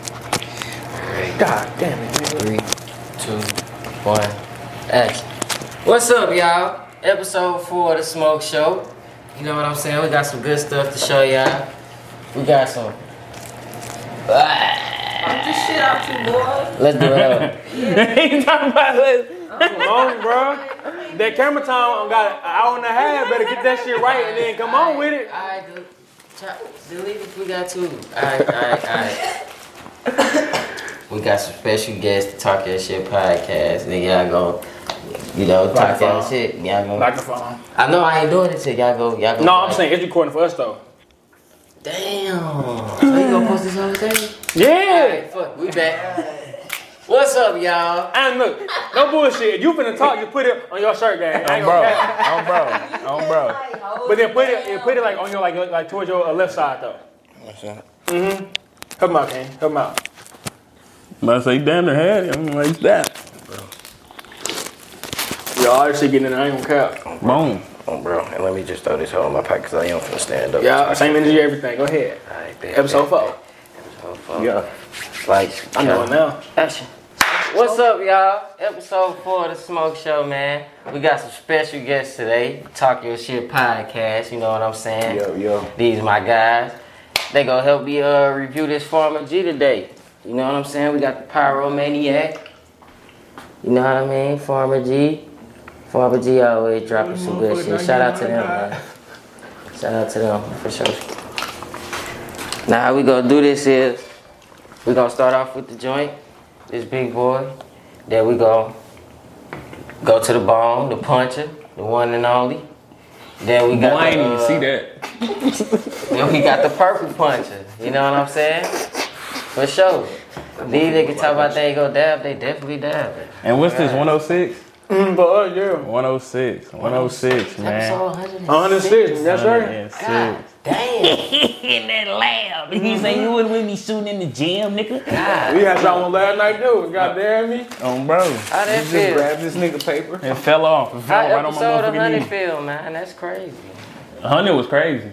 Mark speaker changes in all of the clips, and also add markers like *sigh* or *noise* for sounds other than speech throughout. Speaker 1: Ready.
Speaker 2: God damn it.
Speaker 1: Three, two, one, action. What's up, y'all? Episode four of the Smoke Show. You know what I'm saying? We got some good stuff to show y'all. We got some.
Speaker 3: Fuck this shit out you, boy.
Speaker 1: Let's do it up.
Speaker 2: Ain't talking about this. Come on, bro. That camera time got an hour and a half. Better get that shit right and then come on with it.
Speaker 1: Alright, alright, del- chop- delete if we got to. Alright, alright, alright.
Speaker 2: *laughs*
Speaker 1: We got some special guests to talk that shit podcast. Then y'all go, you know, talk that shit. Y'all go.
Speaker 2: Microphone.
Speaker 1: I know I ain't doing this shit. Y'all go. Y'all go.
Speaker 2: No, I'm saying it's recording for us though.
Speaker 1: Damn. So you gonna post this whole thing?
Speaker 2: Yeah.
Speaker 1: Alright, fuck. We back. What's up, y'all?
Speaker 2: And look, no bullshit. If you finna talk, you put it on your shirt, gang. I ain't gonna cap.
Speaker 4: I'm bro. I'm bro.
Speaker 2: But then put it, then put it like on your like like towards your uh, left side though. Mm-hmm. Help him out, gang. Help him out.
Speaker 4: Must say damn near had it. I'm like that.
Speaker 2: We all actually getting in. I ain't gonna cap.
Speaker 4: Boom.
Speaker 5: Oh, bro, and let me just throw this hole in my pocket because I am finna stand up.
Speaker 2: Yeah, same energy, everything. Go ahead.
Speaker 5: Alright, bet, bet,
Speaker 2: Episode four.
Speaker 5: bet.
Speaker 1: Oh,
Speaker 5: Episode four. Like,
Speaker 2: I know it now.
Speaker 1: Action. What's up, y'all? Episode four of the Smoke Show, man. We got some special guests today. Talk Your Shit podcast. You know what I'm saying?
Speaker 5: Yo, yo.
Speaker 1: These my guys. They gonna help me uh, review this Farmer G today. You know what I'm saying? We got the pyromaniac. You know what I mean? Farmer G. Farmer G always dropping some good shit. Shout out to them, man. Shout out to them for sure. Now how we gonna do this is we gonna start off with the joint, this big boy. Then we go go to the bone, the puncher, the one and only. Then we got
Speaker 4: Boy, I
Speaker 1: the,
Speaker 4: ain't even
Speaker 1: uh,
Speaker 4: see that.
Speaker 1: then we got the purple puncher. You know what I'm saying? For sure. These niggas talk about they go dab, they definitely dab.
Speaker 4: And what's this? 106?
Speaker 2: Mm, but uh, yeah.
Speaker 4: 106. 106,
Speaker 1: Episode
Speaker 4: man.
Speaker 1: 106.
Speaker 2: 106. That's right.
Speaker 4: 106.
Speaker 1: Damn.
Speaker 6: in that *laughs* lab. You say you wouldn't with me shooting in the gym, nigga?
Speaker 1: *laughs* God,
Speaker 2: We had y'all one last night too. God damn me.
Speaker 4: Um, bro.
Speaker 1: how that feel?
Speaker 5: this nigga paper.
Speaker 4: It fell off.
Speaker 1: How
Speaker 4: It fell right on my
Speaker 1: episode 100
Speaker 4: motherfucking knee.
Speaker 1: feel, man? That's crazy.
Speaker 4: 100 was crazy.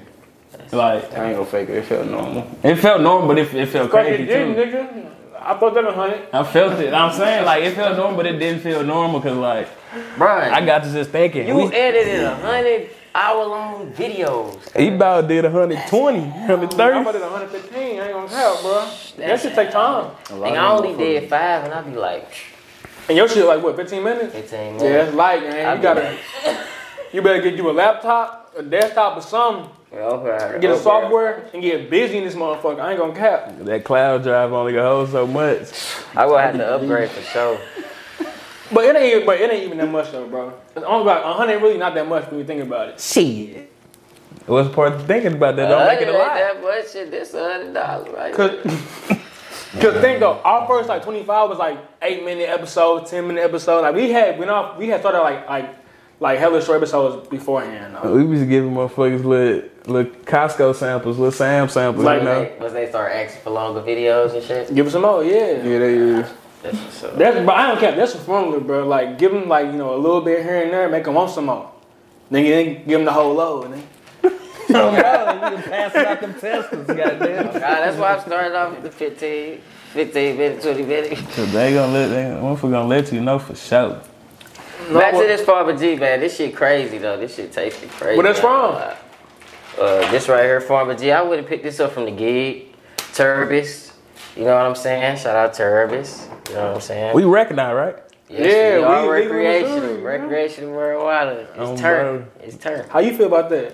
Speaker 4: Like,
Speaker 5: I ain't gonna fake it. It felt normal.
Speaker 4: it felt normal, but it, it felt
Speaker 2: Fuck it
Speaker 4: crazy
Speaker 2: did,
Speaker 4: too.
Speaker 2: nigga. I thought that a hundred.
Speaker 4: I felt it. I'm saying, like, it felt normal, but it didn't feel normal because, like, I
Speaker 1: Bruh,
Speaker 4: got to just thinking.
Speaker 1: you
Speaker 4: we-
Speaker 1: edited 100 hour long videos.
Speaker 4: He about did 120, 130.
Speaker 2: I'm about to 115. I ain't gonna help, bro. That shit take time.
Speaker 1: Like, I only did five, and I be like,
Speaker 2: And your shit like what, 15 minutes?
Speaker 1: 15
Speaker 2: Yeah,
Speaker 1: minutes.
Speaker 2: it's light, man. You gotta, *laughs* you better get you a laptop, a desktop, or something.
Speaker 1: Yeah, okay.
Speaker 2: Get a
Speaker 1: okay.
Speaker 2: software and get busy in this motherfucker. I ain't gonna cap.
Speaker 4: That cloud drive only can hold so much.
Speaker 1: I will have to upgrade for sure.
Speaker 2: But it ain't, but it ain't even that much though, bro. It's only about 100. Really, not that much when you think about it.
Speaker 6: Shit.
Speaker 4: What's part of thinking about that? Don't make it a
Speaker 1: Other than
Speaker 4: lot.
Speaker 1: That much shit, this $100 right
Speaker 2: Cause, *laughs* cause think though, our first like 25 was like eight minute episodes, 10 minute episodes. Like we had went off, we had started like like like hella short episodes beforehand. Though.
Speaker 4: We was giving motherfuckers little, little Costco samples, little Sam samples,
Speaker 2: Like
Speaker 4: you know.
Speaker 1: They- Once they start asking for longer videos and shit.
Speaker 2: Give us some more, yeah.
Speaker 4: Yeah, they is.
Speaker 1: That's what's up.
Speaker 2: That's but I don't care. That's a formula, bro. Like give them like you know a little bit here and there, make them want some more. Then you then give them the whole load. And then,
Speaker 4: Oh, bro, you passing out them testers, *laughs* goddamn.
Speaker 1: Nah, that's why I started off with the 15, 15 minutes, 20 minutes.
Speaker 4: they gonna let, they, motherfucker gonna let you know for sure.
Speaker 1: Back to
Speaker 2: what-
Speaker 1: this Farmer G, man. This shit crazy, though. This shit tasted crazy.
Speaker 2: Where that's
Speaker 1: I ain't
Speaker 2: from?
Speaker 1: gonna lie. Uh, this right here, Farmer G. I would have picked this up from the gig. Turbis. You know what I'm saying? Shout out to Turbis. You know what I'm saying?
Speaker 4: We recognize, right?
Speaker 2: Yeah,
Speaker 1: we, are
Speaker 2: we legal in
Speaker 1: recreational.
Speaker 2: Missouri, man.
Speaker 1: recreational worldwide. It's
Speaker 4: Oh,
Speaker 1: turn. It's turn.
Speaker 2: how you feel about that?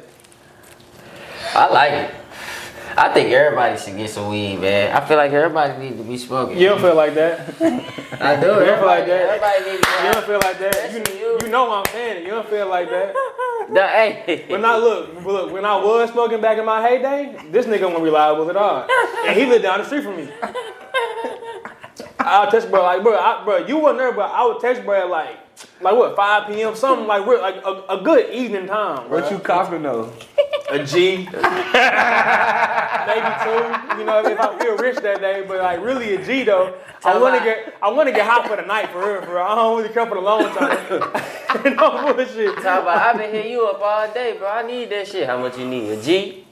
Speaker 1: I like it. I think everybody should get some weed, man. I feel like everybody needs to be smoking.
Speaker 2: You don't feel like that.
Speaker 1: I do.
Speaker 2: You don't feel like
Speaker 1: Everybody,
Speaker 2: that.
Speaker 1: everybody needs
Speaker 2: You
Speaker 1: to
Speaker 2: don't feel like that.
Speaker 1: That's
Speaker 2: You,
Speaker 1: you.
Speaker 2: you know I'm saying. it. You don't feel like that.
Speaker 1: be Nah, hey. *laughs*
Speaker 2: But now look, look. When I was smoking back in my heyday, this nigga wasn't reliable at all, and he lived down the street from me. I'll text bro like bro, I, bro. You wasn't there, but I would text bro like like what 5 p.m. something like we're like a, a good evening time. Bro.
Speaker 5: you coughing though?
Speaker 2: a G, maybe two. You know, if I feel rich that day, but like really a G though. I want to get, I want to get hot for the night for real, for real. I don't really care for the long *laughs* time. no bullshit.
Speaker 1: Talk about, I've been hitting you up all day, bro. I need that shit. How much you need? A G?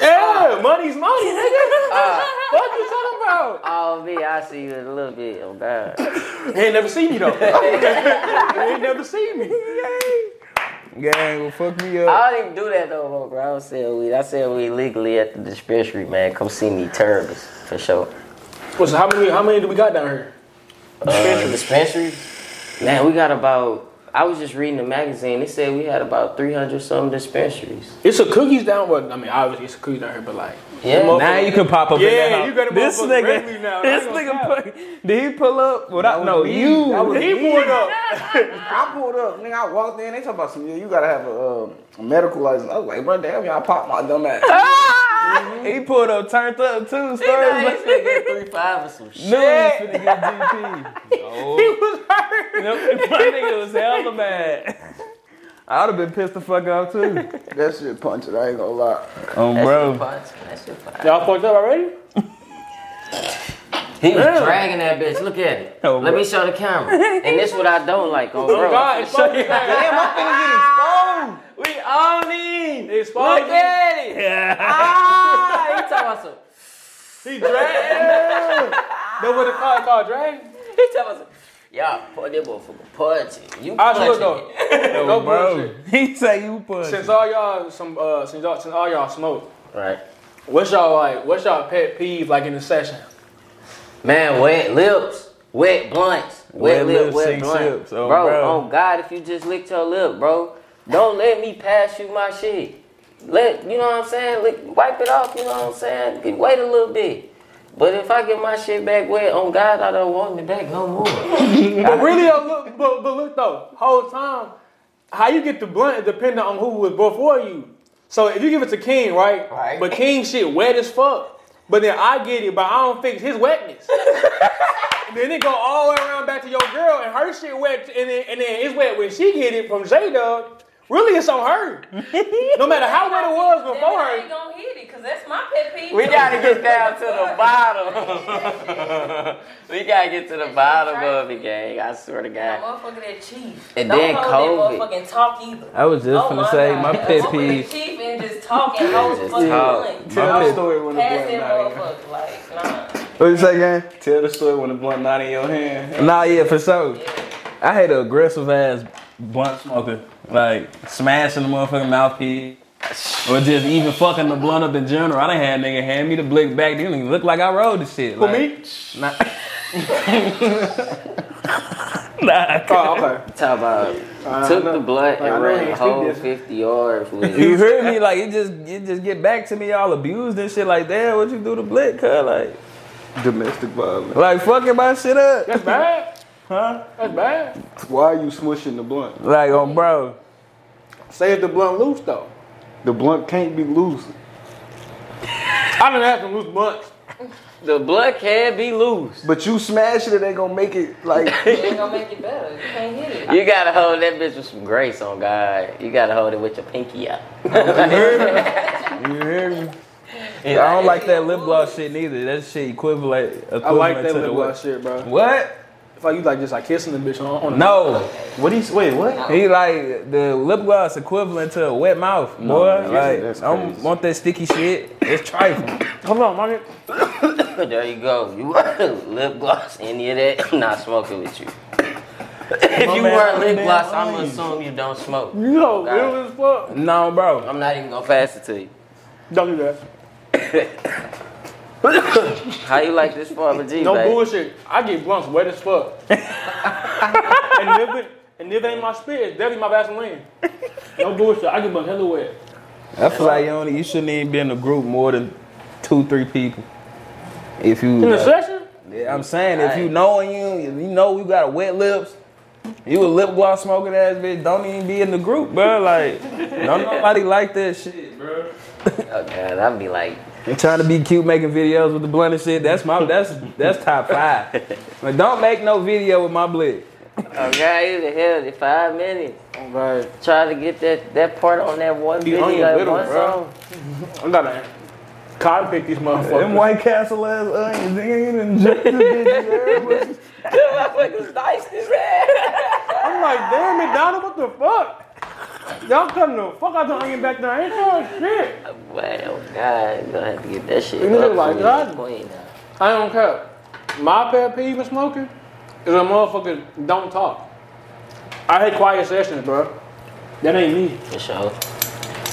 Speaker 2: Yeah, money's money, nigga.
Speaker 1: Uh,
Speaker 2: Fuck is out.
Speaker 1: Oh, me, I see you in a little bit. Oh, God.
Speaker 2: He ain't never seen me though. he ain't never seen me.
Speaker 4: Gang will fuck me
Speaker 2: Oh.
Speaker 1: *coughs*
Speaker 4: up.
Speaker 1: I don't even do that no more, bro. I don't sell weed. I sell weed legally at the dispensary, man. Come see me, turbans, for sure.
Speaker 2: Well, so how many? How many do we got down here?
Speaker 1: Uh, dispensary? Man, we got about, I was just reading the magazine. It said we had about 300 some dispensaries.
Speaker 2: It's a cookies down. Well, I mean, obviously it's a cookies down here, but like,
Speaker 1: Yeah.
Speaker 2: Motherfucker.
Speaker 4: Now you can pop up. in
Speaker 2: Yeah,
Speaker 4: that house.
Speaker 2: you got a
Speaker 4: this
Speaker 2: motherfucker
Speaker 4: nigga.
Speaker 2: ready now.
Speaker 4: This
Speaker 2: I ain't
Speaker 4: nigga.
Speaker 2: gonna
Speaker 4: Put, did he pull up? Without no, you.
Speaker 2: that was he pulled up.
Speaker 7: I pulled up, nigga. I walked in. They talking about some. You gotta have a, um, a medical license. I was like, bro, damn, y'all popped my dumb ass.
Speaker 4: He pulled up, turned up too. Stories like
Speaker 1: Three five or some shit.
Speaker 4: *laughs* No, he's finna get GP.
Speaker 2: He was hurt.
Speaker 4: Nope, my nigga was hella mad. I would have been pissed the fuck off too.
Speaker 7: that shit punched it. I ain't gonna lie.
Speaker 4: Oh, bro.
Speaker 1: That's your five.
Speaker 2: Y'all fucked up already?
Speaker 1: He was dragging that bitch. Look at it.
Speaker 4: Oh,
Speaker 1: Let
Speaker 4: bro.
Speaker 1: me show the
Speaker 4: *laughs*
Speaker 1: camera. And this what I don't like. Oh, bro.
Speaker 2: God, it's fucking bad.
Speaker 7: Damn, I'm finna get exposed.
Speaker 1: We all need.
Speaker 2: It's
Speaker 1: Look
Speaker 2: fucking.
Speaker 1: at it. Ah,
Speaker 2: *laughs*
Speaker 1: he talking about some.
Speaker 2: He dragged. That what the car called drag.
Speaker 1: He talking about some. Y'all, put that motherfucker punching. You
Speaker 2: I swear
Speaker 1: punching.
Speaker 2: though.
Speaker 1: it.
Speaker 2: *laughs* No bullshit.
Speaker 4: Oh, He say you pussy.
Speaker 2: Since all y'all some uh since y'all since all y'all smoke,
Speaker 1: Right.
Speaker 2: what's y'all like what's y'all pet peeve like in the session?
Speaker 1: Man, wet lips, wet blunts, wet,
Speaker 4: Wet
Speaker 1: lip,
Speaker 4: lips,
Speaker 1: wet
Speaker 4: six
Speaker 1: blunt.
Speaker 4: sips. Oh,
Speaker 1: bro,
Speaker 4: bro.
Speaker 1: oh God, if you just licked your lip, bro, don't let me pass you my shit. Let you know what I'm saying. Lick, wipe it off. You know what I'm saying. Get- Wait a little bit. But if I get my shit back wet, on God, I don't want it back no more.
Speaker 2: But really though, look but, but look though, whole time, how you get the blunt is dependent on who was before you. So if you give it to King, right?
Speaker 1: Right.
Speaker 2: But King shit wet as fuck. But then I get it, but I don't fix his wetness. And then it go all the way around back to your girl and her shit wet and then and then it's wet when she get it from J Dub. Really it's on her. No matter how wet it was
Speaker 3: Then
Speaker 2: before
Speaker 3: how
Speaker 2: her.
Speaker 3: you gonna hit it? Cause that's my pet peeve.
Speaker 1: We gotta get down to the bottom. we gotta get to the bottom of it, gang. I swear to
Speaker 3: That
Speaker 1: God.
Speaker 3: motherfucker that chief.
Speaker 1: And
Speaker 3: Don't
Speaker 1: then
Speaker 3: hold that
Speaker 1: COVID.
Speaker 3: motherfucking talk either.
Speaker 4: I was just
Speaker 3: Oh
Speaker 4: finna say
Speaker 3: God.
Speaker 4: my
Speaker 3: That
Speaker 4: pet
Speaker 3: *laughs* motherfucker
Speaker 4: peeve.
Speaker 3: Chief and just talking whole
Speaker 1: Just
Speaker 3: fucking
Speaker 1: talk.
Speaker 3: blunt.
Speaker 7: Tell
Speaker 4: pit-
Speaker 7: the story when the
Speaker 3: Pass that
Speaker 7: blunt not in.
Speaker 3: motherfucker like nah.
Speaker 4: What you say, gang?
Speaker 7: *laughs* Tell the story when the blunt not in your hand.
Speaker 4: Nah, yeah, for sure. I had an aggressive ass blunt smoker, like smashing the motherfucking mouthpiece, or just even fucking the blunt up in general. I done had nigga hand me the blick back. They didn't even look like I rolled the shit.
Speaker 2: For me?
Speaker 4: like,
Speaker 2: *laughs*
Speaker 4: Nah. nah.
Speaker 7: Oh, okay.
Speaker 1: Talk about took the blunt and ran the whole 50 yards
Speaker 4: *laughs*
Speaker 1: with it.
Speaker 4: You heard me? Like it just it just get back to me all abused and shit like that. What you do to Blick, cuz like
Speaker 7: Domestic violence.
Speaker 4: like fucking my shit up.
Speaker 2: That's bad.
Speaker 4: Huh?
Speaker 2: That's bad.
Speaker 7: Why are you smushing the blunt?
Speaker 4: Like on bro.
Speaker 2: Save the blunt loose though.
Speaker 7: The blunt can't be loose.
Speaker 2: I done had some loose blunts.
Speaker 1: The blunt can be loose.
Speaker 7: But you smashing it ain't gonna make
Speaker 2: *laughs*
Speaker 7: it like.
Speaker 3: It ain't gonna make it better. You can't hit it.
Speaker 1: You gotta hold that bitch with some grace on God. You gotta hold it with your pinky up.
Speaker 4: You hear me? I don't like that lip gloss shit neither. That shit equivalent. equivalent
Speaker 2: I like that
Speaker 4: to
Speaker 2: lip
Speaker 4: the
Speaker 2: gloss shit, bro.
Speaker 4: What?
Speaker 2: It's like you like just like kissing the bitch on. on the-
Speaker 4: No,
Speaker 7: What do you wait? What?
Speaker 4: he like the lip gloss equivalent to a wet mouth, boy.
Speaker 7: man,
Speaker 4: like
Speaker 7: that's
Speaker 4: I don't
Speaker 7: crazy.
Speaker 4: want that sticky shit. It's trifling.
Speaker 2: Hold on, my nigga.
Speaker 1: there you go. You *laughs* lip gloss, any of that, I'm not smoking with you. if you
Speaker 4: man,
Speaker 1: wear
Speaker 4: I'm
Speaker 1: lip
Speaker 4: damn
Speaker 1: gloss, I'm gonna
Speaker 4: right.
Speaker 1: assume you don't smoke.
Speaker 2: You know,
Speaker 1: Got it.
Speaker 2: real as fuck.
Speaker 4: no, bro.
Speaker 1: I'm not even gonna pass it to you.
Speaker 2: Don't do that.
Speaker 1: How you like this Farmer G,
Speaker 2: No
Speaker 1: babe?
Speaker 2: bullshit. I get blunts wet as *laughs* fuck. and if it and if it ain't my spit, it's definitely my Vaseline. No bullshit. I get blunts hella wet.
Speaker 4: I feel like you only you shouldn't even be in a group more than two, three people. If you,
Speaker 2: In the session,
Speaker 4: Yeah, I'm saying if you know you, you know you got wet lips. You a lip gloss smoking ass bitch. Don't even be in the group, bro. Like, don't nobody like that shit, bro.
Speaker 1: Oh God, I'd be like,
Speaker 4: And trying to be cute, making videos with the blunt and shit. That's my. That's that's top five. But don't make no video with my blick.
Speaker 1: oh God, you the hell in five minutes. Try to get that that part on that one
Speaker 2: He
Speaker 1: video,
Speaker 2: only
Speaker 1: that
Speaker 2: little,
Speaker 1: one
Speaker 2: bro.
Speaker 3: *laughs*
Speaker 1: song.
Speaker 2: I gotta cotton pick these
Speaker 4: Them
Speaker 2: motherfuckers.
Speaker 4: White Castle ass onions, they
Speaker 2: *laughs*
Speaker 4: ain't injected bitch.
Speaker 2: I'm like, damn McDonald, what the fuck? Y'all cutting the fuck out the onion back there. Ain't no shit.
Speaker 1: Well, God, you're gonna have to get that shit.
Speaker 2: You look
Speaker 1: up
Speaker 2: like
Speaker 1: for me,
Speaker 2: God.
Speaker 1: Queen. now.
Speaker 2: I don't care. My pet peeve in smoking is when motherfuckers don't talk. I hate quiet sessions, bro. That ain't me.
Speaker 1: For sure.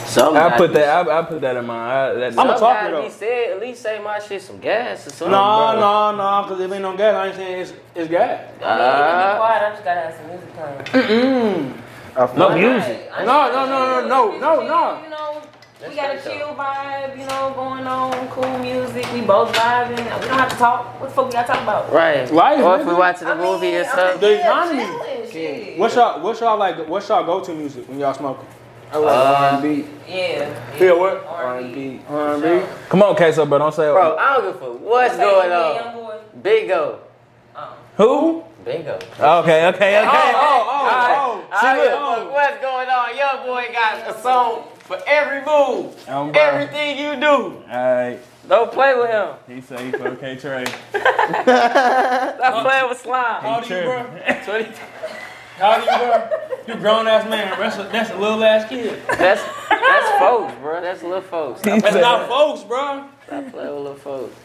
Speaker 1: Some
Speaker 4: I put that. I, I put that in mind. I, that,
Speaker 2: I'm a
Speaker 1: I'm
Speaker 2: talker,
Speaker 1: talking
Speaker 2: though.
Speaker 1: At least, say, at least say my shit some gas or something.
Speaker 2: No,
Speaker 1: bro.
Speaker 2: no, no, because if ain't no gas, I ain't saying it's, it's gas.
Speaker 3: I mean, it can be
Speaker 1: Uh,
Speaker 3: quiet. I just gotta have some music playing.
Speaker 4: no music.
Speaker 3: Right.
Speaker 2: No,
Speaker 3: I
Speaker 2: no,
Speaker 3: just gotta
Speaker 2: no, no,
Speaker 3: chill. If
Speaker 2: no,
Speaker 3: you chill,
Speaker 2: no.
Speaker 3: You know, we got a chill vibe, you know, going on, cool music. We both vibing. We don't have to talk. What the fuck we gotta talk about?
Speaker 1: right.
Speaker 2: Life,
Speaker 1: or if we
Speaker 2: nigga.
Speaker 1: watching a
Speaker 3: I mean,
Speaker 1: movie or
Speaker 3: I'm
Speaker 1: something.
Speaker 2: The
Speaker 3: just, yeah,
Speaker 2: economy.
Speaker 3: chilling, shit.
Speaker 2: What's y'all, what's y'all like, what's y'all go-to music when y'all smoking?
Speaker 7: I like R&B.
Speaker 3: Yeah.
Speaker 2: Yeah, what?
Speaker 3: R&B.
Speaker 2: R&B?
Speaker 4: Come on, queso, but don't say
Speaker 1: Bro, I don't give a fuck what's
Speaker 3: Okay,
Speaker 1: going
Speaker 3: yeah,
Speaker 1: on.
Speaker 3: young boy. Uh-uh.
Speaker 1: Bingo.
Speaker 4: who.
Speaker 1: Bingo.
Speaker 4: Okay, okay, okay.
Speaker 2: Oh, oh, oh,
Speaker 1: I don't give a
Speaker 2: oh.
Speaker 1: fuck what's going on. Young boy got a song for every move,
Speaker 4: I'm brown.
Speaker 1: everything you do.
Speaker 4: All right.
Speaker 1: Don't play with him.
Speaker 4: He say he for okay trade.
Speaker 1: Stop playing with slime.
Speaker 2: How old are you, bro?
Speaker 1: Twenty-
Speaker 2: How old are you, bro? You grown ass man. That's a, that's a little ass kid.
Speaker 1: That's that's folks, bro. That's little folks. Stop
Speaker 2: That's
Speaker 4: oh
Speaker 2: not folks, bro.
Speaker 1: playing with little folks.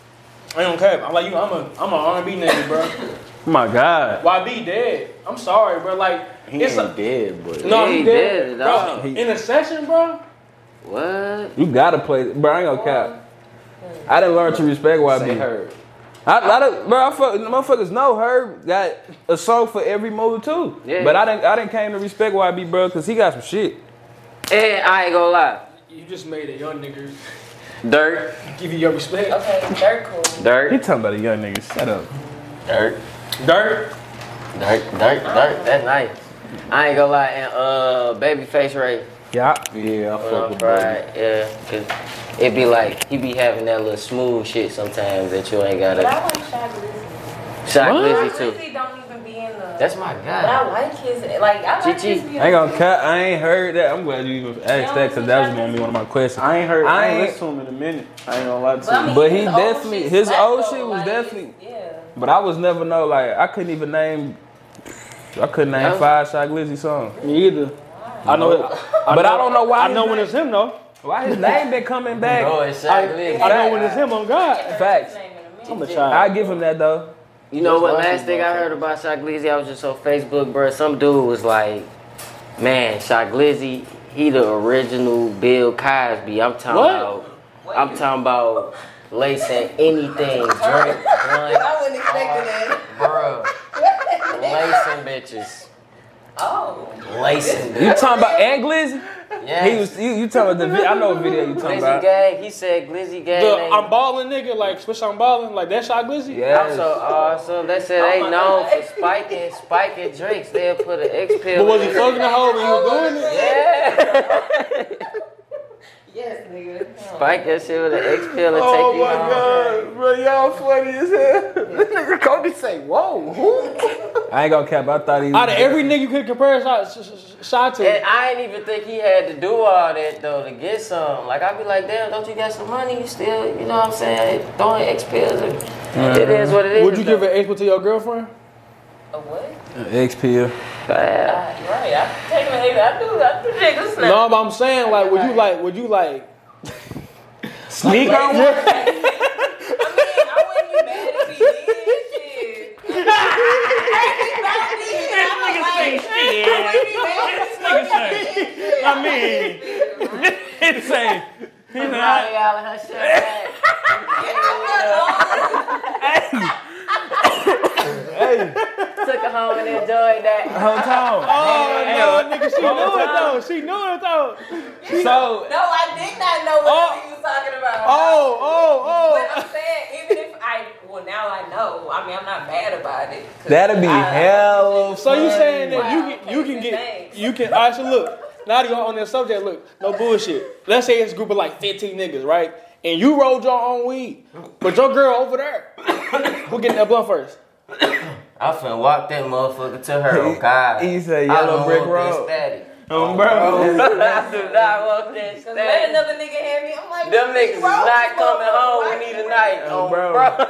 Speaker 2: I don't care. I'm like you. I'm a I'm a R&B nigga, bro.
Speaker 4: Oh my God.
Speaker 2: YB dead. I'm sorry, bro. Like
Speaker 7: He
Speaker 2: it's
Speaker 7: ain't
Speaker 2: a
Speaker 7: dead, but
Speaker 2: no.
Speaker 1: He
Speaker 2: He
Speaker 1: ain't
Speaker 2: dead,
Speaker 1: dead at
Speaker 2: bro.
Speaker 1: all.
Speaker 2: In a session, bro.
Speaker 1: What?
Speaker 4: You gotta play, bro. I ain't gonna cap. I didn't learn to respect
Speaker 7: they
Speaker 4: YB.
Speaker 7: heard.
Speaker 4: I, I done- bro, I fuck, motherfuckers know Herb got a song for every move too.
Speaker 1: Yeah.
Speaker 4: But I didn't, I didn't came to respect YB, bro, cause he got some shit.
Speaker 1: And I ain't gonna lie.
Speaker 2: You just made a young nigga
Speaker 1: Dirt,
Speaker 2: give you your respect.
Speaker 3: Okay, very cool.
Speaker 4: He
Speaker 1: dirt,
Speaker 4: talking about a young nigga. Shut up.
Speaker 1: dirt,
Speaker 2: Dirt.
Speaker 1: dirt, dirt, dirt. That's nice. I ain't gonna lie. And uh, babyface Ray.
Speaker 4: Yeah.
Speaker 7: Yeah, I fuck
Speaker 1: Um,
Speaker 7: with Brady.
Speaker 1: right, yeah, cause it be like he be having that little smooth shit sometimes that you ain't
Speaker 3: But
Speaker 1: gotta
Speaker 3: I like Shy Glizzy.
Speaker 1: shock Lizzy
Speaker 3: Shy
Speaker 1: too.
Speaker 3: Glizzy don't even be in the.
Speaker 1: That's my
Speaker 3: But
Speaker 1: guy.
Speaker 3: I like his. Like I like
Speaker 1: Gigi.
Speaker 3: his
Speaker 4: I ain't
Speaker 3: music.
Speaker 4: gonna cap. I ain't heard that. I'm glad you even asked that, cause that was gonna be one of my questions.
Speaker 7: I ain't heard. I
Speaker 4: I
Speaker 7: ain't
Speaker 4: ain't-
Speaker 7: listened to him in a minute. I ain't gonna lie to
Speaker 3: But, I
Speaker 7: you.
Speaker 3: mean,
Speaker 4: But he
Speaker 3: his old
Speaker 4: definitely-
Speaker 3: shit's
Speaker 4: his
Speaker 3: whack,
Speaker 4: old
Speaker 3: though,
Speaker 4: shit was
Speaker 3: like,
Speaker 4: definitely-
Speaker 3: Yeah.
Speaker 4: But I was never know like I couldn't even name. I couldn't name
Speaker 1: No.
Speaker 4: five shot Glizzy songs.
Speaker 2: Me either. I know. it.
Speaker 4: But I don't know why.
Speaker 2: I
Speaker 4: his
Speaker 2: know when
Speaker 4: name-
Speaker 2: it's him though.
Speaker 4: why his name been coming back.
Speaker 1: *laughs* Oh, it's
Speaker 2: I,
Speaker 1: shock
Speaker 2: I
Speaker 1: Lizzy.
Speaker 2: know when it's him on God.
Speaker 4: Facts.
Speaker 2: I'm a
Speaker 4: I
Speaker 2: child.
Speaker 4: give him that though.
Speaker 1: You know what? Last thing I heard about Shock Glizzy, I was just on Facebook, bro. Some dude was like, "Man, Shock Glizzy, he the original Bill Cosby." I'm talking
Speaker 2: What?
Speaker 1: about. I'm talking about lacing anything, drink, blunt,
Speaker 3: I wasn't expecting that.
Speaker 1: bro. Lacing bitches,
Speaker 3: Oh.
Speaker 1: lacing.
Speaker 4: You
Speaker 1: Bitches.
Speaker 4: talking about and Glizzy?
Speaker 1: Yes.
Speaker 4: He was you, you talking about the vi- I know what video you talking
Speaker 1: Glizzy
Speaker 4: about.
Speaker 1: gang. He said Glizzy gang.
Speaker 2: The,
Speaker 1: they-
Speaker 2: I'm balling, nigga. Like switch on balling. Like that shot glizzy.
Speaker 4: Yes.
Speaker 1: Also, also, uh, they said they
Speaker 3: my
Speaker 1: known
Speaker 3: God.
Speaker 1: for spiking, spiking drinks. They'll put an X pill.
Speaker 2: But was he
Speaker 1: in it.
Speaker 2: fucking the hoe when he was doing it?
Speaker 3: Yes, nigga.
Speaker 1: Spike that shit with an X pill and
Speaker 7: Oh
Speaker 1: take you
Speaker 7: my
Speaker 1: home.
Speaker 7: god, bro, y'all funny as hell. *laughs* this nigga Cody say, "Whoa, who?"
Speaker 4: I ain't gonna cap. I thought he was
Speaker 2: Out of every nigga you could compare shot, sh- sh- shot to.
Speaker 1: And I ain't even think he had to do all that though to get some. Like I'd be like, damn, don't you got some money? You still, you know what I'm saying? Throwing X pills. and-
Speaker 4: Uh-huh.
Speaker 1: It is what it is.
Speaker 2: Would you give
Speaker 1: though.
Speaker 2: an April to your girlfriend?
Speaker 3: A what?
Speaker 4: XPL.
Speaker 3: Uh,
Speaker 1: Man,
Speaker 3: right. I take my nigga. I do. I do niggas now.
Speaker 2: No, but I'm saying like, would you like, would you like?
Speaker 4: Sneak
Speaker 3: I mean, I wouldn't be mad if he did. Shit. If he found me, I would, like, I wouldn't be mad if he
Speaker 4: I mean, it's a. He's
Speaker 1: all y'all her shit back. Took her home and enjoyed that.
Speaker 2: Oh no, nigga, she knew it though. She knew it though.
Speaker 4: So
Speaker 3: No, I did not know what he was talking about.
Speaker 2: Oh, oh,
Speaker 3: But I'm saying, even if I, well, now I know. I mean, I'm not mad about it. 'cause
Speaker 4: that'd be
Speaker 3: I-
Speaker 4: hell.
Speaker 2: oh. So you saying that you
Speaker 3: Wow,
Speaker 2: can, you can get,
Speaker 3: thanks.
Speaker 2: you can. All right, so look. Now that you're on that subject, look, no bullshit. Let's say it's a group of like 15 niggas, right? And you rolled your own weed, but your girl over there, *coughs* who getting that blunt first?
Speaker 1: I finna walk that motherfucker to her. Oh God.
Speaker 4: he said
Speaker 1: I
Speaker 4: yellow
Speaker 1: don't
Speaker 4: brick
Speaker 1: want this
Speaker 4: road. *laughs*
Speaker 1: static.
Speaker 4: Um, bro.
Speaker 1: I do not want that
Speaker 3: Cause let
Speaker 1: static.
Speaker 3: another nigga hand me. I'm like,
Speaker 1: Them
Speaker 3: "What
Speaker 1: niggas
Speaker 3: you
Speaker 1: is
Speaker 3: wrong
Speaker 1: not
Speaker 3: with
Speaker 1: coming
Speaker 3: motherfucker?
Speaker 1: home
Speaker 3: Why
Speaker 1: with me
Speaker 3: you-
Speaker 1: tonight.
Speaker 4: Oh,
Speaker 1: Oh,
Speaker 4: bro.
Speaker 1: bro. *laughs*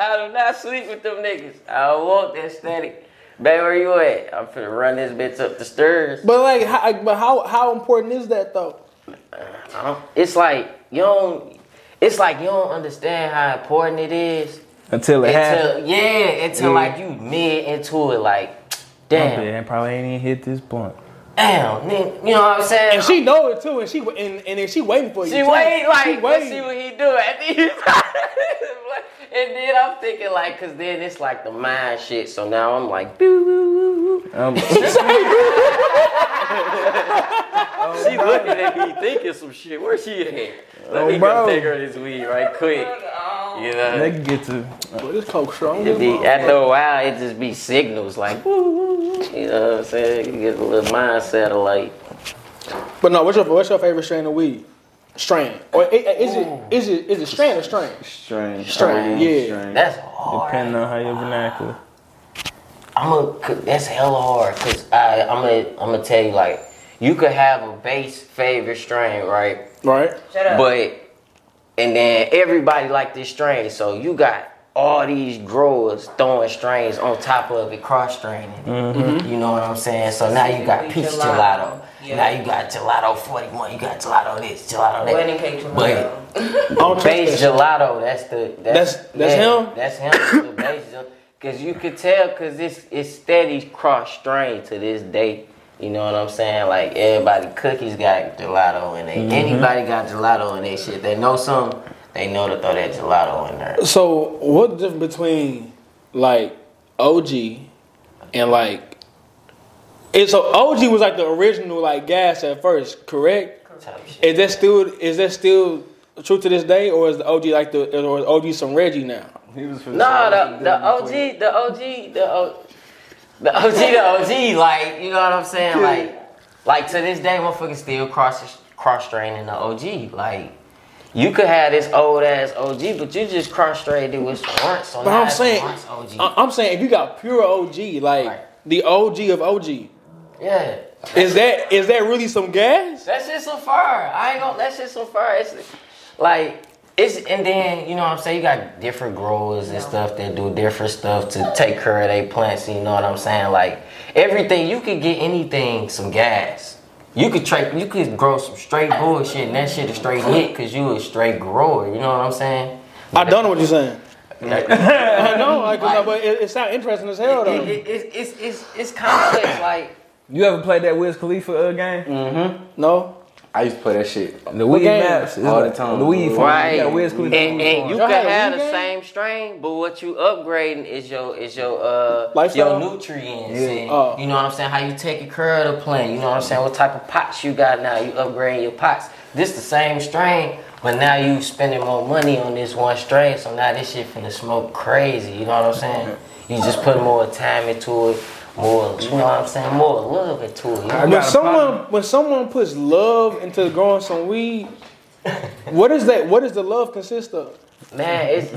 Speaker 1: I do not sleep with them niggas. I want that static. Babe, where you at? I'm finna run this bitch up the stairs.
Speaker 2: But like, how, like, but how how important is that though?
Speaker 1: I don't- It's like, you don't. it's like you don't understand how important it is
Speaker 4: Until it happens.
Speaker 1: until yeah, until
Speaker 4: Yeah.
Speaker 1: like you mid into it, like damn,
Speaker 4: Man, probably ain't even hit this blunt.
Speaker 1: damn, nigga, you know what I'm saying?
Speaker 2: And she know it too, and she and, and then she waiting for you.
Speaker 1: She
Speaker 2: too.
Speaker 1: wait, like,
Speaker 2: she
Speaker 1: let's
Speaker 2: waiting.
Speaker 1: see what he do. at the end. *laughs* and then I'm thinking, like, cause then it's like the mind shit. So now I'm like, boo, boo, boo, boo.
Speaker 4: Um,
Speaker 1: She looking at me thinking some shit. Where she at? Let me
Speaker 4: Oh, bro.
Speaker 1: go take her this weed right quick. You
Speaker 4: *laughs* they
Speaker 1: know.
Speaker 4: can get to.
Speaker 2: Boy, this coke strong.
Speaker 1: It be, after a while, it just be signals like, woo, woo, woo. you know what I'm saying? You get a little mind satellite.
Speaker 2: But no, what's your what's your favorite strain of weed? Strain or i- i- is it is it is it strain or strain?
Speaker 7: Strange.
Speaker 2: Strain, yeah.
Speaker 1: That's hard.
Speaker 4: Depending on how your vernacular.
Speaker 1: I'm a, that's hella hard because I I'm gonna I'm gonna tell you like you could have a base favorite strain right,
Speaker 2: Right.
Speaker 3: Shut up.
Speaker 1: but and then everybody like this strain, so you got all these growers throwing strains on top of it, cross straining. You know what I'm saying? So now you got peach
Speaker 3: Gelato.
Speaker 1: gelato.
Speaker 3: Yeah.
Speaker 1: Now you got gelato 41. You got gelato this, gelato that.
Speaker 3: Wedding cake tomorrow.
Speaker 1: But *laughs*
Speaker 2: I don't trust
Speaker 1: Base
Speaker 2: that.
Speaker 1: gelato. That's the that's
Speaker 2: That's- that's him?
Speaker 1: That's him. the base gel- Cause you could tell, cause it's it's steady cross strain to this day. You know what I'm saying? Like everybody cookies got gelato in they.
Speaker 2: Mm-hmm.
Speaker 1: Anybody got gelato in their shit. They know some. They know to throw that gelato in there.
Speaker 2: So what the difference between like OG and like and so OG was like the original like gas at first, correct?
Speaker 1: Type shit.
Speaker 2: Is that still is that still true to this day, or is the OG like the or is OG some Reggie now?
Speaker 4: He was for
Speaker 1: No, the the OG, the OG, the O, the OG, the OG. Like you know what I'm saying? Like, like to this day, motherfuckers still cross cross straining the OG. Like, you could have this old ass OG, but you just cross strained it with Lawrence. So
Speaker 2: But
Speaker 1: now
Speaker 2: I'm
Speaker 1: it's
Speaker 2: saying, uh,
Speaker 1: Lawrence OG.
Speaker 2: I- I'm saying if you got pure OG, like
Speaker 1: Right.
Speaker 2: the OG of OG,
Speaker 1: yeah,
Speaker 2: is that is that really some gas?
Speaker 1: that shit so far. I ain't gonna. That shit so far. It's like. It's, and then you know what I'm saying. You got different growers and stuff that do different stuff to take care of their plants. You know what I'm saying? Like everything, you could get anything some gas. You could trade. You could grow some straight bullshit, and that shit is straight hit because you a straight grower. You know what I'm saying?
Speaker 2: I don't know what you're saying. *laughs*
Speaker 1: Like,
Speaker 2: I know, like, but it, it sounds interesting as hell though.
Speaker 1: it- it- it's, it's it's it's complex. Like
Speaker 4: You ever played that Wiz Khalifa uh, game?
Speaker 2: No,
Speaker 7: I used to play that shit.
Speaker 4: The weed
Speaker 2: game?
Speaker 4: maps is
Speaker 7: All
Speaker 4: like
Speaker 7: the time.
Speaker 4: The weed farm.
Speaker 1: Right.
Speaker 4: You got Wiz Khalifa. on
Speaker 1: And,
Speaker 4: the
Speaker 1: and
Speaker 4: farm.
Speaker 1: you
Speaker 2: Y'all
Speaker 1: can
Speaker 2: had a
Speaker 1: have
Speaker 2: weed
Speaker 1: the
Speaker 2: game?
Speaker 1: same strain, but what you upgrading is your is your uh
Speaker 2: Lifestyle?
Speaker 1: your nutrients. And,
Speaker 2: Oh.
Speaker 1: You know what I'm saying? How you taking care of the plant? You know what I'm saying? What type of pots you got now? You upgrading your pots. This the same strain, but now you spending more money on this one strain. So now this shit finna smoke crazy. You know what I'm saying? You just put more time into it, more you know what I'm saying, more love into it. You know?
Speaker 2: when someone when someone puts love into growing some weed, what is that? What does the love consist of?
Speaker 1: Man, it's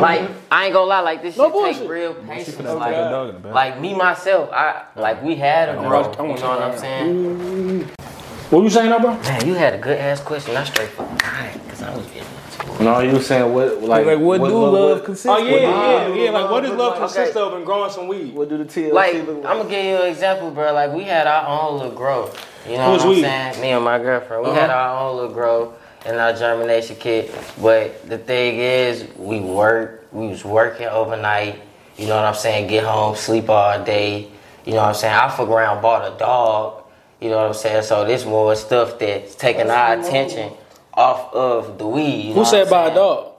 Speaker 1: like I ain't gonna lie, like this
Speaker 2: No
Speaker 1: shit
Speaker 2: bullshit.
Speaker 1: take real patience.
Speaker 4: That's like a
Speaker 1: Like,
Speaker 4: dog in the back.
Speaker 1: like me myself, I like we had a
Speaker 2: watch-
Speaker 1: grow.
Speaker 2: Oh. I
Speaker 1: You know
Speaker 2: want
Speaker 1: what
Speaker 2: you to
Speaker 1: I'm
Speaker 2: learn.
Speaker 1: saying?
Speaker 2: What you saying, now, bro?
Speaker 1: Man, you had a good ass question. I straight fucking got it because I was getting into it.
Speaker 7: No, you were saying what like,
Speaker 4: Like, what do love
Speaker 7: what,
Speaker 4: consist
Speaker 2: Oh
Speaker 4: of?
Speaker 2: yeah, yeah, yeah. Like, what does love
Speaker 1: like?
Speaker 2: consist
Speaker 1: Okay.
Speaker 2: of in growing some weed?
Speaker 7: what do the TLC
Speaker 1: Like, I'm
Speaker 7: look
Speaker 1: gonna give you an example, bro. Like we had our own little grow. You know
Speaker 2: Who's
Speaker 1: what I'm
Speaker 2: we? Uh-huh.
Speaker 1: saying? Me and my girlfriend, we had our own little grow and our germination kit. But the thing is, we work. We was working overnight. You know what I'm saying? Get home, sleep all day. You know what I'm saying? I fuck around, bought a dog. You know what I'm saying? So this more stuff that's taking our attention off of the weed. you know
Speaker 2: Who
Speaker 1: what
Speaker 2: said
Speaker 1: I'm
Speaker 2: by a
Speaker 1: saying?
Speaker 2: dog?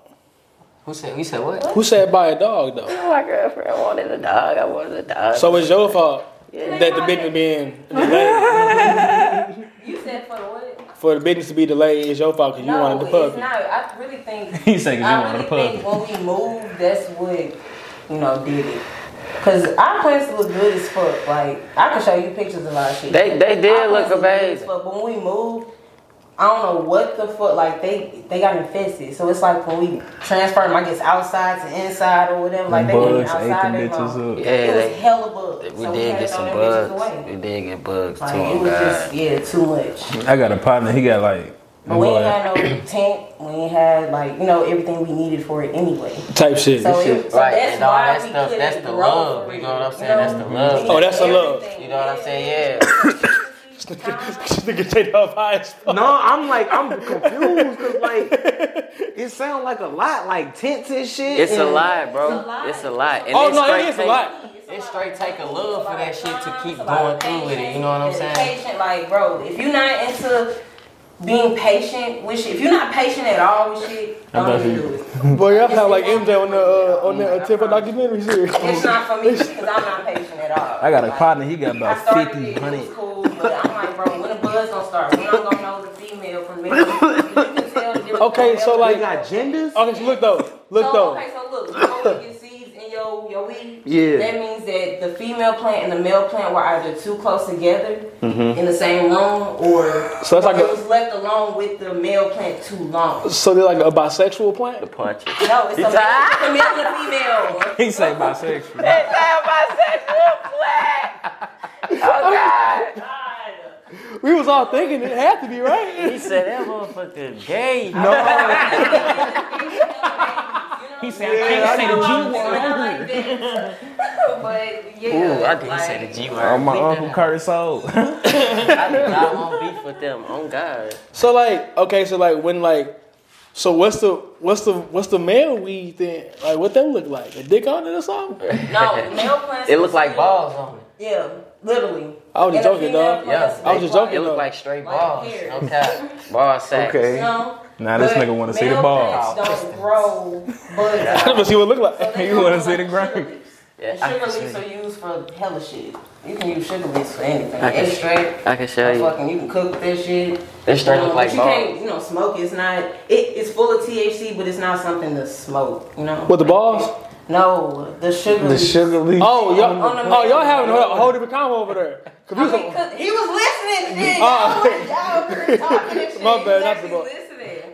Speaker 1: Who said? We said what?
Speaker 2: Who said by a dog though?
Speaker 1: My girlfriend wanted a dog. I wanted a dog.
Speaker 2: So it's your fault that the business being delayed.
Speaker 3: You said for the what?
Speaker 2: For the business to be delayed, it's your fault because you wanted the
Speaker 3: it's
Speaker 2: puppy.
Speaker 3: not. I really think.
Speaker 2: *laughs*
Speaker 4: He said 'cause you
Speaker 3: I
Speaker 4: wanted
Speaker 3: really
Speaker 4: a puppy.
Speaker 3: think when we moved, that's what you know did it. Cause our plants look good as fuck. Like I can show you pictures of our shit.
Speaker 1: They- they did
Speaker 3: Our
Speaker 1: look
Speaker 3: plants good as
Speaker 1: amazing.
Speaker 3: fuck, But when we moved, I don't know what the fuck. Like they they got infested. So it's like when we transferred them, I guess outside to inside or whatever. Like they been
Speaker 4: Bugs
Speaker 3: outside.
Speaker 4: aching
Speaker 3: they
Speaker 4: bitches
Speaker 3: gone.
Speaker 4: up.
Speaker 1: Yeah,
Speaker 3: It
Speaker 1: they-
Speaker 3: was hella bugs.
Speaker 1: We
Speaker 3: so
Speaker 1: did get
Speaker 3: had to
Speaker 1: some
Speaker 3: throw them bitches
Speaker 1: bugs.
Speaker 3: away.
Speaker 1: We did get bugs too.
Speaker 3: Like it was just yeah too much.
Speaker 4: I got a partner. He got like.
Speaker 3: But Oh, we ain't
Speaker 4: boy,
Speaker 3: had no tent. We ain't had like you know everything we needed for it anyway.
Speaker 2: Type shit. *laughs*
Speaker 3: So, it, so
Speaker 1: right,
Speaker 3: that's
Speaker 1: and all
Speaker 3: why
Speaker 1: that
Speaker 3: we
Speaker 1: stuff,
Speaker 3: couldn't
Speaker 1: that's the
Speaker 3: grow
Speaker 1: love,
Speaker 3: for
Speaker 1: you
Speaker 3: it,
Speaker 1: know what I'm saying? That's the
Speaker 3: know?
Speaker 1: love.
Speaker 3: We
Speaker 2: Oh,
Speaker 3: had
Speaker 2: that's the love.
Speaker 3: everything.
Speaker 1: You know what I'm saying? Yeah.
Speaker 2: It's Nigga, take up high as fuck.
Speaker 7: No, I'm like I'm confused because like it sounds like a lot, like tents and shit.
Speaker 1: It's a
Speaker 7: and-
Speaker 1: lot,
Speaker 3: It's a
Speaker 1: bro.
Speaker 3: lot.
Speaker 1: It's a lot. And
Speaker 2: Oh,
Speaker 1: it's
Speaker 2: no, it
Speaker 1: straight
Speaker 2: is a
Speaker 1: take-
Speaker 2: lot.
Speaker 1: It's straight take a love for that shit to keep
Speaker 3: It's a lot
Speaker 1: going
Speaker 3: of
Speaker 1: through with it.
Speaker 3: patience,
Speaker 1: You know what I'm saying?
Speaker 3: dedication. Like, bro, if you're not into being patient with shit, if you're not patient at all with shit, don't even do it.
Speaker 2: Boy, y'all sound like MJ on the uh, on the uh, Temple documentary series.
Speaker 3: It's not for me because I'm not patient at all.
Speaker 4: I got a
Speaker 3: Like,
Speaker 4: partner. He got
Speaker 3: I
Speaker 4: about
Speaker 3: started
Speaker 4: 50,
Speaker 3: it, it
Speaker 4: 100.
Speaker 3: was cool, but I'm like, bro, when the buzz gonna start? When I'm gonna know the female from the male? You can tell the difference
Speaker 2: Okay, so,
Speaker 3: from
Speaker 2: like-
Speaker 7: They got genders.
Speaker 2: Okay, so look though, look
Speaker 3: so,
Speaker 2: though.
Speaker 3: Okay, so look, you know when you get seeds in your, your weed,
Speaker 7: Yeah.
Speaker 3: that means that the female plant and the male plant were either too close together
Speaker 1: Mm-hmm.
Speaker 3: in the same room or
Speaker 2: So that's like
Speaker 3: it
Speaker 2: a-
Speaker 3: was left alone with the male plant
Speaker 1: *laughs*
Speaker 3: too long.
Speaker 2: So they're like a bisexual plant.
Speaker 1: Punch it.
Speaker 3: No, it's a male, it's a male and
Speaker 2: *laughs*
Speaker 3: a female.
Speaker 4: He say
Speaker 3: *laughs*
Speaker 4: bisexual.
Speaker 2: We was all thinking it had to be right.
Speaker 3: *laughs*
Speaker 1: He said that motherfucker gay.
Speaker 3: He
Speaker 6: said, I can't say the G
Speaker 3: *laughs* But yeah,
Speaker 1: Ooh, I didn't
Speaker 3: like,
Speaker 1: say the G word.
Speaker 4: Oh, my
Speaker 1: We
Speaker 4: uncle
Speaker 1: done-
Speaker 4: Curtis sold. *laughs*
Speaker 1: I do not want beef with them. On God.
Speaker 2: So like, okay, so like when like, so what's the what's the what's the male weed then? Like what that look like? A dick on it or
Speaker 3: *laughs*
Speaker 2: something?
Speaker 3: No, male plants.
Speaker 1: It looked like balls on it.
Speaker 3: Yeah, literally.
Speaker 2: I was just
Speaker 3: And a
Speaker 2: joking,
Speaker 3: female
Speaker 2: dog.
Speaker 3: plants
Speaker 1: Yeah.
Speaker 2: I was just joking.
Speaker 1: It
Speaker 2: though.
Speaker 1: looked like straight
Speaker 3: Like
Speaker 1: balls.
Speaker 3: here.
Speaker 1: Okay. Ball sacks.
Speaker 7: Okay.
Speaker 3: No.
Speaker 4: Now this nigga wanna see the balls.
Speaker 3: Don't grow
Speaker 1: *laughs*
Speaker 3: buds.
Speaker 2: Let me see what it look
Speaker 3: *laughs*
Speaker 2: like.
Speaker 4: You wanna see the ground?
Speaker 1: Yeah, I
Speaker 3: sugar
Speaker 1: can
Speaker 3: leaves
Speaker 1: see.
Speaker 3: are used for hella shit. You can use sugar leaves for anything.
Speaker 1: I can-
Speaker 3: It's straight.
Speaker 1: I can show you.
Speaker 3: Fucking, you can cook with that shit.
Speaker 1: This straight look
Speaker 3: Um,
Speaker 1: like
Speaker 3: but you can't,
Speaker 1: balls.
Speaker 3: you know, smoke. It's not. It, it's full of THC, but it's not something to smoke. You know.
Speaker 2: With the balls?
Speaker 3: No, the sugar.
Speaker 7: The
Speaker 3: leaves.
Speaker 7: sugar leaf.
Speaker 2: Oh, y'all,
Speaker 3: On the-
Speaker 2: oh, y'all having a whole- a whole different combo over there. Cause we
Speaker 3: I
Speaker 2: was- *laughs*
Speaker 3: mean, 'cause he was listening. Shit.
Speaker 2: Ah.
Speaker 3: y'all were
Speaker 2: *laughs*
Speaker 3: talking and shit.
Speaker 2: My bad,
Speaker 3: He was
Speaker 2: not
Speaker 3: actually
Speaker 2: the ball.
Speaker 3: listening.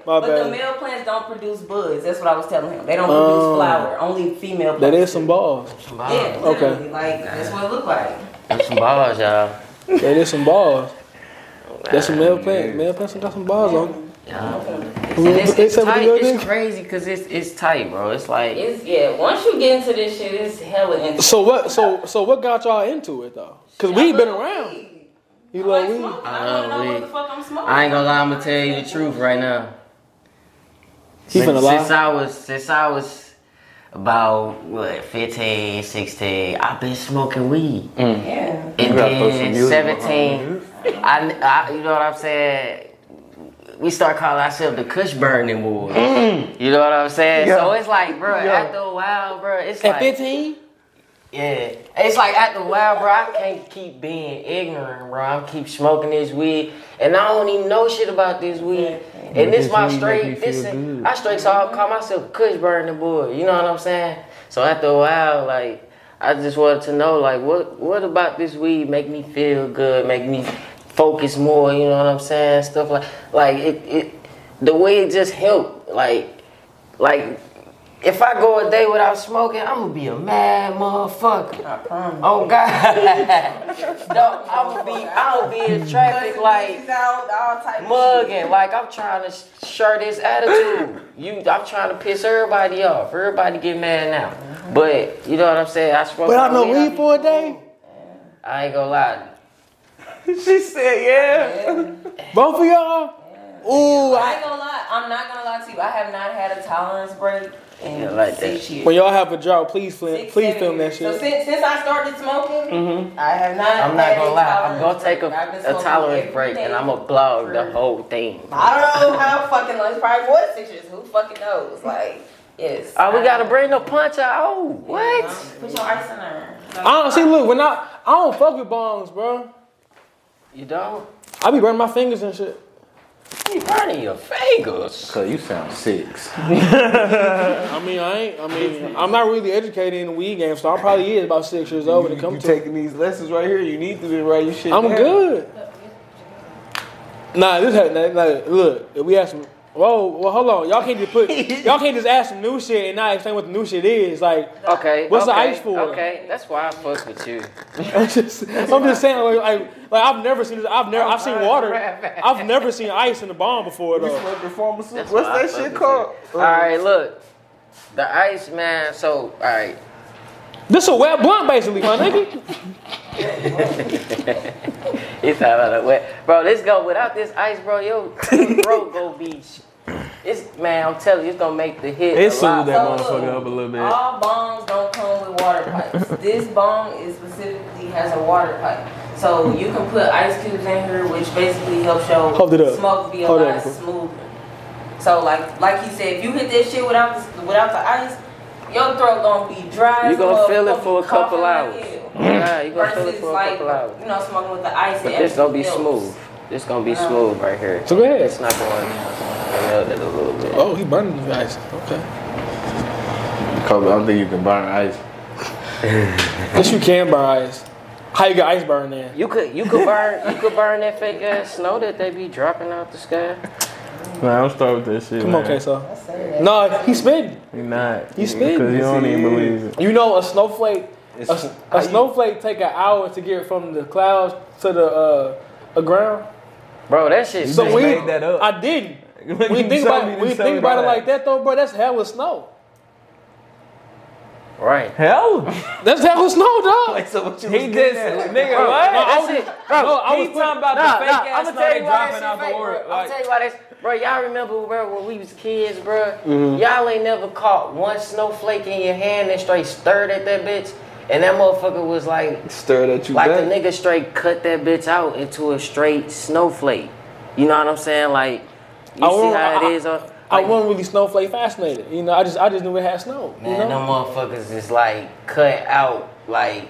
Speaker 2: My
Speaker 3: but
Speaker 2: bad.
Speaker 3: the male plants don't produce buds. That's what I was telling him. They don't produce
Speaker 2: Oh.
Speaker 3: flower. Only female plants.
Speaker 2: that is some balls.
Speaker 1: Balls.
Speaker 3: Yeah,
Speaker 2: Okay.
Speaker 3: okay. Like that's what it looked like.
Speaker 1: That's some balls, y'all.
Speaker 2: That is some balls. That's some male plant. Male plants got some balls on. them.
Speaker 1: And it's,
Speaker 2: They
Speaker 1: it's
Speaker 2: said we
Speaker 1: tight.
Speaker 2: good
Speaker 1: It's
Speaker 2: then?
Speaker 1: crazy because it's it's tight, bro. It's like
Speaker 3: It's yeah. Once you get into this shit, it's hella interesting.
Speaker 2: So what? So so what got y'all into it though? Cause we been around. You
Speaker 3: I like
Speaker 2: love
Speaker 3: smoking.
Speaker 2: weed.
Speaker 3: I,
Speaker 1: I love
Speaker 3: don't know what
Speaker 1: weed.
Speaker 3: the fuck I'm smoking.
Speaker 1: I ain't gonna lie. I'm gonna tell you the truth right now.
Speaker 2: He
Speaker 1: since,
Speaker 2: finna
Speaker 1: since
Speaker 2: lie.
Speaker 1: I was since I was about what 15, 16, I've been smoking weed.
Speaker 3: Yeah.
Speaker 1: And
Speaker 7: gotta put some
Speaker 1: then
Speaker 7: music
Speaker 1: 17, I, I you know what I'm saying? We start calling ourselves the Kush burning wolves. You know what I'm saying? So it's like, bro, after a while, bro, it's
Speaker 2: At
Speaker 1: like
Speaker 2: 15?
Speaker 1: Yeah. It's like after a while, bro, I can't keep being ignorant, bro. I keep smoking this weed and I don't even know shit about this weed. And this my straight this I straight so I call myself Kush burning boy. You know what I'm saying? So after a while, like I just wanted to know like what what about this weed make me feel good, make me focus more, you know what I'm saying? Stuff like like it, it the way it just helped, like like if I go a day without smoking, I'm gonna be a mad motherfucker.
Speaker 3: I promise.
Speaker 1: Oh *laughs* God! no, I'm gonna be, I'm be in traffic like
Speaker 3: out, all type of shit.
Speaker 1: mugging, like I'm trying to share this attitude. You, I'm trying to piss everybody off. Everybody get mad
Speaker 3: Mm-hmm.
Speaker 1: now, but you know what I'm saying. I smoke.
Speaker 2: But I
Speaker 1: my
Speaker 2: know
Speaker 1: weed, I
Speaker 2: weed
Speaker 1: be
Speaker 2: for a
Speaker 1: cool.
Speaker 2: day.
Speaker 1: I ain't gonna lie.
Speaker 7: she said, yeah.
Speaker 2: Both of y'all. Ooh,
Speaker 3: I
Speaker 2: I,
Speaker 3: ain't gonna lie. I'm not gonna lie to you. I have not had a tolerance break in
Speaker 1: Yeah, like
Speaker 3: six years.
Speaker 2: when y'all have a drought, please film,
Speaker 3: Six,
Speaker 2: please
Speaker 3: seven
Speaker 2: film that
Speaker 3: years. So
Speaker 2: shit.
Speaker 3: since, since I started smoking, I have not.
Speaker 1: Mm-hmm. I'm not
Speaker 3: had
Speaker 1: gonna
Speaker 3: a
Speaker 1: lie. I'm
Speaker 3: tolerance
Speaker 1: gonna take a,
Speaker 3: break. I've been
Speaker 1: a
Speaker 3: smoking
Speaker 1: tolerance
Speaker 3: every
Speaker 1: break and
Speaker 3: day.
Speaker 1: I'm gonna blog the whole thing.
Speaker 3: I don't know how fucking long. It's probably more than six years. Who fucking knows? Like, yes.
Speaker 1: Oh, we
Speaker 3: I-
Speaker 1: gotta bring the punch out. Oh, what?
Speaker 3: Put your ice in there.
Speaker 2: I don't see. Look, when I I don't fuck with bongs, bro.
Speaker 1: You don't?
Speaker 2: I be burning my fingers and shit.
Speaker 1: You burning your fingers?
Speaker 7: Cause you sound six.
Speaker 2: I mean, I ain't. I mean, I'm not really educated in the weed game, so I probably is about six years old when it
Speaker 7: You,
Speaker 2: comes to. it.
Speaker 7: taking these lessons right here. You need to be right. You shit.
Speaker 2: I'm
Speaker 7: down.
Speaker 2: good. Nah, this had nah, nah, look. We had some. Whoa, well, hold on. Y'all can't just
Speaker 3: *laughs*
Speaker 2: put. y'all can't just ask some new shit and not explain what the new shit is. Like,
Speaker 1: Okay.
Speaker 2: What's the
Speaker 1: okay,
Speaker 2: ice for?
Speaker 1: Okay, that's why I fuck with you.
Speaker 2: *laughs* I'm just, I'm just saying, like, like, like, I've never seen. this- I've never. I've seen water. I've never seen ice in the bomb before
Speaker 7: You
Speaker 2: though.
Speaker 7: smoke the pharmaceutical.
Speaker 1: That's
Speaker 7: What's
Speaker 1: why I
Speaker 7: that
Speaker 1: fuck
Speaker 7: shit
Speaker 1: with
Speaker 7: called?
Speaker 1: you. all right, look. The ice man. So, all right.
Speaker 2: This a wet blunt, basically, my nigga.
Speaker 1: It's not about wet. Bro, let's go. Without this ice, bro, yo,
Speaker 2: *laughs*
Speaker 1: bro, go beach. It's man, I'm telling you, it's gonna make the hit.
Speaker 4: It
Speaker 1: a
Speaker 4: suited
Speaker 1: lot.
Speaker 4: that motherfucker up a little bit.
Speaker 3: All bongs don't come with water
Speaker 1: *laughs*
Speaker 3: pipes. this bong is specifically has a water pipe. So you can put ice cubes in here, which basically helps your
Speaker 2: Hold it up.
Speaker 3: smoke be a
Speaker 2: Hold it
Speaker 3: lot
Speaker 2: up.
Speaker 3: smoother. So like like he said, if you hit this shit without the, without the ice, your throat gonna be dry.
Speaker 1: You
Speaker 3: as
Speaker 1: gonna
Speaker 3: fuck,
Speaker 1: feel it
Speaker 3: gonna
Speaker 1: for
Speaker 3: be
Speaker 1: a couple
Speaker 3: coughing
Speaker 1: hours.
Speaker 3: like hell.
Speaker 1: Nah, you gonna feel it
Speaker 3: Versus
Speaker 1: for a
Speaker 3: like
Speaker 1: couple hours.
Speaker 3: you know smoking with the ice.
Speaker 1: But this gonna be smooth. This gonna be
Speaker 3: Uh,
Speaker 1: smooth right here.
Speaker 2: So go ahead.
Speaker 1: It's not going to melt it a little bit.
Speaker 2: Oh, he burning the ice. Okay.
Speaker 7: Kobe, I don't think you can burn ice.
Speaker 2: Yes, you can burn ice. How you got ice burn then?
Speaker 1: You could you could burn you could burn that fake ass snow that they be dropping out the sky.
Speaker 4: Man, I'm start with this shit.
Speaker 2: Come on,
Speaker 4: man.
Speaker 2: Queso. No, he spitting.
Speaker 4: You're not.
Speaker 2: You spitting. Oh,
Speaker 4: Because you don't even believe it.
Speaker 2: You know, a snowflake, a, s- a
Speaker 4: how you-
Speaker 2: snowflake take an hour to get from the clouds to the uh, uh, ground.
Speaker 1: Bro, that shit.
Speaker 2: So
Speaker 4: just
Speaker 2: we,
Speaker 4: made that up.
Speaker 2: I didn't.
Speaker 4: When
Speaker 2: We
Speaker 4: you
Speaker 2: think
Speaker 4: told
Speaker 2: about
Speaker 4: me
Speaker 2: it,
Speaker 4: to
Speaker 2: we
Speaker 4: tell
Speaker 2: think
Speaker 4: me
Speaker 2: about it like that though, bro. That's hell with snow.
Speaker 1: right.
Speaker 4: Hell,
Speaker 2: That's hell with snow, dog.
Speaker 4: so what you he just nigga
Speaker 2: No,
Speaker 4: what?
Speaker 2: I
Speaker 1: That's
Speaker 2: was-
Speaker 1: it. Bro,
Speaker 2: no, I
Speaker 4: He
Speaker 2: was putting-
Speaker 4: talking about
Speaker 1: Nah, nah,
Speaker 4: the fake ass
Speaker 1: I'ma
Speaker 4: snow
Speaker 1: tell
Speaker 4: they
Speaker 1: you why that
Speaker 4: dropping
Speaker 1: shit
Speaker 4: off
Speaker 1: fake,
Speaker 4: the
Speaker 1: bro.
Speaker 4: order.
Speaker 1: I'ma tell
Speaker 4: Like,
Speaker 1: you why that's bro, y'all remember bro when we was kids, bro? Y'all ain't never caught one snowflake in your hand and straight stirred at that bitch. And that motherfucker was like
Speaker 7: Stir that you
Speaker 1: like
Speaker 7: back.
Speaker 1: the nigga straight cut that bitch out into a straight snowflake. You know what I'm saying? Like you
Speaker 2: I
Speaker 1: see
Speaker 2: won't-
Speaker 1: how
Speaker 2: I-
Speaker 1: it is on
Speaker 2: I
Speaker 1: like,
Speaker 2: wasn't really snowflake fascinated. You know, I just I just knew it had snow. You
Speaker 1: Man,
Speaker 2: know?
Speaker 1: them motherfuckers is like cut out, like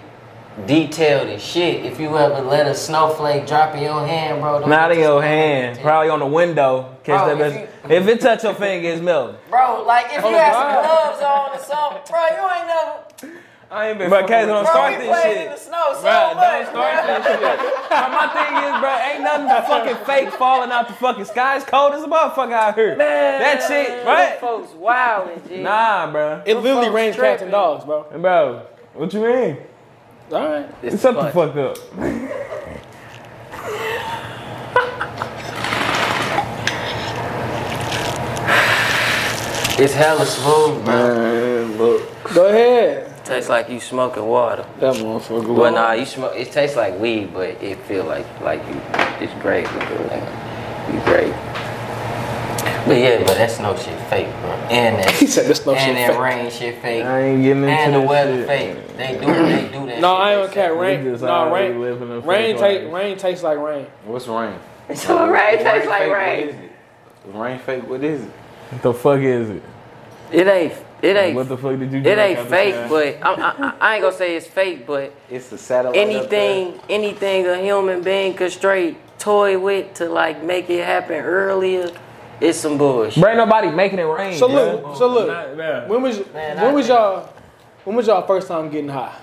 Speaker 1: detailed as shit. If you ever let a snowflake drop in your hand, bro, them
Speaker 4: not in
Speaker 1: bitches-
Speaker 4: your hand, probably on the window. Catch
Speaker 1: Bro,
Speaker 4: that
Speaker 1: if
Speaker 4: bitch. If, it touch your finger, it's melting.
Speaker 1: Bro, like
Speaker 3: Oh
Speaker 1: if you had some gloves on or something, bro, you ain't never.
Speaker 4: I ain't been. Bro, Cass, don't
Speaker 1: Bro,
Speaker 4: start
Speaker 1: we
Speaker 4: this
Speaker 1: played in
Speaker 4: shit.
Speaker 1: the snow so much.
Speaker 4: Bruh, don't start that shit. Bruh, my thing is, bruh, ain't nothing fucking fake falling out the fucking sky. It's cold as a motherfucker out here. that
Speaker 1: Right?
Speaker 4: shit, right?
Speaker 1: Folks, wildin', G.
Speaker 4: Nah, bruh.
Speaker 2: It literally
Speaker 1: folks
Speaker 2: rains cats
Speaker 1: tripping.
Speaker 2: and dogs, bro.
Speaker 4: Bro, what you mean?
Speaker 2: All right.
Speaker 1: It's
Speaker 4: Shut the
Speaker 1: fun.
Speaker 4: fuck up.
Speaker 1: It's hella smooth, bro.
Speaker 7: Man, look.
Speaker 2: Go ahead.
Speaker 1: Tastes like you smoking water.
Speaker 7: That motherfucker.
Speaker 1: Well, nah, you smoke. It tastes like weed, but it feel like like you. It's great, but you like you great. But yeah, but that's no shit fake, bro. And that,
Speaker 2: He said that's no shit
Speaker 1: and that
Speaker 2: fake.
Speaker 1: rain shit fake.
Speaker 4: I ain't getting into
Speaker 1: and the
Speaker 4: that
Speaker 1: weather
Speaker 4: shit.
Speaker 1: fake. They do they do that.
Speaker 2: No, I
Speaker 1: shit,
Speaker 2: don't care. Rain,
Speaker 4: just
Speaker 2: no
Speaker 4: already
Speaker 2: rain.
Speaker 4: living a
Speaker 2: Rain,
Speaker 4: fake
Speaker 2: ta-
Speaker 4: life.
Speaker 2: rain tastes like rain.
Speaker 7: What's rain?
Speaker 1: rain. So rain tastes like
Speaker 7: fake,
Speaker 1: rain.
Speaker 7: What is it? Rain fake, what is it?
Speaker 4: What the fuck is it?
Speaker 1: It ain't it
Speaker 4: What
Speaker 1: ain't
Speaker 4: the fuck did you do?
Speaker 1: it ain't fake, but I, I, I ain't gonna say it's fake, but
Speaker 7: It's the satellite. up there.
Speaker 1: anything anything a human being could straight toy with to like make it happen earlier, it's some bullshit.
Speaker 4: Bro, ain't nobody making it rain.
Speaker 2: So
Speaker 4: bruh.
Speaker 2: look, so look.
Speaker 4: Not- bruh.
Speaker 2: When was
Speaker 1: Man,
Speaker 2: when
Speaker 1: I-
Speaker 2: was y'all when was y'all first time getting high?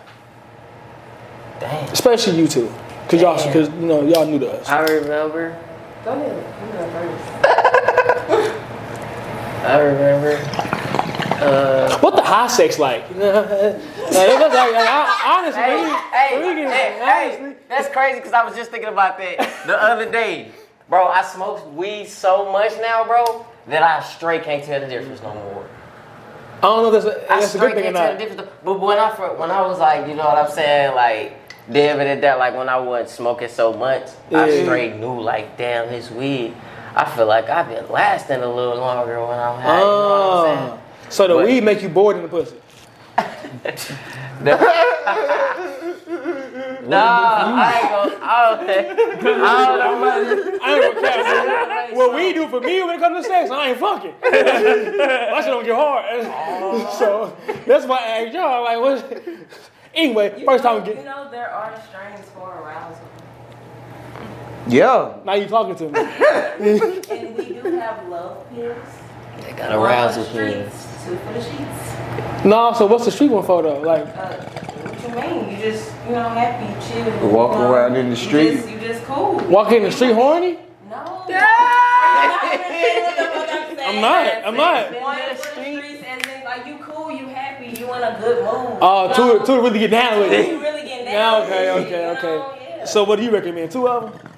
Speaker 1: Damn.
Speaker 2: Especially you two, cause y'all cause you know y'all knew to us.
Speaker 1: I remember.
Speaker 3: Go ahead. You go first.
Speaker 1: I remember. Uh,
Speaker 2: What the high sex like? *laughs* Like, it was like, like, I- honestly,
Speaker 1: hey,
Speaker 2: when we-
Speaker 1: hey,
Speaker 2: when we get-
Speaker 1: hey,
Speaker 2: honestly,
Speaker 1: hey, that's crazy because I was just thinking about that the other day. Bro, I smoke weed so much now, bro, that I straight can't tell the difference no more.
Speaker 2: I don't know if that's a,
Speaker 1: I
Speaker 2: that's a good
Speaker 1: straight
Speaker 2: thing or
Speaker 1: can't tell the
Speaker 2: not.
Speaker 1: difference. But when I fir- when I was like, you know what I'm saying, like damn it, that like when I wasn't smoking so much, I
Speaker 2: Yeah.
Speaker 1: straight knew like damn this weed. I feel like I've been lasting a little longer when I'm high. you know what I'm saying?
Speaker 2: Uh, so the
Speaker 1: But-
Speaker 2: weed make you bored in the pussy.
Speaker 1: Nah, I ain't gonna. I don't, I don't know.
Speaker 2: *laughs* I ain't gonna cap. bro. *laughs* What we do for me when it comes to sex, I ain't *laughs* fucking. My shit don't get hard. *laughs* so that's why I asked y'all. Like, what? Anyway,
Speaker 3: You
Speaker 2: first
Speaker 3: know,
Speaker 2: time
Speaker 3: You
Speaker 2: getting.
Speaker 3: know there are strains for arousal,
Speaker 7: Yeah.
Speaker 2: Now you talking to me.
Speaker 3: and we do have love pills.
Speaker 1: They got arousal
Speaker 3: One for the
Speaker 1: pills.
Speaker 3: streets, Two for the sheets.
Speaker 2: No, so what's the street one for though? Like,
Speaker 3: Uh, what you mean? You just you know happy, chill.
Speaker 7: Walk
Speaker 3: you know?
Speaker 7: around in
Speaker 3: You
Speaker 7: the street.
Speaker 3: just- You just cool.
Speaker 2: walk in the street horny?
Speaker 3: No. I'm
Speaker 2: I'm not, I'm not.
Speaker 3: One for the streets, and then like you cool, you happy, you in a good mood.
Speaker 2: Oh,
Speaker 3: You
Speaker 2: two,
Speaker 3: know?
Speaker 2: two to really get down with it. *laughs*
Speaker 3: You really getting
Speaker 2: Yeah,
Speaker 3: down. with
Speaker 2: okay,
Speaker 3: it,
Speaker 2: okay,
Speaker 3: you know?
Speaker 2: okay.
Speaker 3: Yeah.
Speaker 2: So what do you recommend? Two of them?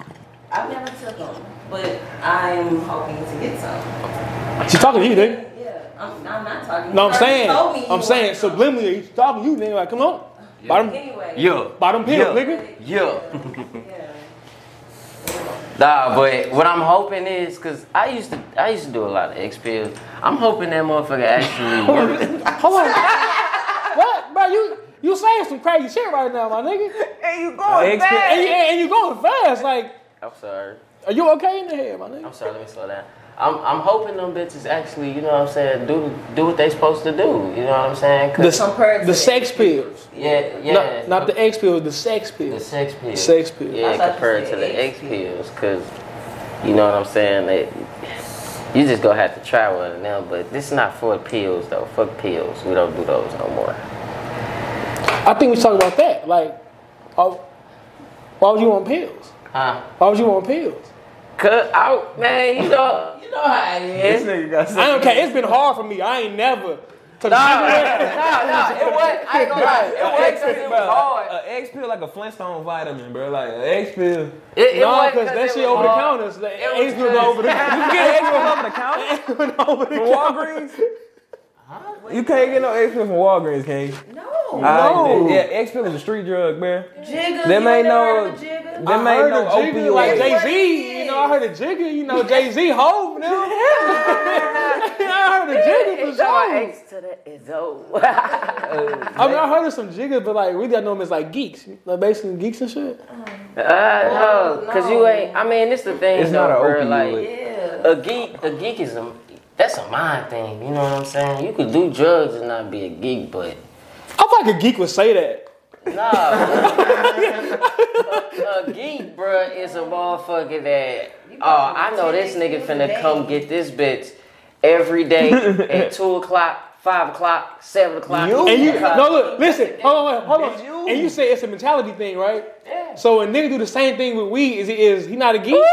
Speaker 3: I've never took them, but I'm hoping to get some.
Speaker 2: She talking to you, nigga.
Speaker 3: Yeah, I'm, I'm not talking.
Speaker 2: No, I'm
Speaker 3: You already
Speaker 2: saying,
Speaker 3: told me you
Speaker 2: I'm saying
Speaker 3: want some.
Speaker 2: subliminally, she talking to you, nigga. Like, come on, bottom,
Speaker 3: Anyway.
Speaker 5: Yeah.
Speaker 2: bottom
Speaker 5: Yeah.
Speaker 2: pill, nigga.
Speaker 5: Yeah.
Speaker 3: Yeah.
Speaker 1: Nah, but what I'm hoping is, cause I used to, I used to do a lot of X pills. I'm hoping that motherfucker actually
Speaker 2: *laughs*
Speaker 1: works.
Speaker 2: Hold on. *laughs* what, bro? You you saying some crazy shit right now, my nigga?
Speaker 7: And you going
Speaker 4: Eggs
Speaker 2: And you,
Speaker 7: back.
Speaker 2: and you going fast? Like,
Speaker 1: I'm sorry.
Speaker 2: are you okay in the head, my nigga?
Speaker 1: I'm sorry. Let me slow down. I'm, I'm hoping them bitches actually, you know what I'm saying, do do what they supposed to do. You know what I'm saying? 'Cause-
Speaker 2: The, the sex pills,
Speaker 1: yeah, yeah.
Speaker 2: not, not the X pills, the sex
Speaker 1: The
Speaker 2: pills.
Speaker 1: sex pills.
Speaker 2: Sex pills.
Speaker 3: I
Speaker 1: Yeah,
Speaker 3: thought you
Speaker 1: compared
Speaker 3: said
Speaker 1: to the
Speaker 3: egg
Speaker 1: X pills, cause you know what I'm saying. That you just gonna have to try one of them. But this is not for pills though. Fuck pills. We don't do those no more.
Speaker 2: I think we talked about that. Like, oh, why was you on pills?
Speaker 1: Huh?
Speaker 2: Why was you on pills?
Speaker 1: Cut out, man. You *laughs* know, you know how it
Speaker 7: This
Speaker 1: is.
Speaker 7: nigga got
Speaker 2: I don't
Speaker 7: sex.
Speaker 2: care. It's been hard for me. I ain't never. took
Speaker 1: No, no, it was. I ain't gonna lie. It
Speaker 4: An
Speaker 1: was
Speaker 4: X
Speaker 1: cause
Speaker 4: pill,
Speaker 1: it
Speaker 4: bro.
Speaker 1: was hard.
Speaker 4: An X pill like a Flintstone vitamin, bro. Like an X pill.
Speaker 1: It, it
Speaker 2: No,
Speaker 1: was
Speaker 2: because
Speaker 1: it
Speaker 2: that shit
Speaker 1: was
Speaker 2: over the
Speaker 1: hard.
Speaker 2: counter. It's like,
Speaker 1: It was
Speaker 2: Ace was over the
Speaker 4: *laughs* You can get an X pill over the counter
Speaker 2: over the
Speaker 4: from
Speaker 2: counter.
Speaker 4: Walgreens. You can't get no X pill from Walgreens, can you?
Speaker 3: No.
Speaker 4: No. yeah, X pill is a street drug, man.
Speaker 3: Jigga.
Speaker 4: Them ain't
Speaker 3: you ain't
Speaker 4: no-
Speaker 3: never heard of Jigga?
Speaker 4: Them
Speaker 2: I
Speaker 4: ain't
Speaker 2: heard
Speaker 4: no
Speaker 2: of Jigga,
Speaker 4: opioid.
Speaker 2: like
Speaker 3: That's
Speaker 2: Jay
Speaker 3: what
Speaker 2: Z.
Speaker 3: it
Speaker 2: You know, I heard a Jigga. You know, Jay Z hope now. *laughs* I heard a Jigga for
Speaker 1: It's all
Speaker 2: sure.
Speaker 1: X to the Izzo.
Speaker 2: I mean, I heard of some Jiggas, but like really, I know them as like geeks, like basically geeks and shit.
Speaker 1: Uh, no, cause you ain't. I mean, it's the thing.
Speaker 4: It's
Speaker 1: though,
Speaker 4: not an
Speaker 1: bro,
Speaker 4: opioid.
Speaker 1: Like,
Speaker 3: Yeah.
Speaker 1: a geek, a geek is a. That's a mind thing. You know what I'm saying? You could do drugs and not be a geek, but *laughs*
Speaker 2: I feel like a geek would say that.
Speaker 1: nah. a, a geek, bruh, is a motherfucker that. Oh, I know this nigga finna come get this bitch every
Speaker 2: *laughs*
Speaker 1: day at two o'clock, five o'clock, seven o'clock.
Speaker 2: And you
Speaker 1: 10 o'clock.
Speaker 2: no look, listen, hold on, wait, hold on. And you say it's a mentality thing, right?
Speaker 1: Yeah.
Speaker 2: So when nigga do the same thing with weed, is he is he not a geek?
Speaker 1: You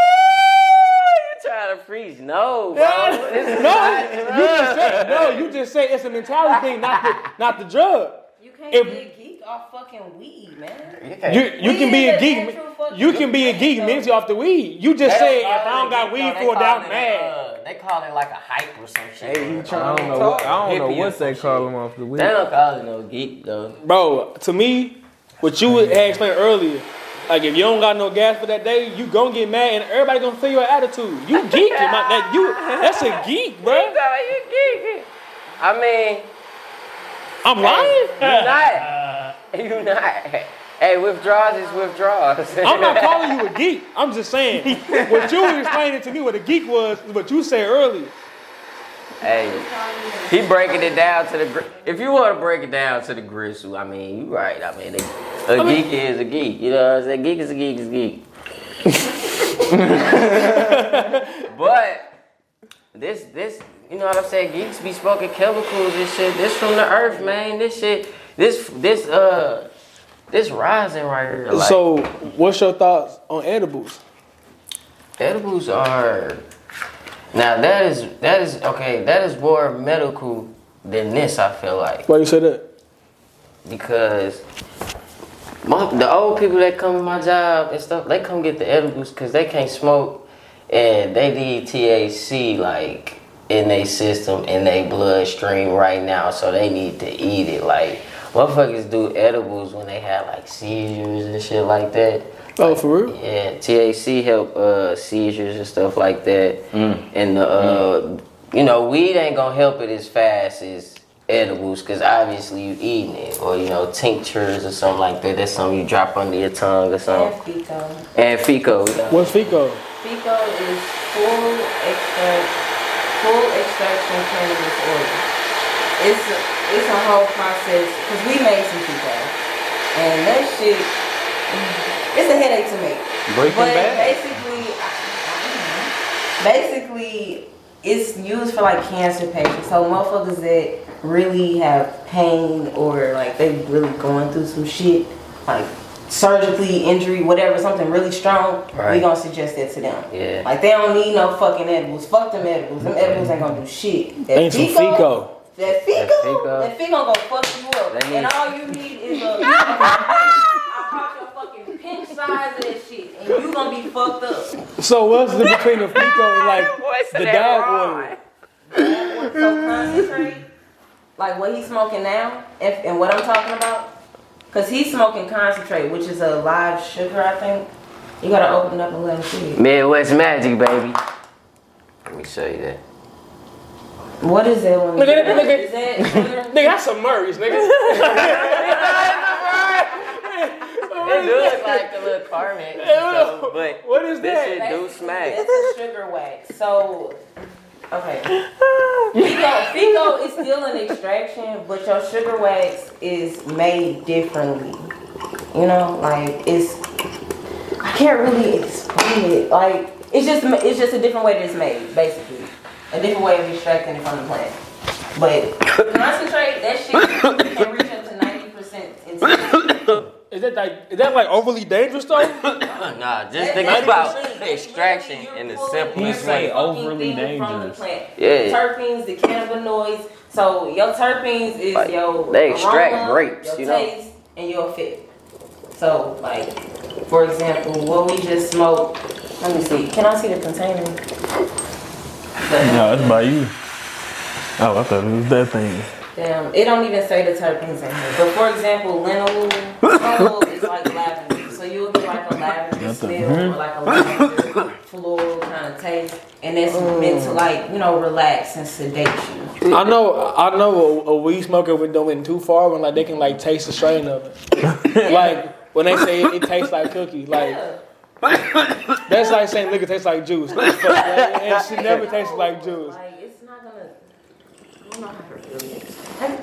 Speaker 1: trying to freeze? No, bro. This is
Speaker 2: No,
Speaker 1: not
Speaker 2: you just said no. You just said it's a mentality thing, not the not the drug.
Speaker 3: You can't
Speaker 2: If-
Speaker 3: be a geek off fucking weed, man.
Speaker 2: You you can
Speaker 3: Weed
Speaker 2: be
Speaker 3: is
Speaker 2: a
Speaker 3: a
Speaker 2: geek.
Speaker 3: natural fucking
Speaker 2: You can be a
Speaker 3: thing,
Speaker 2: geek
Speaker 3: though.
Speaker 2: mentally off the weed. You
Speaker 1: They
Speaker 2: just said if
Speaker 1: don't call
Speaker 2: I don't
Speaker 1: it
Speaker 2: got
Speaker 1: a-
Speaker 2: weed
Speaker 1: no, they
Speaker 2: for it,
Speaker 1: call
Speaker 2: I'm
Speaker 1: it a,
Speaker 2: mad.
Speaker 1: uh, They call it like a hype or some shit.
Speaker 7: You
Speaker 1: They
Speaker 4: I
Speaker 7: trying
Speaker 4: don't
Speaker 7: to
Speaker 4: know. What, I
Speaker 7: talk.
Speaker 4: don't know
Speaker 1: Hippie
Speaker 4: what
Speaker 1: or
Speaker 4: they
Speaker 1: some
Speaker 4: call them off the weed.
Speaker 1: don't call it no geek though.
Speaker 2: Bro, to me, what you had explained earlier, like if you don't got no gas for that day, you gonna get mad and everybody gonna feel your attitude. You geek, my, that you that's a geek, bro.
Speaker 1: No, you geeking. I mean,
Speaker 2: I'm
Speaker 1: you
Speaker 2: lying.
Speaker 1: not. You not. Hey, withdrawals is withdrawals.
Speaker 2: I'm not calling you a geek. I'm just saying what you were explaining to me what a geek was is what you said earlier.
Speaker 1: hey, he breaking it down to the. gr- If you want to break it down to the gristle, I mean, you right. I mean, a, a geek is a geek. You know what I'm saying? Geek is a geek is a *laughs* geek. but this, this, you know what I'm saying? Geeks be smoking chemicals and shit. This from the earth, man. This shit, this, this, uh, this rising right here. Like,
Speaker 2: so, what's your thoughts on edibles?
Speaker 1: Edibles are now that is that is okay. That is more medical than this. I feel like
Speaker 2: Why you say that?
Speaker 1: because my, the old people that come to my job and stuff, they come get the edibles because they can't smoke and they need THC like in their system in their bloodstream right now, so they need to eat it. Like motherfuckers do edibles when they have like seizures and shit like that.
Speaker 2: Oh, for real?
Speaker 1: Yeah, THC help uh, seizures and stuff like that. And the, uh, you know, weed ain't gonna help it as fast as edibles because obviously you eating it or you know tinctures or something like that. That's something you drop under your tongue or
Speaker 3: And
Speaker 1: something.
Speaker 3: Fico.
Speaker 1: And Fico, you know.
Speaker 2: What's Fico?
Speaker 3: Fico is full extract, full extraction cannabis oil. It's a, it's a whole process because we made some Fico, and that shit, it's a headache to make.
Speaker 4: Breaking
Speaker 3: but
Speaker 4: Bad.
Speaker 3: basically, I- I don't know. basically, it's used for like cancer patients. So motherfuckers that really have pain or like they really going through some shit, like surgically injury, whatever, something really strong. We
Speaker 1: Right.
Speaker 3: gonna suggest that to them.
Speaker 1: Yeah.
Speaker 3: Like they don't need no fucking edibles. Fuck them edibles. Them edibles ain't gonna do shit. That
Speaker 2: Ain't some Fico.
Speaker 3: That Fico.
Speaker 1: That Fico.
Speaker 3: That Fico gonna fuck you up.
Speaker 1: That
Speaker 3: and
Speaker 1: need-
Speaker 3: all you need
Speaker 1: *laughs*
Speaker 3: is a. I'll pop your fucking pinch size of that shit, and you gonna be fucked up.
Speaker 2: So what's the between the Fico
Speaker 1: *laughs*
Speaker 2: and like the dog one?
Speaker 3: That one so concentrate, *laughs* like what he's smoking now, if, and what I'm talking about, because he's smoking concentrate, which is a live sugar, I think. You gotta open up and let them see it.
Speaker 1: Midwest magic, baby. Let me show you that.
Speaker 3: What is it when
Speaker 2: Look at it, look at it.
Speaker 3: Is that
Speaker 2: *laughs*
Speaker 3: Twitter?
Speaker 2: Nigga, that's some Murray's, nigga.
Speaker 1: It do look like a little karmic. So, but
Speaker 2: What is
Speaker 1: this shit
Speaker 2: that?
Speaker 1: do smack.
Speaker 3: It's a sugar wax. So, okay. Fico, Fico is still an extraction, but your sugar wax is made differently. You know, like it's. I can't really explain it. Like it's just it's just a different way that it's made, basically. A different way of extracting it from the plant. But concentrate that shit can reach up to ninety percent.
Speaker 2: Is that like is that like overly dangerous *laughs* though?
Speaker 1: Nah, just think about the extraction in the simplest
Speaker 4: He
Speaker 1: way.
Speaker 4: say overly dangerous.
Speaker 1: Yeah.
Speaker 3: Terpenes, the cannabinoids. So your terpenes is
Speaker 1: Like,
Speaker 3: your
Speaker 1: they extract
Speaker 3: aroma,
Speaker 1: grapes,
Speaker 3: your
Speaker 1: you know?
Speaker 3: taste, and your fit. So like, for example, what we just smoked. Let me see. Can I see the container?
Speaker 4: No, that's by you. Oh, I thought it was that thing.
Speaker 3: Damn, it don't even say the terpenes in here. But for example, linalool, linalool is like lavender. So you'll get like a lavender smell or like a
Speaker 4: *laughs*
Speaker 3: lavender floral kind of taste. And that's meant to like, you know, relax and sedate you.
Speaker 2: I know I know a, a weed smoker when don't went too far when like they can like taste the strain of it. like when they say it, it tastes like cookie, like that's like saying liquor tastes like juice. Like, fuck, like, and she never tasted like juice.
Speaker 3: Like it's not gonna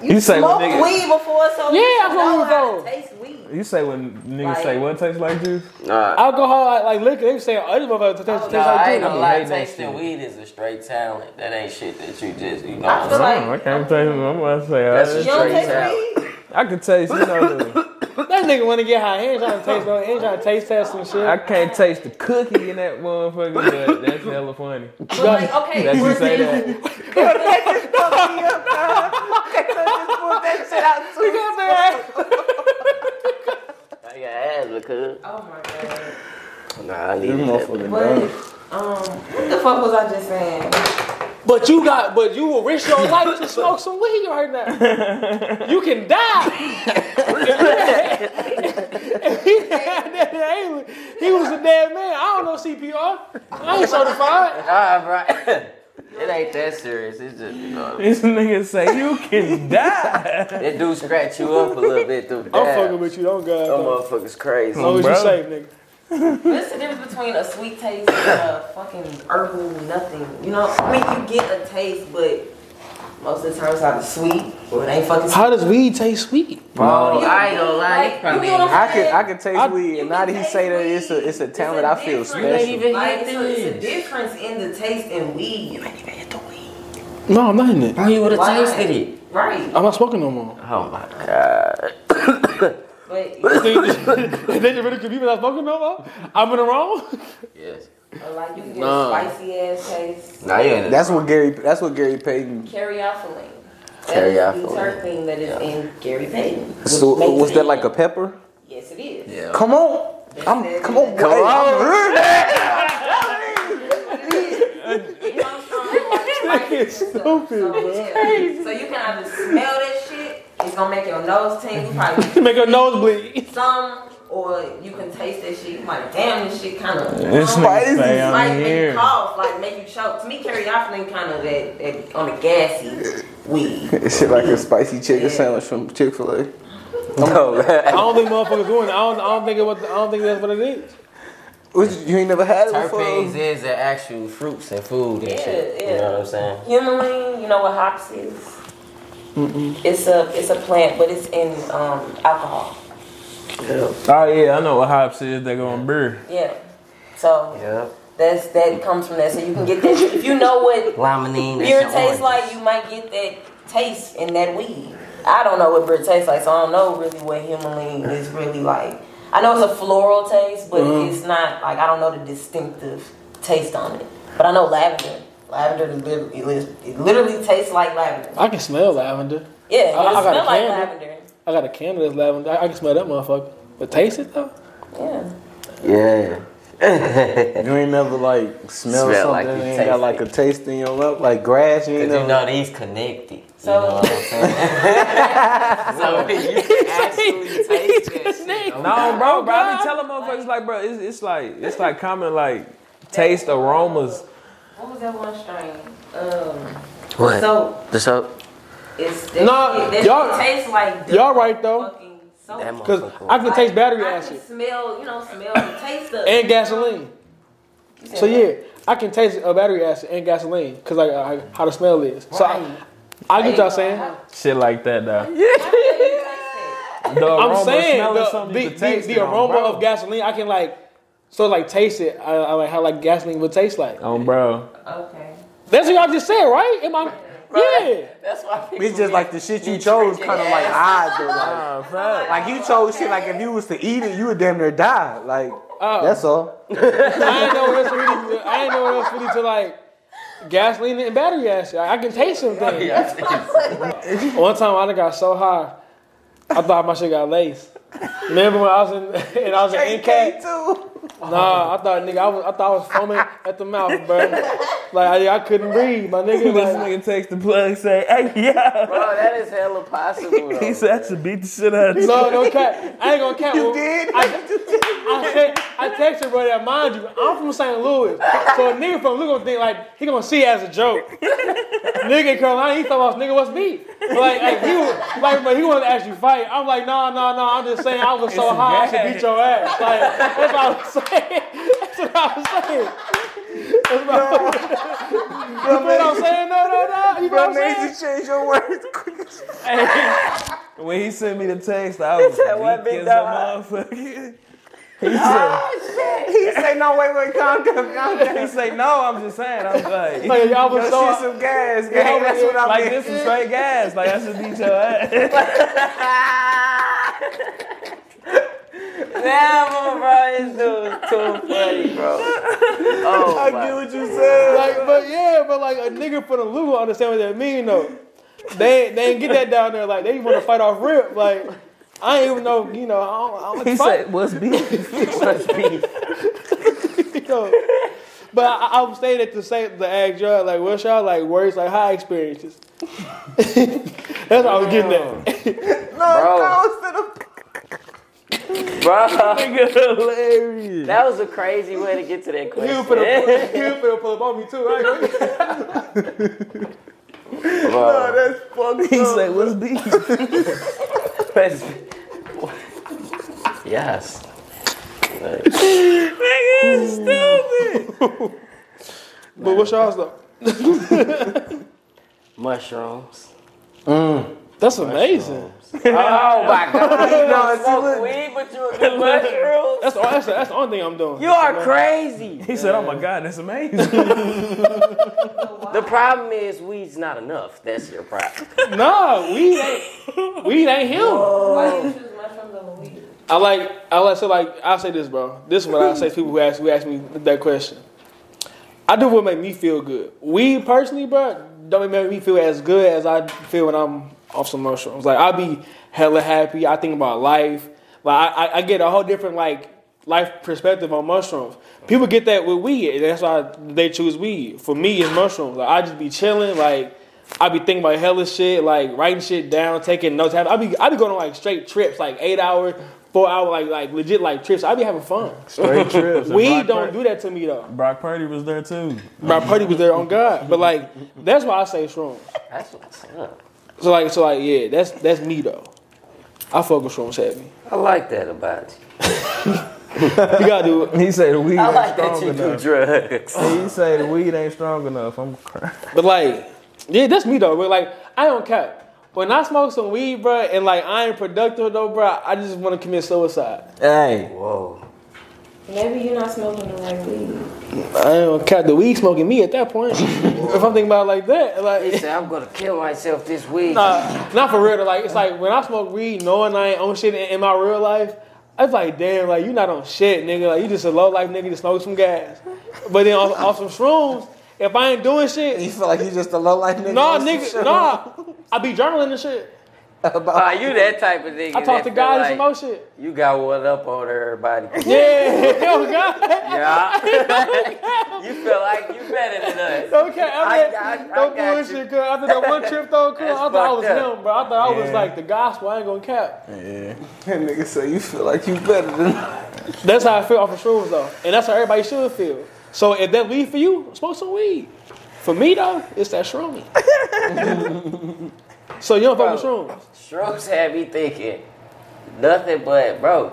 Speaker 4: You say when
Speaker 3: Smoked
Speaker 4: niggas,
Speaker 3: weed before, so
Speaker 2: Yeah,
Speaker 3: you
Speaker 2: that's
Speaker 3: should
Speaker 2: what we
Speaker 3: know
Speaker 2: was
Speaker 3: how
Speaker 2: on.
Speaker 3: to taste weed.
Speaker 4: you say when niggas
Speaker 3: Like-
Speaker 4: say what tastes like juice.
Speaker 1: Nah.
Speaker 2: Alcohol like, like liquor, they say other motherfuckers taste, taste
Speaker 1: Nah, I ain't
Speaker 2: like juice.
Speaker 1: gonna
Speaker 4: I
Speaker 1: lie,
Speaker 4: hate that
Speaker 1: tasting
Speaker 4: shit.
Speaker 1: weed is a straight talent. That ain't shit that you just, you know.
Speaker 3: I feel
Speaker 4: Oh, I
Speaker 3: like
Speaker 4: can't taste. I'm gonna say uh, I-
Speaker 1: That's a
Speaker 3: you don't
Speaker 1: straight
Speaker 3: taste
Speaker 1: talent.
Speaker 3: weed.
Speaker 4: I can taste. You know, the,
Speaker 2: That nigga wanna get high, he ain't trying to taste no he ain't trying to taste test some shit.
Speaker 4: I can't taste the cookie in that motherfucker. But that's hella funny.
Speaker 3: But like, okay,
Speaker 4: That
Speaker 3: for
Speaker 4: you say
Speaker 3: example,
Speaker 4: that.
Speaker 1: I got ass because.
Speaker 3: *laughs* Oh my god.
Speaker 5: Nah, I need
Speaker 7: This
Speaker 5: that.
Speaker 7: motherfucking
Speaker 3: But
Speaker 7: dumb.
Speaker 3: um, what the fuck was I just saying?
Speaker 2: But you got, but you will risk your life to smoke some weed right now. You can die. he, had that alien. He was a dead man. I don't know CPR. I ain't certified.
Speaker 1: Nah, bro. *coughs* it ain't that serious. It's just, you know.
Speaker 4: This nigga say you can die.
Speaker 1: It do scratch you up a little bit through
Speaker 2: I'm
Speaker 1: that.
Speaker 2: fucking with Oh, you. Don't God.
Speaker 1: Them
Speaker 2: though.
Speaker 1: motherfuckers crazy.
Speaker 2: As long as you
Speaker 4: bro.
Speaker 2: safe, nigga.
Speaker 3: What's the difference between a sweet taste and a fucking herbal nothing? You know, I mean, you get a taste, but most of the time it's either sweet or it ain't fucking sweet.
Speaker 2: does weed taste sweet?
Speaker 1: Bro, Oh, I ain't gonna lie. you
Speaker 3: Like, you
Speaker 1: probably
Speaker 3: know what I'm
Speaker 7: I can
Speaker 3: saying?
Speaker 7: I can taste
Speaker 2: I-
Speaker 7: weed, and now that he say that it's a it's a talent, I feel special.
Speaker 1: even
Speaker 3: Like, it's, a, it's a difference in the taste in weed. You ain't even hit the weed.
Speaker 2: No, I'm not in it.
Speaker 1: Bro, you would
Speaker 3: Why?
Speaker 1: have tasted it.
Speaker 3: Right.
Speaker 2: I'm not smoking no *laughs* more.
Speaker 1: Oh my god.
Speaker 7: *laughs*
Speaker 2: They
Speaker 3: But,
Speaker 2: just really confused. Not smoking no more. I'm in the wrong.
Speaker 1: Yes.
Speaker 3: but, like, you can get
Speaker 2: Nah.
Speaker 3: a spicy ass taste.
Speaker 1: Nah, you ain't.
Speaker 7: That's what Gary. That's what Gary Payton.
Speaker 3: Caryophylline.
Speaker 1: Caryophylline.
Speaker 3: That's the terpene that is in Gary Payton. which
Speaker 7: So uh,
Speaker 3: makes
Speaker 7: was
Speaker 3: it
Speaker 7: that
Speaker 3: in-
Speaker 7: like a pepper?
Speaker 3: Yes, it is.
Speaker 1: Yeah.
Speaker 7: Come on, I'm come on, come
Speaker 3: You know what I'm saying? Like,
Speaker 2: That is
Speaker 3: so-
Speaker 2: stupid,
Speaker 3: so,
Speaker 2: bro.
Speaker 3: yeah. So you can either smell that shit, it's gonna make your nose tingle,
Speaker 2: *laughs*
Speaker 3: probably
Speaker 2: Make your nose bleed.
Speaker 3: some, or you can taste that shit. you like, damn, this shit kind of.
Speaker 4: This nigga say
Speaker 3: like
Speaker 4: I'm
Speaker 3: make you
Speaker 4: here.
Speaker 3: cough, like make you choke. To me, caryophylline kind of that, that on the gassy weed.
Speaker 7: It's shit like a spicy chicken sandwich from Chick Fil A.
Speaker 2: I don't think motherfuckers doing it. I don't. I don't think it. Was, I don't think that's what it is.
Speaker 7: Which you ain't never had it
Speaker 1: Terpenes
Speaker 7: before.
Speaker 1: is the actual fruits and food and
Speaker 3: Yeah,
Speaker 1: shit. You
Speaker 3: yeah.
Speaker 1: know what I'm saying?
Speaker 3: Humulene, you know what hops is? It's a it's a plant, but it's in um, alcohol.
Speaker 4: Oh yeah, I know what hops is. They go on beer.
Speaker 3: Yeah. So
Speaker 1: Yeah.
Speaker 3: that's that comes from that. So you can get that shit if you know
Speaker 1: *laughs*
Speaker 3: what
Speaker 1: Limonene. that's
Speaker 3: beer
Speaker 1: your orange.
Speaker 3: tastes like, you might get that taste in that weed. I don't know what beer tastes like, so I don't know really what humulene is really like. I know it's a floral taste, but
Speaker 1: Mm-hmm.
Speaker 3: it's not like I don't know the distinctive taste on it. But I know lavender. Lavender is literally, it lis- it literally tastes like lavender.
Speaker 2: I can smell lavender.
Speaker 3: Yeah, it
Speaker 2: I- I got a
Speaker 3: smells like
Speaker 2: candle.
Speaker 3: lavender.
Speaker 2: I got a candle that's lavender. I, I can smell that motherfucker. But taste it though.
Speaker 3: Yeah.
Speaker 1: Yeah. *laughs*
Speaker 7: You ain't never like smell,
Speaker 1: Smell like
Speaker 7: something
Speaker 1: you
Speaker 7: and
Speaker 1: taste
Speaker 7: got like a taste in your mouth, like grass. You ain't
Speaker 1: Cause you
Speaker 7: never.
Speaker 1: know these connected.
Speaker 3: So-
Speaker 1: you know what I'm saying? so you can actually
Speaker 2: *laughs*
Speaker 1: taste that shit.
Speaker 4: No, bro, bro. I be telling motherfuckers like, bro, it's, it's like it's like common like taste aromas.
Speaker 3: What was that one strain? Um,
Speaker 1: What?
Speaker 3: soap.
Speaker 1: the soap?
Speaker 3: It's that
Speaker 2: No,
Speaker 3: shit- that
Speaker 2: y'all-
Speaker 3: shit tastes like the
Speaker 2: Y'all right though,
Speaker 3: fucking soap.
Speaker 1: That
Speaker 2: cause
Speaker 1: motherfucker.
Speaker 2: I can taste battery
Speaker 3: I
Speaker 2: acid
Speaker 3: can smell, you know, smell the taste of
Speaker 2: and gasoline. So yeah, I can taste a battery acid and gasoline, cause like I, how the smell is. So I, I get y'all saying. *laughs*
Speaker 4: Shit like that, though. The
Speaker 2: I'm
Speaker 4: aroma,
Speaker 2: saying
Speaker 4: smelling
Speaker 2: the,
Speaker 4: something you
Speaker 2: the,
Speaker 4: can
Speaker 2: the,
Speaker 4: taste
Speaker 2: the
Speaker 4: it on,
Speaker 2: aroma
Speaker 4: bro.
Speaker 2: of gasoline, I can like so like taste it. I, I like how like gasoline would taste like.
Speaker 4: Oh, bro.
Speaker 3: Okay.
Speaker 2: That's what y'all just said, right? Am I? Yeah.
Speaker 1: That's why people
Speaker 7: It's just like the shit you chose, kind of like odd though. Like, like you chose shit like if you was to eat it, you would damn near die. Like
Speaker 4: Uh,
Speaker 2: Oh.
Speaker 7: that's all.
Speaker 2: I ain't know what else really. I ain't know what else really to like. Gasoline and battery acid. I, I can taste some things. One time I done got so high, I thought my shit got laced. Remember when I was in *laughs* and I was in NK?
Speaker 7: too.
Speaker 2: Nah, I thought nigga, I, was, I thought I was foaming at the mouth, bro. Like I, I couldn't breathe, my
Speaker 4: *laughs*
Speaker 2: nigga.
Speaker 4: This
Speaker 2: Like,
Speaker 4: nigga takes the plug, say, "Hey, yeah."
Speaker 1: Bro, that is hella possible.
Speaker 4: *laughs* He said, "That's a beat the shit out." of you."
Speaker 2: no, no cat. I ain't gonna cat.
Speaker 7: *laughs* You
Speaker 2: Well,
Speaker 7: did.
Speaker 2: I, said, I texted bro that mind you, I'm from St. Louis. So a nigga from Louis gonna think like he gonna see it as a
Speaker 7: *laughs*
Speaker 2: joke. nigga in Carolina, he thought I was nigga what's beef. Like, like he was, like but he wanted to actually fight. I'm like, no, no, no, I'm just saying I was so high I should beat your ass. Like that's what I was saying. That's what I was saying. That's what I was saying. You know what I'm saying? No, no, no. You know what I'm saying?
Speaker 7: change your words quick.
Speaker 4: When he sent me the text, I *laughs* was weak
Speaker 7: "What, big
Speaker 4: as a
Speaker 7: dog?"
Speaker 4: motherfucker. *laughs* He said,
Speaker 7: He say no, wait, wait, calm down,
Speaker 4: *laughs*
Speaker 7: calm down.
Speaker 4: he say, no, I'm just saying. *laughs* I'm like,
Speaker 2: Like, y'all was
Speaker 7: Yo,
Speaker 2: so
Speaker 7: shit, some gas, gang. that's what I
Speaker 4: like
Speaker 7: mean.
Speaker 4: this is straight gas. Like I should beat *laughs* your ass.
Speaker 1: Never, bro. This dude too funny, bro. Oh,
Speaker 7: I get what you said.
Speaker 2: like, but yeah, but like a nigga from the Lou understand what that mean though. They ain't- they ain't get that down there. Like they want to fight off rip. Like I ain't even know. You know, I *laughs* don't, I don't
Speaker 4: He
Speaker 2: fight.
Speaker 4: said, "What's beef?"
Speaker 2: you know. But I, I was saying that to say the ask y'all like, what's y'all like worst like high experiences? *laughs* That's what I was getting at.
Speaker 1: bro.
Speaker 4: Hilarious.
Speaker 1: That was a crazy way to get to that
Speaker 2: He
Speaker 1: question.
Speaker 2: was finna pull, he was finna pull up on me too. Right?
Speaker 1: *laughs* Bro.
Speaker 7: That's fucked
Speaker 4: He said, "What's *laughs* beef?"
Speaker 1: Yes.
Speaker 2: But what's y'all's though?
Speaker 1: Mushrooms.
Speaker 2: That's amazing.
Speaker 1: Oh my god. You
Speaker 7: No,
Speaker 1: don't
Speaker 7: see,
Speaker 1: smoke
Speaker 7: look.
Speaker 1: weed, but you a good mushrooms.
Speaker 2: That's the, that's, the, that's the only thing I'm doing.
Speaker 1: You are crazy.
Speaker 4: He said, "Oh my god, that's amazing."
Speaker 1: The problem is weed's not enough. That's your problem.
Speaker 2: Nah, weed ain't weed ain't him.
Speaker 3: Why you choose mushrooms over weed?
Speaker 2: I like I like so like I say this, bro. This is what I say to people who ask who ask me that question. I do what make me feel good. We personally, bro, don't make me feel as good as I feel when I'm off some mushrooms. Like I be hella happy. I think about life. Like I, I, I get a whole different like life perspective on mushrooms. People get that with weed, and that's why they choose weed. For me, it's mushrooms. Like I just be chilling. Like I be thinking about hella shit. Like writing shit down, taking notes. I be I be going on like straight trips, like eight hour, four hour, like like legit like trips. I be having fun.
Speaker 4: Straight trips. and
Speaker 2: Weed
Speaker 4: Brock
Speaker 2: don't
Speaker 4: Pur-
Speaker 2: do that to me though.
Speaker 4: Brock Purdy was there too.
Speaker 2: My party was there on God, but like that's why I say strong.
Speaker 1: That's what's up.
Speaker 2: So like so like yeah, that's that's me though. I fuck with strong savvy.
Speaker 1: I like that about you.
Speaker 2: You gotta do it.
Speaker 4: He said, "Weed
Speaker 1: I
Speaker 4: ain't
Speaker 1: like that
Speaker 4: strong
Speaker 1: you do
Speaker 4: enough."
Speaker 1: drugs.
Speaker 4: He said, "Weed ain't strong enough." I'm crying.
Speaker 2: But like yeah, that's me though. But like I don't care. When I smoke some weed, bro, and like I ain't productive though, bro, I just want to commit suicide.
Speaker 7: Hey,
Speaker 1: Whoa.
Speaker 3: Maybe you're not smoking the right weed.
Speaker 2: I don't care. The weed smoking me at that point. if I'm thinking about it like that,
Speaker 1: He
Speaker 2: like
Speaker 1: said, I'm gonna kill myself this week.
Speaker 2: nah, not for real. though. Like it's like when I smoke weed, knowing I ain't on shit in, in my real life, it's like damn, like you not on shit, nigga. Like you just a low life nigga to smoke some gas. But then off, off some shrooms, if I ain't doing shit,
Speaker 7: you feel like you just a low life nigga?
Speaker 2: nah,
Speaker 7: on some
Speaker 2: nigga,
Speaker 7: shit?
Speaker 2: nah. I be journaling and shit.
Speaker 7: about
Speaker 1: Ah, you that type of nigga.
Speaker 2: I talk to
Speaker 1: that
Speaker 2: God and
Speaker 1: feel
Speaker 2: some
Speaker 1: like
Speaker 2: more shit.
Speaker 1: You got one up on everybody.
Speaker 2: Yeah, *laughs* oh God.
Speaker 1: Yeah. *laughs* you feel like you better than us.
Speaker 2: Okay, I mean,
Speaker 1: I- I- I
Speaker 2: don't
Speaker 1: got
Speaker 2: bullshit,
Speaker 1: you.
Speaker 2: cuz after that one trip though, cuz I
Speaker 1: That's
Speaker 2: thought I was
Speaker 1: fucked up.
Speaker 2: him, bro. I thought I was like the gospel. I ain't gonna cap.
Speaker 7: that nigga say you feel like you better than
Speaker 2: That's how I feel off of shrooms though, and that's how everybody should feel. So if that weed for you, smoke some weed. For me though, it's that shroom. so you don't fuck with shrooms.
Speaker 1: Strokes had me thinking nothing but, bro,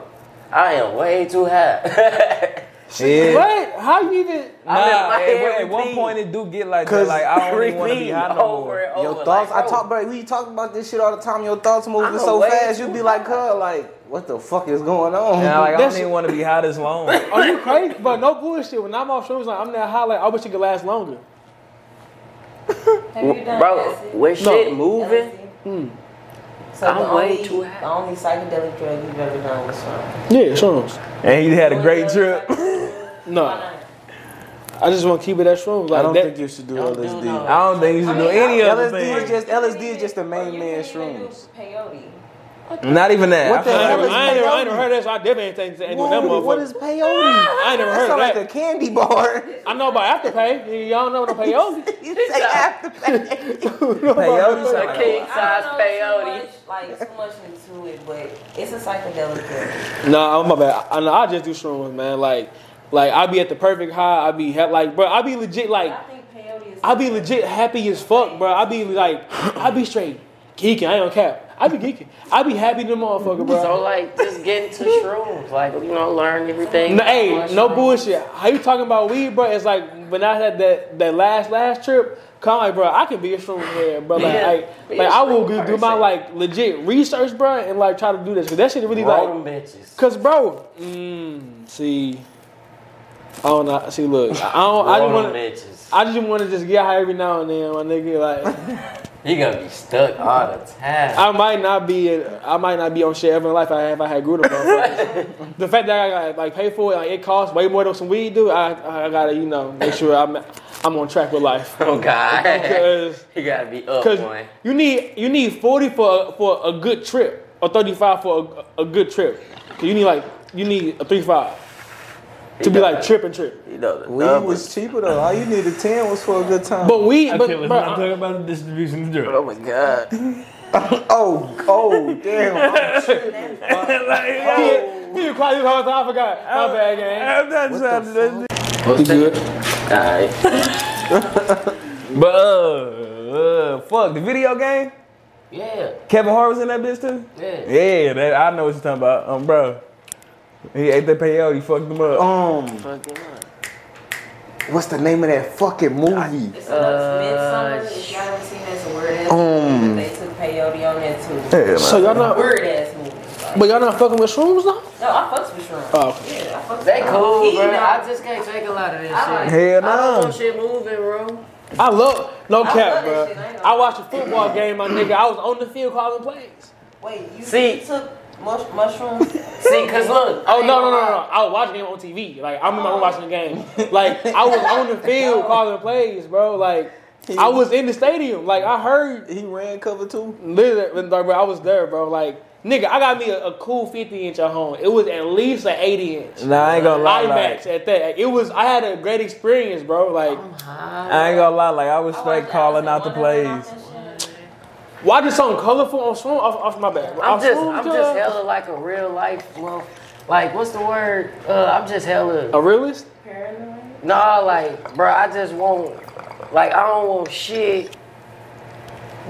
Speaker 1: I am way too high.
Speaker 4: Yeah.
Speaker 2: What? How you even?
Speaker 7: *laughs*
Speaker 4: Nah,
Speaker 1: I'm in my
Speaker 4: at,
Speaker 1: head
Speaker 4: at
Speaker 1: with
Speaker 4: one
Speaker 1: weed.
Speaker 4: point it do get like that.
Speaker 7: Cause
Speaker 4: Like I don't even want to be
Speaker 1: Repeat
Speaker 4: high no
Speaker 1: over
Speaker 4: more.
Speaker 1: and over.
Speaker 7: Your thoughts,
Speaker 1: like,
Speaker 7: I
Speaker 1: bro,
Speaker 7: talk, bro. We talk about this shit all the time. Your thoughts moving
Speaker 1: I'm
Speaker 7: so
Speaker 1: way
Speaker 7: fast,
Speaker 1: too
Speaker 7: you be like, "Huh, like, what the fuck is going on?"
Speaker 4: Nah, like I
Speaker 2: That's-
Speaker 4: don't even want to be high this long.
Speaker 2: Are you crazy? But no bullshit. When I'm off shrooms, like I'm that high, like I wish it could last longer.
Speaker 3: Have you done
Speaker 1: Bro,
Speaker 3: acid?
Speaker 1: when shit moving, hmm.
Speaker 3: LSD? So
Speaker 1: I'm
Speaker 3: the
Speaker 1: way
Speaker 3: only,
Speaker 1: too high.
Speaker 3: The only psychedelic drug you've ever done was from.
Speaker 2: Yeah, shrooms.
Speaker 4: and he had a great trip.
Speaker 2: *laughs* No, I just want to keep it at shrooms. Like
Speaker 7: I don't
Speaker 2: that,
Speaker 7: think you should do
Speaker 1: don't do
Speaker 7: LSD.
Speaker 1: no-
Speaker 4: I don't think you should do any other
Speaker 7: LSD is
Speaker 4: thing.
Speaker 7: just LSD is just the main man shrooms.
Speaker 3: Peyote.
Speaker 4: Not even that.
Speaker 7: What
Speaker 4: I
Speaker 7: the
Speaker 4: feel
Speaker 2: I
Speaker 7: hell
Speaker 2: ain't
Speaker 7: is
Speaker 2: never, I ain't never, I ain't
Speaker 7: peyote?
Speaker 2: never heard that, so I definitely ain't think ain't doing that
Speaker 7: Whoa,
Speaker 2: motherfucker.
Speaker 7: What is peyote?
Speaker 2: I ain't never
Speaker 7: That
Speaker 2: heard
Speaker 7: sound like
Speaker 2: that.
Speaker 7: a
Speaker 4: *laughs*
Speaker 7: candy bar.
Speaker 2: I know about afterpay. Y'all know
Speaker 7: *laughs*
Speaker 2: what a peyote.
Speaker 7: you say
Speaker 4: *laughs*
Speaker 7: after
Speaker 4: Peyote sound
Speaker 1: the
Speaker 4: like-
Speaker 1: king
Speaker 3: I
Speaker 1: size
Speaker 3: don't know too
Speaker 1: peyote.
Speaker 3: much, like too much into it, but it's a psychedelic drug.
Speaker 2: Nah, I'm my bad. I, nah, I just do shrooms, man. Like, like I be at the perfect high. I be ha- like, bro. I be legit like.
Speaker 3: I think peyote is.
Speaker 2: I be legit happy as fuck, bro. I be like, I be straight geeking. I don't cap. I be geeking. I be happy to the motherfucker,
Speaker 1: So
Speaker 2: bro.
Speaker 1: like just get into shrooms, like you know, learn everything.
Speaker 2: No, hey,
Speaker 1: Watch
Speaker 2: no
Speaker 1: shrooms.
Speaker 2: bullshit. How you talking about weed, bro? It's like when I had that that last last trip. Come like, bro, I can be a shroom head, bro. Like,
Speaker 1: Yeah.
Speaker 2: like,
Speaker 1: Be a
Speaker 2: like I will
Speaker 1: shroom
Speaker 2: do, do my
Speaker 1: person.
Speaker 2: like legit research, bro, and like try to do this. Cause that shit really like,
Speaker 1: Roll them bitches.
Speaker 2: Cause bro, mm, see, I don't know. See, look, I don't.
Speaker 1: Roll
Speaker 2: I just
Speaker 1: them
Speaker 2: want to.
Speaker 1: bitches.
Speaker 2: I just want to just get high every now and then, my nigga. Like,
Speaker 1: You gonna be stuck all the time.
Speaker 2: I might not be, I might not be on shit ever in life. I if I had Grudem. motherfuckers. the fact that I got like pay for it, like it costs way more than some weed do. I, I gotta, you know, make sure I'm, I'm on track with life.
Speaker 1: Oh God, *laughs*
Speaker 2: Cause,
Speaker 1: you gotta be up
Speaker 2: 'cause
Speaker 1: one.
Speaker 2: you need, you need forty for a, for a good trip, or thirty five for a, a good trip. 'Cause you need like, you need a three five to be like tripping trip.
Speaker 1: you know the
Speaker 7: Weed
Speaker 1: numbers.
Speaker 7: was cheaper though. All you needed ten was for a good time.
Speaker 2: But we, but,
Speaker 4: Okay, let's
Speaker 2: bro,
Speaker 4: not talk about the distribution of drugs.
Speaker 1: Oh my God.
Speaker 7: oh,
Speaker 4: *laughs*
Speaker 7: oh, damn.
Speaker 2: he, he was quiet this whole time. I forgot. My bad, gang.
Speaker 4: I'm not trying to-
Speaker 2: You good?
Speaker 1: Alright.
Speaker 4: But uh, uh, fuck the video game.
Speaker 1: Yeah.
Speaker 4: Kevin Hart was in that bitch too.
Speaker 1: Yeah.
Speaker 4: Yeah, that I know what you're talking about, um, bro. He ate that payout. He fucked him up.
Speaker 7: Um,
Speaker 1: Fucking up.
Speaker 7: what's the name of that fucking movie?
Speaker 3: It's uh, midsummer. If y'all haven't seen this weird ass movie, but they took peyote on that too.
Speaker 7: Hell,
Speaker 2: So y'all not,
Speaker 3: Weird ass movie. Like,
Speaker 2: uh, but y'all not fucking with shrooms now?
Speaker 3: no, I fucks with shrooms.
Speaker 2: Oh, okay.
Speaker 3: Yeah, I fucks
Speaker 1: They
Speaker 3: with
Speaker 1: cool,
Speaker 3: He
Speaker 1: bro.
Speaker 3: not-
Speaker 1: I just can't take a lot of this
Speaker 3: I
Speaker 1: shit.
Speaker 3: like-
Speaker 4: Hell
Speaker 1: I don't
Speaker 2: Um.
Speaker 4: no.
Speaker 1: want shit moving, bro.
Speaker 2: I love no
Speaker 3: I
Speaker 2: cap,
Speaker 3: love that
Speaker 2: bro.
Speaker 3: shit. I ain't gonna-
Speaker 2: I watched a football game, my nigga. I was on the field calling plays.
Speaker 3: Wait, you
Speaker 1: See-
Speaker 3: took mush- mushrooms?
Speaker 1: See, cause look.
Speaker 2: Oh no, no, no, no! no. I was watching the game on TV. Like I'm in my room watching the game. Like I was on the
Speaker 3: *laughs*
Speaker 2: field calling plays, bro. Like I was in the stadium. Like I heard
Speaker 7: He ran cover two.
Speaker 2: Literally, like, bro, I was there, bro. Like, nigga, I got me a, a cool 50 inch at home. It was at least an 80 inch.
Speaker 4: Nah, I ain't gonna lie,
Speaker 2: IMAX at that. It was. I had a great experience, bro. Like,
Speaker 4: I ain't gonna lie, like I was
Speaker 3: I
Speaker 4: straight
Speaker 3: watched
Speaker 4: calling
Speaker 3: Alice
Speaker 4: out the
Speaker 3: in Wonderland
Speaker 4: plays.
Speaker 3: and shit.
Speaker 2: why did something colorful on Swoon? Off, off my back.
Speaker 1: I'm just, I'm just *laughs* hella like a real life, well, like what's the word? Uh, I'm just hella.
Speaker 2: a realist.
Speaker 3: Paranoid?
Speaker 1: Nah, like, bro, I just want, like, I don't want shit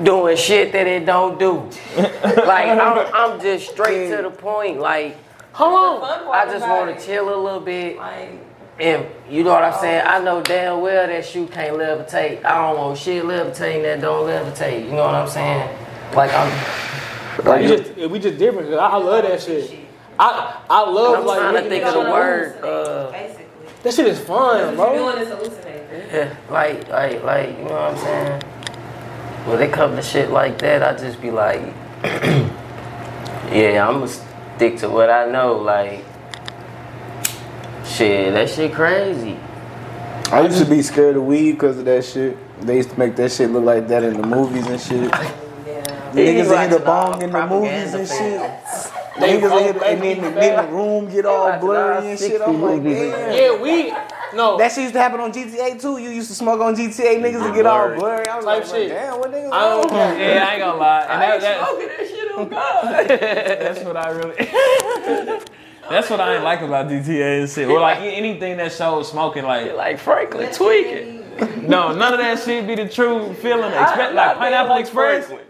Speaker 1: doing shit that it don't do. like, I'm, I'm just straight to the point. Like,
Speaker 2: How long?
Speaker 3: Fun
Speaker 1: I
Speaker 3: part
Speaker 1: just
Speaker 3: about
Speaker 1: want to
Speaker 3: it,
Speaker 1: chill a little bit.
Speaker 3: Like,
Speaker 1: And you know what I'm saying? I know damn well that shoe can't levitate. I don't want shit levitating that don't levitate. You know what I'm saying? Like, I'm,
Speaker 2: We just, we just different. 'cause I, I love that shit. I, I love
Speaker 1: I'm
Speaker 2: like
Speaker 1: trying to
Speaker 2: looking
Speaker 1: think
Speaker 2: at
Speaker 1: of the
Speaker 2: shit.
Speaker 1: word.
Speaker 3: hallucinating,
Speaker 1: Uh,
Speaker 3: basically.
Speaker 2: That shit is fun,
Speaker 3: What you're
Speaker 2: bro.
Speaker 3: doing is hallucinating.
Speaker 1: Yeah, *laughs* like, like, like, you know what I'm saying? When it comes to shit like that, I just be like, *clears throat* yeah, I'm gonna stick to what I know. Like, shit, that shit crazy.
Speaker 7: I used to be scared of weed because of that shit. They used to make that shit look like that in the movies and shit.
Speaker 3: Yeah.
Speaker 7: Niggas in
Speaker 6: watching
Speaker 7: here to
Speaker 6: all
Speaker 7: bong in the movies
Speaker 6: propaganda
Speaker 7: and shit.
Speaker 6: films.
Speaker 7: Niggas in here, to- and then the, then the room get all
Speaker 1: watching all
Speaker 7: blurry and shit.
Speaker 1: 60
Speaker 7: I'm like,
Speaker 1: movies and
Speaker 7: damn.
Speaker 2: Yeah, we no.
Speaker 7: That shit used to happen on GTA too. You used to smoke on GTA, niggas would get all
Speaker 5: Blurry.
Speaker 7: blurry. I was
Speaker 2: Type
Speaker 7: like,
Speaker 2: shit.
Speaker 7: damn, what niggas?
Speaker 2: I
Speaker 7: wrong?
Speaker 2: don't. Yeah,
Speaker 4: Yeah, I ain't gonna lie. And that, that,
Speaker 6: that shit on God.
Speaker 4: That's what I really. *laughs* That's what I ain't like about GTA and shit. Or like anything that shows smoking, like
Speaker 6: Like Franklin tweaking.
Speaker 4: no, none of that shit be the true feeling. Expect
Speaker 6: I- I
Speaker 4: like Pineapple
Speaker 6: feel like
Speaker 4: Express.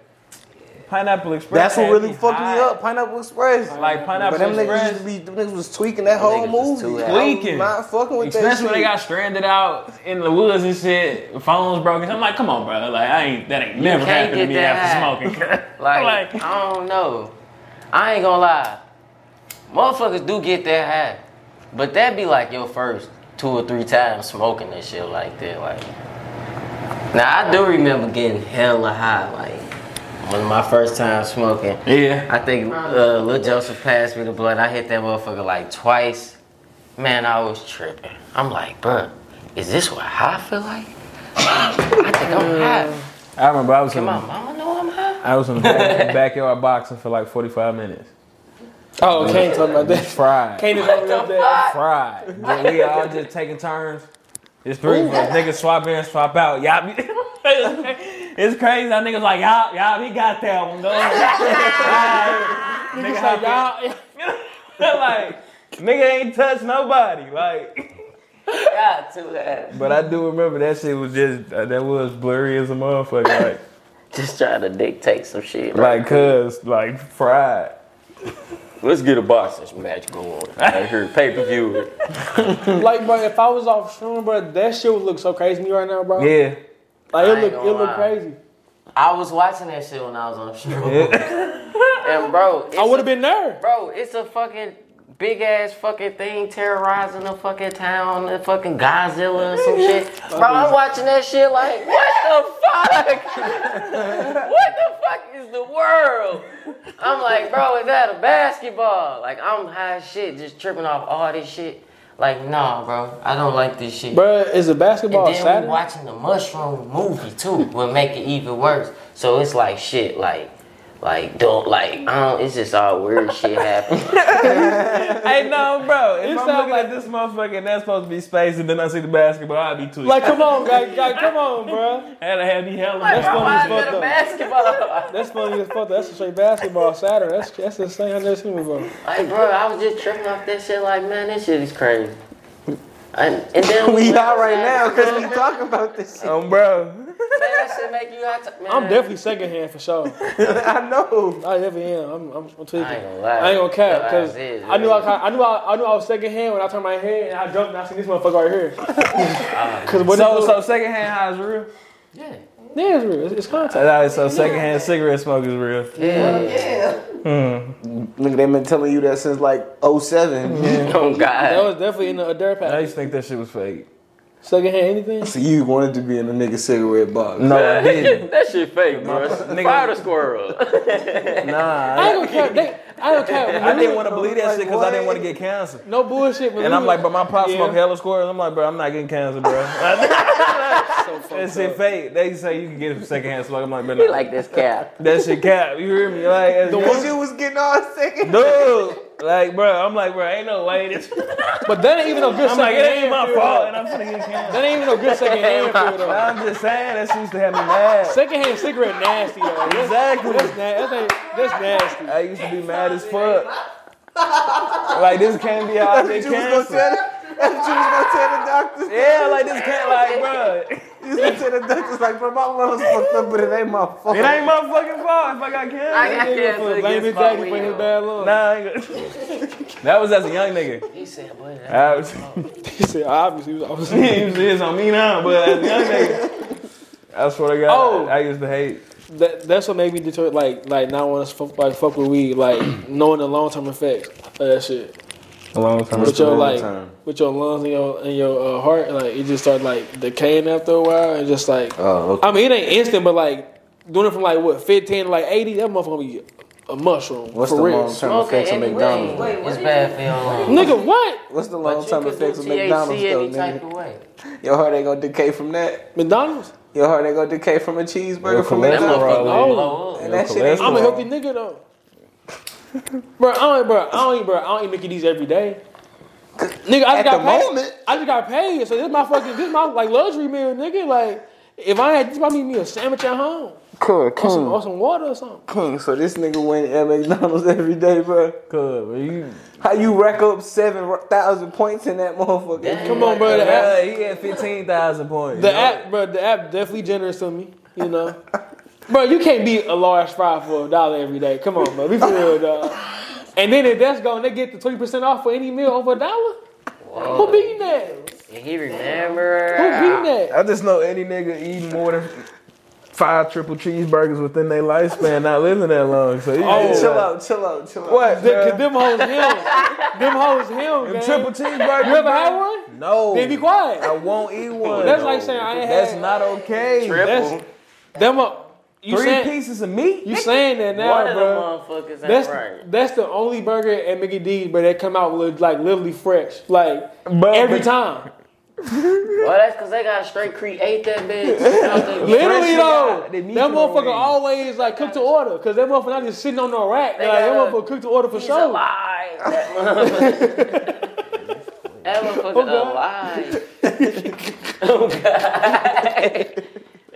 Speaker 4: Pineapple Express.
Speaker 7: That's what
Speaker 4: had
Speaker 7: really
Speaker 4: me
Speaker 7: fucked
Speaker 4: high.
Speaker 7: me up. Pineapple Express.
Speaker 4: Like
Speaker 7: But them
Speaker 4: Pineapple
Speaker 7: niggas used
Speaker 4: Express,
Speaker 7: to be, them niggas was tweaking that whole
Speaker 5: niggas was too
Speaker 7: movie.
Speaker 5: out.
Speaker 7: I was
Speaker 4: Tweaking.
Speaker 7: Not fucking with
Speaker 4: especially when
Speaker 7: that
Speaker 4: they
Speaker 7: shit.
Speaker 4: got stranded out in the woods and shit, phones broken. I'm like, come on, bro. Like I ain't that ain't never
Speaker 1: can't
Speaker 4: happened to
Speaker 1: get
Speaker 4: me
Speaker 1: that
Speaker 4: after smoking. *laughs*
Speaker 1: Like, I don't know. I ain't gonna lie. Motherfuckers do get that high. But that be like your first two or three times smoking and shit like that. Like Now I do remember getting hella high, like one of my first times smoking.
Speaker 4: yeah.
Speaker 1: I think uh, Lil Joseph passed me the blunt. I hit that motherfucker like twice. Man, I was tripping. I'm like, bruh, is this what high feel like? I think I'm high.
Speaker 4: I remember I was in
Speaker 1: Can my mama know I'm high?
Speaker 4: I was in the back, backyard boxing for like 45 minutes.
Speaker 2: Oh, can't talk about that.
Speaker 4: Fried.
Speaker 2: Can't just open up that.
Speaker 4: fried. But we all just taking turns. It's three of us. Niggas swap in, swap out. Y'all be. *laughs* it's crazy. That niggas like, y'all, y'all, he got that one. Go ahead. Niggas *laughs* like, y'all. *laughs* like, nigga ain't touched nobody. Like.
Speaker 6: God, too high.
Speaker 4: But I do remember that shit was just, uh, that was blurry as a motherfucker. Like,
Speaker 6: Just trying to dictate some shit. Right?
Speaker 4: like cuz, like, fried.
Speaker 5: Let's get a boxing match going. I heard pay per view.
Speaker 2: Like, bro, if I was off shroom, bro, that shit would look so crazy to me right now, bro.
Speaker 4: Yeah.
Speaker 2: Like,
Speaker 1: I
Speaker 2: it
Speaker 1: ain't
Speaker 2: look,
Speaker 1: gonna
Speaker 2: it look
Speaker 1: lie.
Speaker 2: crazy.
Speaker 1: *laughs* I was watching that shit when I was on stroke. *laughs* and bro, it's
Speaker 2: I would have
Speaker 1: a-
Speaker 2: been there.
Speaker 1: Bro, it's a fucking big ass fucking thing terrorizing the fucking town, the fucking Godzilla and some shit. Bro, I'm watching that shit like, what the fuck? *laughs* what the fuck is the world? I'm like, bro, is that a basketball? Like, I'm high as shit, just tripping off all this shit. Like, nah, bro, I don't like this shit.
Speaker 2: Bro, is it basketball
Speaker 1: And then we
Speaker 2: Saturday?
Speaker 1: watching the mushroom movie too would make it even worse. So it's like shit, like, like don't like, I don't. It's just all weird shit happening.
Speaker 4: Hey, no, bro.
Speaker 2: It
Speaker 4: If I'm
Speaker 2: sound
Speaker 4: looking
Speaker 2: like-
Speaker 4: at this motherfucker and that's supposed to be space, and then I see the basketball, I'd be too.
Speaker 2: Like, come on, guy, guy, come on, bro.
Speaker 4: had to have me hella.
Speaker 2: That's funny as fuck, though.
Speaker 1: basketball.
Speaker 2: That's funny as fuck. though. That's a straight basketball Saturday. That's that's the thing I never seen before.
Speaker 1: *laughs* Like, bro, I was just tripping off that shit. Like, man, this shit is crazy. And, and
Speaker 4: *laughs*
Speaker 1: then
Speaker 7: We
Speaker 1: went
Speaker 7: out right
Speaker 1: outside,
Speaker 7: now
Speaker 1: man,
Speaker 7: because we talking about this shit.
Speaker 4: Um, *laughs* bro.
Speaker 1: that shit make you out. to- man,
Speaker 2: I'm definitely secondhand for sure.
Speaker 7: I know.
Speaker 2: I never am. I'm I'm, I'm tweaking.
Speaker 1: I ain't gonna lie.
Speaker 2: I ain't gonna cap
Speaker 1: Your
Speaker 2: because
Speaker 1: eyes is,
Speaker 2: I knew
Speaker 1: bro.
Speaker 2: I, ca- I knew I, I knew I was secondhand when I turned my head and I jumped and I seen this motherfucker right here. Because what
Speaker 4: So,
Speaker 2: so,
Speaker 4: so secondhand high is real.
Speaker 1: Yeah.
Speaker 2: yeah, it's real. It's, it's contact.
Speaker 4: Alright, so secondhand cigarette smoke is real.
Speaker 5: *laughs*
Speaker 1: Yeah.
Speaker 3: Yeah.
Speaker 7: Nigga, they been telling you that since like 07.
Speaker 1: Oh
Speaker 2: That
Speaker 1: God.
Speaker 2: was definitely in the Adair
Speaker 4: I
Speaker 2: pack.
Speaker 4: used to think that shit was fake.
Speaker 2: Secondhand anything?
Speaker 7: *laughs* So you wanted to be in a nigga cigarette box.
Speaker 4: No, *laughs* I didn't.
Speaker 5: That shit fake, bro. Fire the squirrel.
Speaker 4: Nah,
Speaker 2: I ain't gonna cap. They, I don't care.
Speaker 4: *laughs* I didn't want to believe that shit because I didn't want to get cancer.
Speaker 2: No bullshit.
Speaker 4: And I'm like, but my pop
Speaker 2: Yeah.
Speaker 4: smoke hella squirrels. I'm like, bro, I'm not getting cancer, *laughs* bro. that shit fake. They say you can get it from secondhand smoke. I'm like, bro, no.
Speaker 1: Like this cap.
Speaker 4: that shit cap. You hear me? Like, that's
Speaker 7: Because you was getting all second.
Speaker 4: Dude, like, bro, I'm like, bro, ain't no *laughs* way. This,
Speaker 2: but that ain't even no good
Speaker 4: I'm like, it
Speaker 2: secondhand.
Speaker 4: ain't my
Speaker 2: feel,
Speaker 4: fault,
Speaker 2: though.
Speaker 4: and I'm finna get canceled.
Speaker 2: That ain't even no good
Speaker 4: *laughs*
Speaker 2: secondhand feel though.
Speaker 4: I'm just saying, that shit used to have me mad.
Speaker 2: Secondhand cigarette nasty though. That's,
Speaker 4: Exactly.
Speaker 2: that's, na- that's, ain't- that's nasty.
Speaker 4: I used to be mad as fuck. Like, this can't be out there
Speaker 7: You was gonna
Speaker 4: cancer.
Speaker 7: tell the, *laughs* you was gonna tell the doctors.
Speaker 4: Yeah, like, this can't, like, bro,
Speaker 7: You was gonna tell the doctors like, bro, my lungs fucked up, but it ain't my fault.
Speaker 4: it ain't my fucking fault if I got cancer.
Speaker 1: I got
Speaker 2: Nigga,
Speaker 1: cancer.
Speaker 2: for blaming
Speaker 1: against my
Speaker 2: Jackie for
Speaker 1: will.
Speaker 2: his bad luck.
Speaker 4: Nah, I ain't gonna- *laughs* that was as a young nigga.
Speaker 1: He said, boy, that-
Speaker 4: I *laughs* was,
Speaker 2: He said, obviously, he was obviously.
Speaker 4: he was it's on me now, but as a young nigga, I swear to God,
Speaker 2: Oh.
Speaker 4: I used to hate.
Speaker 2: *laughs* That, that's what made me deter, like, like not want to fuck, like fuck with weed, like *clears throat* knowing the long term effects of that shit.
Speaker 4: A long time
Speaker 2: With your
Speaker 7: long
Speaker 2: like,
Speaker 7: term.
Speaker 2: with your lungs and your and your uh, heart, like it just started like decaying after a while, and just like,
Speaker 7: Oh, okay.
Speaker 2: I mean, it ain't instant, but like doing it from like what fifteen to like eighty, that motherfucker gonna be a mushroom
Speaker 7: What's
Speaker 2: for
Speaker 7: the
Speaker 2: real.
Speaker 7: long term effects of
Speaker 1: anything
Speaker 7: McDonald's?
Speaker 3: Wait, what
Speaker 1: is
Speaker 3: did
Speaker 1: bad for your lungs.
Speaker 2: Nigga, what?
Speaker 7: What's the
Speaker 1: But
Speaker 7: long
Speaker 1: you
Speaker 7: term
Speaker 1: could do
Speaker 7: effects of
Speaker 1: THC
Speaker 7: McDonald's though,
Speaker 1: any
Speaker 7: nigga?
Speaker 1: type of way.
Speaker 7: Your heart ain't gonna decay from that.
Speaker 2: McDonald's?
Speaker 7: Your heart ain't gonna decay from a cheeseburger
Speaker 4: Your
Speaker 7: from
Speaker 4: cholesterol.
Speaker 1: That
Speaker 7: McDonald's.
Speaker 1: motherfucker
Speaker 2: Oh.
Speaker 1: blow up.
Speaker 7: and that shit ain't
Speaker 2: I'm a healthy nigga though. bro, I don't, bro, I don't, bro, I don't eat Mickey D's every day. Nigga, I just
Speaker 7: At
Speaker 2: got
Speaker 7: the
Speaker 2: paid.
Speaker 7: moment.
Speaker 2: I just got paid, so this my fucking, this my like luxury meal, nigga. Like, if I had, this might need me a sandwich at home
Speaker 7: Cool,
Speaker 2: or some,
Speaker 7: cool.
Speaker 2: or some water or something.
Speaker 7: King, so this nigga went at McDonald's *laughs* every day, bro.
Speaker 4: Cause bro, you,
Speaker 7: How you rack up seven thousand points in that motherfucker?
Speaker 2: Come on, bro, the app,
Speaker 4: bro, he had fifteen thousand points.
Speaker 2: the app, bro, the app definitely generous to me, you know. bro, you can't beat a large fry for a dollar every day. Come on, bro, be for real, dog. And then if that's gone, they get the twenty percent off for any meal over a dollar. Who beating that?
Speaker 1: And he remember.
Speaker 2: Who beating that?
Speaker 8: I just know any nigga eating more than five triple cheeseburgers within their lifespan not living that long. So you
Speaker 2: Oh.
Speaker 8: oh,
Speaker 7: Chill out, chill out, chill out.
Speaker 8: what?
Speaker 2: Them,
Speaker 8: bruh?
Speaker 2: 'cause them hoes him. Them hoes him.
Speaker 8: Them
Speaker 2: Man.
Speaker 8: triple cheeseburgers.
Speaker 2: you ever
Speaker 8: bruh?
Speaker 2: had one?
Speaker 8: No.
Speaker 2: Then be quiet.
Speaker 8: I won't eat one.
Speaker 2: That's like saying I ain't
Speaker 8: That's
Speaker 2: had.
Speaker 8: not okay.
Speaker 2: That's them. Up. You
Speaker 8: Three
Speaker 2: saying
Speaker 8: pieces of meat.
Speaker 2: you saying that now,
Speaker 1: One of
Speaker 2: bro?
Speaker 1: them motherfuckers ain't
Speaker 2: That's
Speaker 1: right.
Speaker 2: that's the only burger at Mickey D's, but they come out li- like literally fresh, like
Speaker 8: But-
Speaker 2: every
Speaker 8: but-
Speaker 2: time.
Speaker 1: Well, that's because they got to straight create that bitch. out they-
Speaker 2: *laughs* Literally
Speaker 8: shit
Speaker 2: though,
Speaker 8: out. They
Speaker 2: that
Speaker 8: need you to
Speaker 2: motherfucker
Speaker 8: win.
Speaker 2: always like cook to order, cause that motherfucker not just sitting on the rack. Like, that
Speaker 1: gotta-
Speaker 2: motherfucker cook to order for
Speaker 1: He's
Speaker 2: sure. *laughs*
Speaker 1: alive. That motherfucker- that motherfucker
Speaker 2: Oh,
Speaker 1: alive. Oh
Speaker 2: God. *laughs*
Speaker 1: God.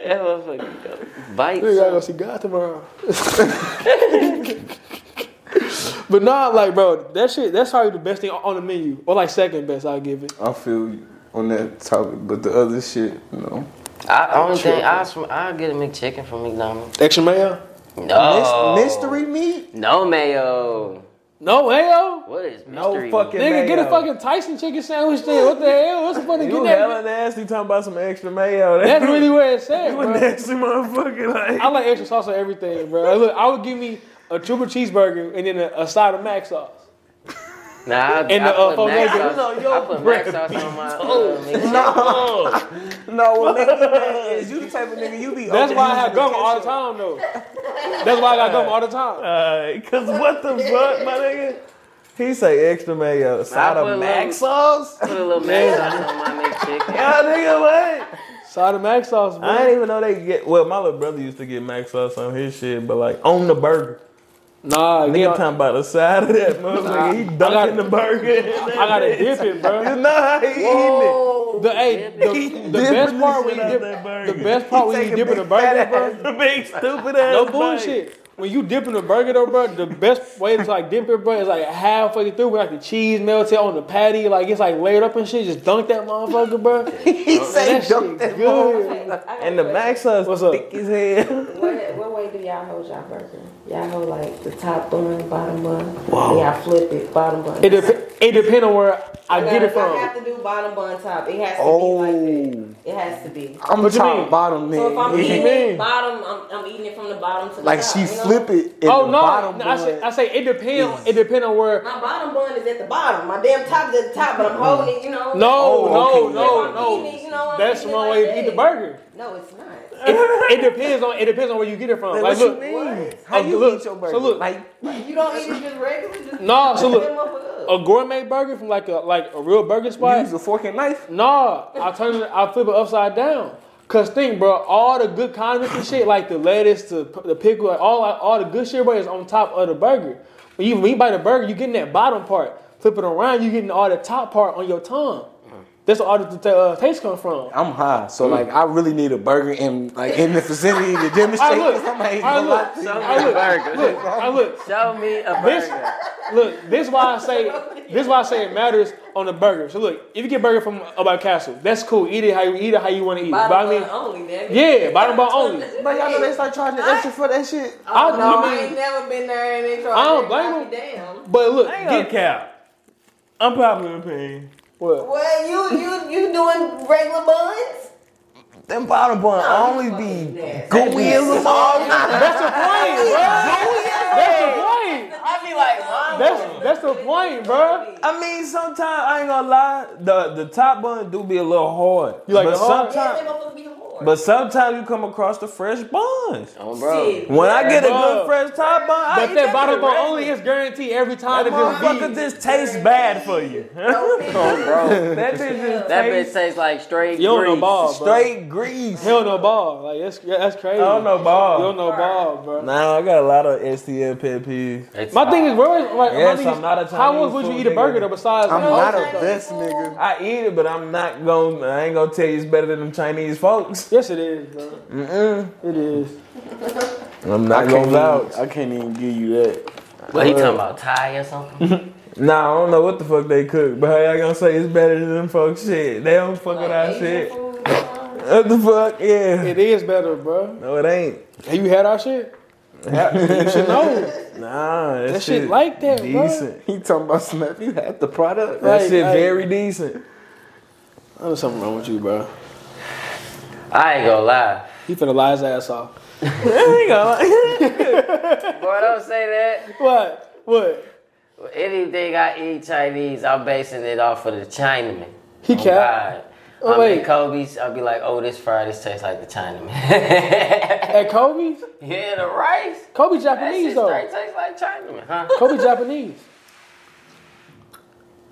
Speaker 1: that motherfucker go- bites.
Speaker 2: Nigga, I gotta go see God tomorrow. *laughs* but nah, like bro, that shit that's probably the best thing on the menu. Or like second best, I'll give it.
Speaker 7: I feel you on that topic, but the other shit, you know.
Speaker 1: I only thing I sw- I get a McChicken from McDonald's.
Speaker 2: Extra mayo?
Speaker 8: Oh.
Speaker 1: No
Speaker 7: Mys- mystery meat?
Speaker 1: No mayo.
Speaker 2: No hell.
Speaker 1: What is
Speaker 8: No
Speaker 1: mystery?
Speaker 8: fucking
Speaker 2: Nigga,
Speaker 8: mayo.
Speaker 2: get a fucking Tyson chicken sandwich then. What the hell? What's the fun of
Speaker 8: You
Speaker 2: getting that?
Speaker 8: hella nasty talking about some extra mayo.
Speaker 2: That's really where it's at.
Speaker 8: *laughs* you a
Speaker 2: Bro.
Speaker 8: nasty motherfucker. Like
Speaker 2: I like extra sauce on everything, bro. Look, I would give me a triple cheeseburger and then a, a side of mac sauce.
Speaker 1: Nah, I,
Speaker 2: And
Speaker 1: I
Speaker 2: the, uh,
Speaker 1: put mac
Speaker 2: Fonega.
Speaker 1: sauce. I put mac sauce on my.
Speaker 2: *laughs*
Speaker 1: Uh,
Speaker 7: No, well, nigga, is you the type of nigga you be?
Speaker 2: That's
Speaker 7: open
Speaker 2: why I
Speaker 7: to
Speaker 2: have gum all the
Speaker 7: potential.
Speaker 2: time though. That's why I got gum all the time.
Speaker 8: Uh, Cause what the fuck, my nigga? He say extra mayo, side
Speaker 1: put a
Speaker 8: of mac
Speaker 1: little-
Speaker 8: sauce.
Speaker 1: put a little mac sauce on my
Speaker 2: *laughs*
Speaker 1: McChicken.
Speaker 8: Yeah, nigga, what?
Speaker 2: Side of mac sauce, bro.
Speaker 8: I didn't even know they get. Well, my little brother used to get mac sauce on his shit, but like on the burger.
Speaker 2: Nah,
Speaker 8: Nigga
Speaker 2: get on-
Speaker 8: talking about the side of that motherfucker. He
Speaker 2: got-
Speaker 8: dunking the burger. in that
Speaker 2: I gotta
Speaker 8: bitch.
Speaker 2: dip it, bro.
Speaker 8: *laughs* You know how he eating
Speaker 2: The hey, the, the best part when you
Speaker 8: out
Speaker 2: dip
Speaker 8: that
Speaker 2: the
Speaker 8: burger.
Speaker 2: best part when you
Speaker 7: Take
Speaker 2: dip in a
Speaker 7: big
Speaker 2: burger,
Speaker 7: fat
Speaker 2: bro.
Speaker 7: ass-
Speaker 8: it. The big stupid ass.
Speaker 2: No
Speaker 8: bite.
Speaker 2: bullshit. When you dip in a burger though, bro, the best way to like dip it, bro, is like halfway through when like the cheese melted on the patty, like it's like layered up and shit. Just dunk that motherfucker, bro.
Speaker 7: *laughs* He say
Speaker 2: that
Speaker 7: dump
Speaker 2: shit
Speaker 7: that.
Speaker 2: good.
Speaker 8: And the mac sauce
Speaker 2: What's up?
Speaker 8: thick as hell.
Speaker 3: What, what way do y'all hold y'all burger? Y'all hold like the top bun, bottom bun. Wow. Y'all flip it, bottom bun.
Speaker 2: It dep- it depend on where I get it
Speaker 3: If I
Speaker 2: from.
Speaker 3: have to do bottom bun top. It has to be like
Speaker 7: Oh,
Speaker 3: that. It has to be.
Speaker 7: I'm
Speaker 2: What you
Speaker 7: top
Speaker 2: mean?
Speaker 7: bottom man.
Speaker 3: So if I'm
Speaker 2: What you
Speaker 3: eating
Speaker 2: mean?
Speaker 3: it bottom, I'm, I'm eating it from the bottom to the
Speaker 7: like
Speaker 3: top.
Speaker 7: she
Speaker 3: you know?
Speaker 7: flip it. And
Speaker 2: Oh
Speaker 7: the
Speaker 2: no,
Speaker 7: bottom
Speaker 2: no I
Speaker 7: bun-
Speaker 2: say I say it depend it depend on where.
Speaker 3: My bottom bun is at the bottom. My damn top is at the top, but I'm holding it. You know.
Speaker 2: No, no,
Speaker 7: Oh, okay.
Speaker 2: no,
Speaker 3: I'm eating it,
Speaker 2: no.
Speaker 3: you know, I'm
Speaker 2: That's the
Speaker 3: eating it
Speaker 2: wrong
Speaker 3: like
Speaker 2: way to eat the
Speaker 3: this.
Speaker 2: burger.
Speaker 3: No, it's not.
Speaker 2: It, it depends on it depends on where you get it from.
Speaker 7: Like,
Speaker 2: Like,
Speaker 7: what
Speaker 2: look,
Speaker 7: you mean?
Speaker 2: uh,
Speaker 7: How you
Speaker 2: look,
Speaker 7: eat your burger?
Speaker 2: So look,
Speaker 7: like
Speaker 3: You don't eat it just regular. Just
Speaker 2: Nah, so look.
Speaker 3: Them motherfuckers up.
Speaker 2: a gourmet burger from like a like a real burger
Speaker 7: you
Speaker 2: spot.
Speaker 7: use a fork and knife?
Speaker 2: Nah, I turn it, I flip it upside down. Cause think, bro, all the good condiments and shit, like the lettuce, the, the pickle, like all all the good shit, bro, is on top of the burger. When you, when you bite the burger, you getting that bottom part. Flip it around, you getting all the top part on your tongue. That's where all the, the uh, taste come from.
Speaker 7: I'm high, so like I really need a burger in like in the vicinity to
Speaker 2: I
Speaker 7: demonstrate.
Speaker 2: look,
Speaker 7: *laughs* I'm
Speaker 2: *laughs*
Speaker 7: like,
Speaker 2: I look, I look, look, I look.
Speaker 1: Show me a
Speaker 2: This
Speaker 1: burger.
Speaker 2: look, this why I
Speaker 4: *laughs*
Speaker 2: say this why I say it matters on the burger. So look, if you get burger from about Castle, that's cool. Eat it how you eat it how you want to eat. it. But I
Speaker 3: Bottom
Speaker 2: mean,
Speaker 3: bun
Speaker 4: uh,
Speaker 3: only, man.
Speaker 2: yeah, bottom bun only.
Speaker 7: But y'all know they start charging
Speaker 2: Ah.
Speaker 7: extra for that shit.
Speaker 2: I,
Speaker 3: Oh, no, I
Speaker 2: I
Speaker 3: ain't
Speaker 2: mean,
Speaker 3: never been there and they try
Speaker 2: I don't
Speaker 3: to
Speaker 2: blame
Speaker 3: knock you down.
Speaker 2: but look,
Speaker 8: I ain't
Speaker 2: get,
Speaker 8: gonna cap. Unpopular opinion.
Speaker 2: what?
Speaker 3: What you you you doing regular buns?
Speaker 7: Them bottom bun only be gooey as a
Speaker 2: That's
Speaker 4: *laughs*
Speaker 2: the point, bro. That's the
Speaker 4: Oh,
Speaker 2: point.
Speaker 3: I be like, mom.
Speaker 2: That's that's the point, bro.
Speaker 8: I mean, sometimes I ain't gonna lie, the the top bun do be a little hard.
Speaker 2: You like
Speaker 8: but
Speaker 2: it hard?
Speaker 8: sometimes
Speaker 3: motherfucker be a whore.
Speaker 4: But sometimes you come across the fresh buns.
Speaker 1: Oh, bro.
Speaker 4: When I get a
Speaker 2: Bro.
Speaker 4: good fresh top bun, I
Speaker 2: But
Speaker 4: eat
Speaker 2: that bottle
Speaker 4: shit
Speaker 2: bun
Speaker 4: regular.
Speaker 2: only is guaranteed every time that this
Speaker 4: Motherfucker
Speaker 2: beat.
Speaker 4: just tastes bad for you.
Speaker 1: bro.
Speaker 4: That bitch just
Speaker 1: That
Speaker 4: tastes
Speaker 1: bitch tastes like straight
Speaker 2: You don't know
Speaker 1: grease.
Speaker 2: ball, bro.
Speaker 4: straight grease.
Speaker 2: You don't know ball. Like that's yeah, that's crazy.
Speaker 4: I don't know
Speaker 2: You
Speaker 4: ball.
Speaker 2: don't know ball, bro.
Speaker 4: Nah, I got a lot of STL pet peeves.
Speaker 2: My thing is, bro, like, my
Speaker 4: Yes,
Speaker 2: thing is,
Speaker 4: I'm not a
Speaker 2: how
Speaker 4: Chinese
Speaker 2: else would you
Speaker 4: food
Speaker 2: eat a
Speaker 4: nigga.
Speaker 2: burger though besides?
Speaker 8: I'm
Speaker 2: No,
Speaker 8: not
Speaker 2: okay.
Speaker 8: a best nigga.
Speaker 4: I eat it, but I'm not going. to I ain't gonna tell you it's better than them Chinese folks.
Speaker 2: Yes, it is, bro. It is.
Speaker 4: I'm
Speaker 8: I
Speaker 4: not
Speaker 8: can't,
Speaker 4: gonna
Speaker 8: even,
Speaker 4: vouch.
Speaker 8: I can't even give you that.
Speaker 1: What he talking about? Thai or something?
Speaker 4: Nah, I don't know what the fuck they cook, but how y'all gonna say it's better than them folks shit? They don't fuck with our shit. What the fuck? Yeah.
Speaker 2: It is better, bro.
Speaker 4: No, it ain't.
Speaker 2: Have you had our shit? you should
Speaker 4: *laughs*
Speaker 2: know.
Speaker 4: Nah, that,
Speaker 2: That shit like that, bro.
Speaker 4: decent.
Speaker 8: He talking about snap. You had the product.
Speaker 4: That
Speaker 2: Like,
Speaker 4: shit
Speaker 2: like-
Speaker 4: very decent.
Speaker 2: There's something wrong with you, bro.
Speaker 1: I ain't gonna lie.
Speaker 2: He finna lie his ass off.
Speaker 1: Boy, don't say that.
Speaker 2: What? What?
Speaker 1: Anything I eat Chinese, I'm basing it off of the Chinaman.
Speaker 2: He
Speaker 1: Oh,
Speaker 2: cap.
Speaker 1: God.
Speaker 2: Oh,
Speaker 1: I'm
Speaker 2: wait.
Speaker 1: at Kobe's. I'll be like, oh, this fry, this tastes like the Chinaman. *laughs*
Speaker 2: At Kobe's?
Speaker 1: yeah, the rice.
Speaker 2: Kobe
Speaker 1: That
Speaker 2: Japanese
Speaker 1: shit
Speaker 2: though.
Speaker 1: straight tastes like Chinaman, huh?
Speaker 2: Kobe
Speaker 1: *laughs*
Speaker 2: Japanese.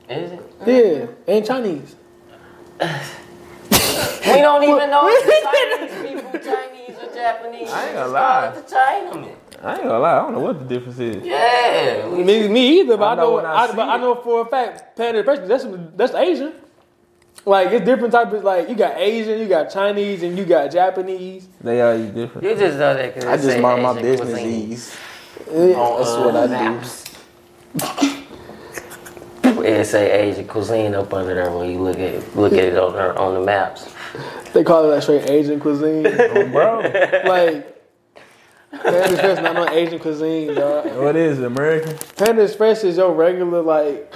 Speaker 1: Is it?
Speaker 2: Yeah. And Chinese.
Speaker 1: We don't even know if
Speaker 7: *laughs*
Speaker 1: it's Chinese people, Chinese or Japanese. I
Speaker 4: ain't gonna lie.
Speaker 1: The Chinaman.
Speaker 4: I ain't gonna lie. I don't know what the difference is.
Speaker 1: Yeah. we-
Speaker 2: Me, me either, but I
Speaker 4: I know
Speaker 2: know,
Speaker 4: when I
Speaker 2: I,
Speaker 4: see
Speaker 2: but I
Speaker 4: it.
Speaker 2: know for a fact, Pan Depression, that's that's Asian. Like it's different type of like you got Asian, you got Chinese, and you got Japanese.
Speaker 4: They all eat different.
Speaker 1: You just know that because
Speaker 7: I just mind my business ease. That's what I do.
Speaker 1: *laughs* It say Asian cuisine up under there when you look at look at it on her, on the maps.
Speaker 2: They call it that straight Asian
Speaker 4: *laughs*
Speaker 2: cuisine.
Speaker 4: Bro,
Speaker 2: like Pan Express not no Asian cuisine, dog.
Speaker 4: what is it, American?
Speaker 2: Pan Express is your regular like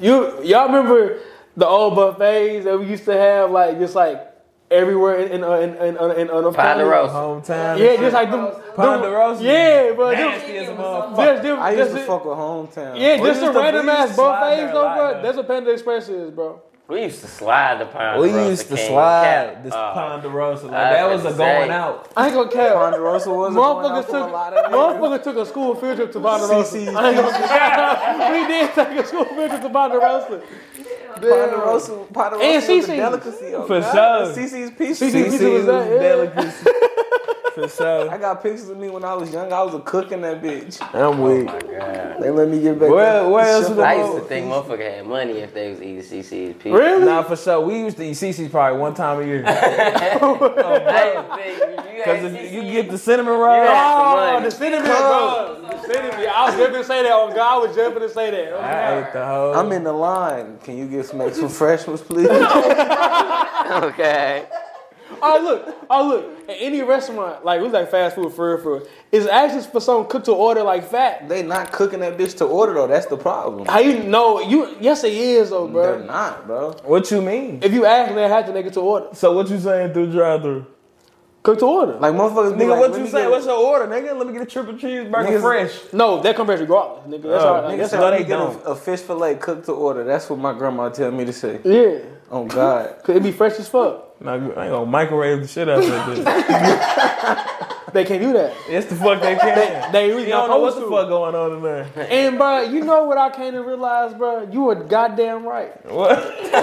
Speaker 2: you y'all remember the old buffets that we used to have like just like everywhere in in uh, in in, in, in, in
Speaker 1: Ponderosa.
Speaker 4: Hometown.
Speaker 2: Yeah, just like them.
Speaker 4: Ponderosa.
Speaker 2: Yeah, but them,
Speaker 4: Nasty as a motherfucker.
Speaker 2: There's them,
Speaker 7: I used
Speaker 2: there's
Speaker 7: to
Speaker 2: them-
Speaker 7: fuck with hometown.
Speaker 2: Yeah,
Speaker 4: We
Speaker 2: just the
Speaker 4: used to- we
Speaker 2: random
Speaker 4: used to
Speaker 2: ass
Speaker 4: slide
Speaker 2: buffets
Speaker 4: there a
Speaker 2: though,
Speaker 4: lot,
Speaker 2: bro.
Speaker 4: though.
Speaker 2: That's what Panda Express is, bro.
Speaker 1: We used to slide the Ponderosa.
Speaker 4: We used to
Speaker 1: King
Speaker 4: slide
Speaker 1: Cat.
Speaker 4: this
Speaker 1: Uh,
Speaker 4: Ponderosa. Like,
Speaker 1: I
Speaker 4: that
Speaker 1: was
Speaker 4: was a
Speaker 1: about to
Speaker 4: going
Speaker 1: say.
Speaker 4: out.
Speaker 2: I ain't gonna care.
Speaker 7: Ponderosa was
Speaker 2: Motherfucker took, motherfucker took a school field trip to Ponderosa. I ain't gonna *laughs* care. we did take a school field trip to Ponderosa.
Speaker 7: Ponderosa, Ponderosa
Speaker 2: And
Speaker 7: was a
Speaker 2: CeCe's.
Speaker 7: delicacy. Oh,
Speaker 4: For
Speaker 7: God.
Speaker 4: sure.
Speaker 7: CeCe's peach.
Speaker 2: CeCe's
Speaker 7: trees.
Speaker 2: pizza was that, yeah.
Speaker 4: delicacy. For sure.
Speaker 7: I got pictures of me when I was young. I was a cook in that bitch.
Speaker 4: I'm weak.
Speaker 7: They let me get back.
Speaker 4: Where, where else was
Speaker 1: Oh, I
Speaker 4: the
Speaker 1: used to think motherfucker had money if they was eating CC's pizza.
Speaker 2: Really?
Speaker 4: Nah, for sure. We used to eat CC's probably one time a year.
Speaker 1: I used to think you had
Speaker 4: Because if
Speaker 1: CC
Speaker 4: you get the cinnamon roll,
Speaker 1: Yeah.
Speaker 2: Oh,
Speaker 1: money.
Speaker 2: the cinnamon, bro. The cinnamon. I was just gonna say that. Oh God, I was just gonna say that. Oh,
Speaker 4: I
Speaker 2: God.
Speaker 4: ate the whole.
Speaker 7: I'm in the line. Can you get some
Speaker 2: *laughs*
Speaker 7: extra freshmans, please?
Speaker 1: Okay.
Speaker 2: Oh look, oh look. At any restaurant, like it was like fast food for real, for real. It's actually for some cook to order like fat.
Speaker 7: they not cooking that bitch to order though. That's the problem.
Speaker 2: How you know you? Yes, it is though,
Speaker 7: They're
Speaker 2: bro.
Speaker 7: not, bro.
Speaker 4: What you mean?
Speaker 2: If you ask, they have to nigga to order.
Speaker 4: So what you saying through drive through?
Speaker 2: Cook to order.
Speaker 7: Like motherfuckers. be
Speaker 4: Nigga,
Speaker 7: like,
Speaker 4: what
Speaker 7: let
Speaker 4: you
Speaker 7: me
Speaker 4: saying?
Speaker 7: get-
Speaker 4: What's your order, nigga? Let me get a triple cheeseburger
Speaker 7: Niggas-
Speaker 4: fresh.
Speaker 2: No, that comes regardless, nigga. That's
Speaker 4: Oh,
Speaker 2: all.
Speaker 4: nigga,
Speaker 2: Like,
Speaker 7: Nigga
Speaker 2: that's
Speaker 7: say,
Speaker 4: No,
Speaker 7: let
Speaker 4: they
Speaker 7: me get
Speaker 4: don't.
Speaker 7: a, a fish fillet cooked to order. That's what my grandma tell me to say.
Speaker 2: yeah,
Speaker 7: Oh God.
Speaker 2: cause it be fresh as fuck.
Speaker 4: Nah, I ain't gonna microwave the shit out of that bitch.
Speaker 2: They can't do that.
Speaker 4: It's the fuck they can.
Speaker 2: They really
Speaker 4: You don't know
Speaker 2: not
Speaker 4: what the
Speaker 2: supposed
Speaker 4: fuck going on in there.
Speaker 2: to. And bro, you know what I came to realize, bro? You were goddamn right. *laughs*
Speaker 4: What?
Speaker 2: We done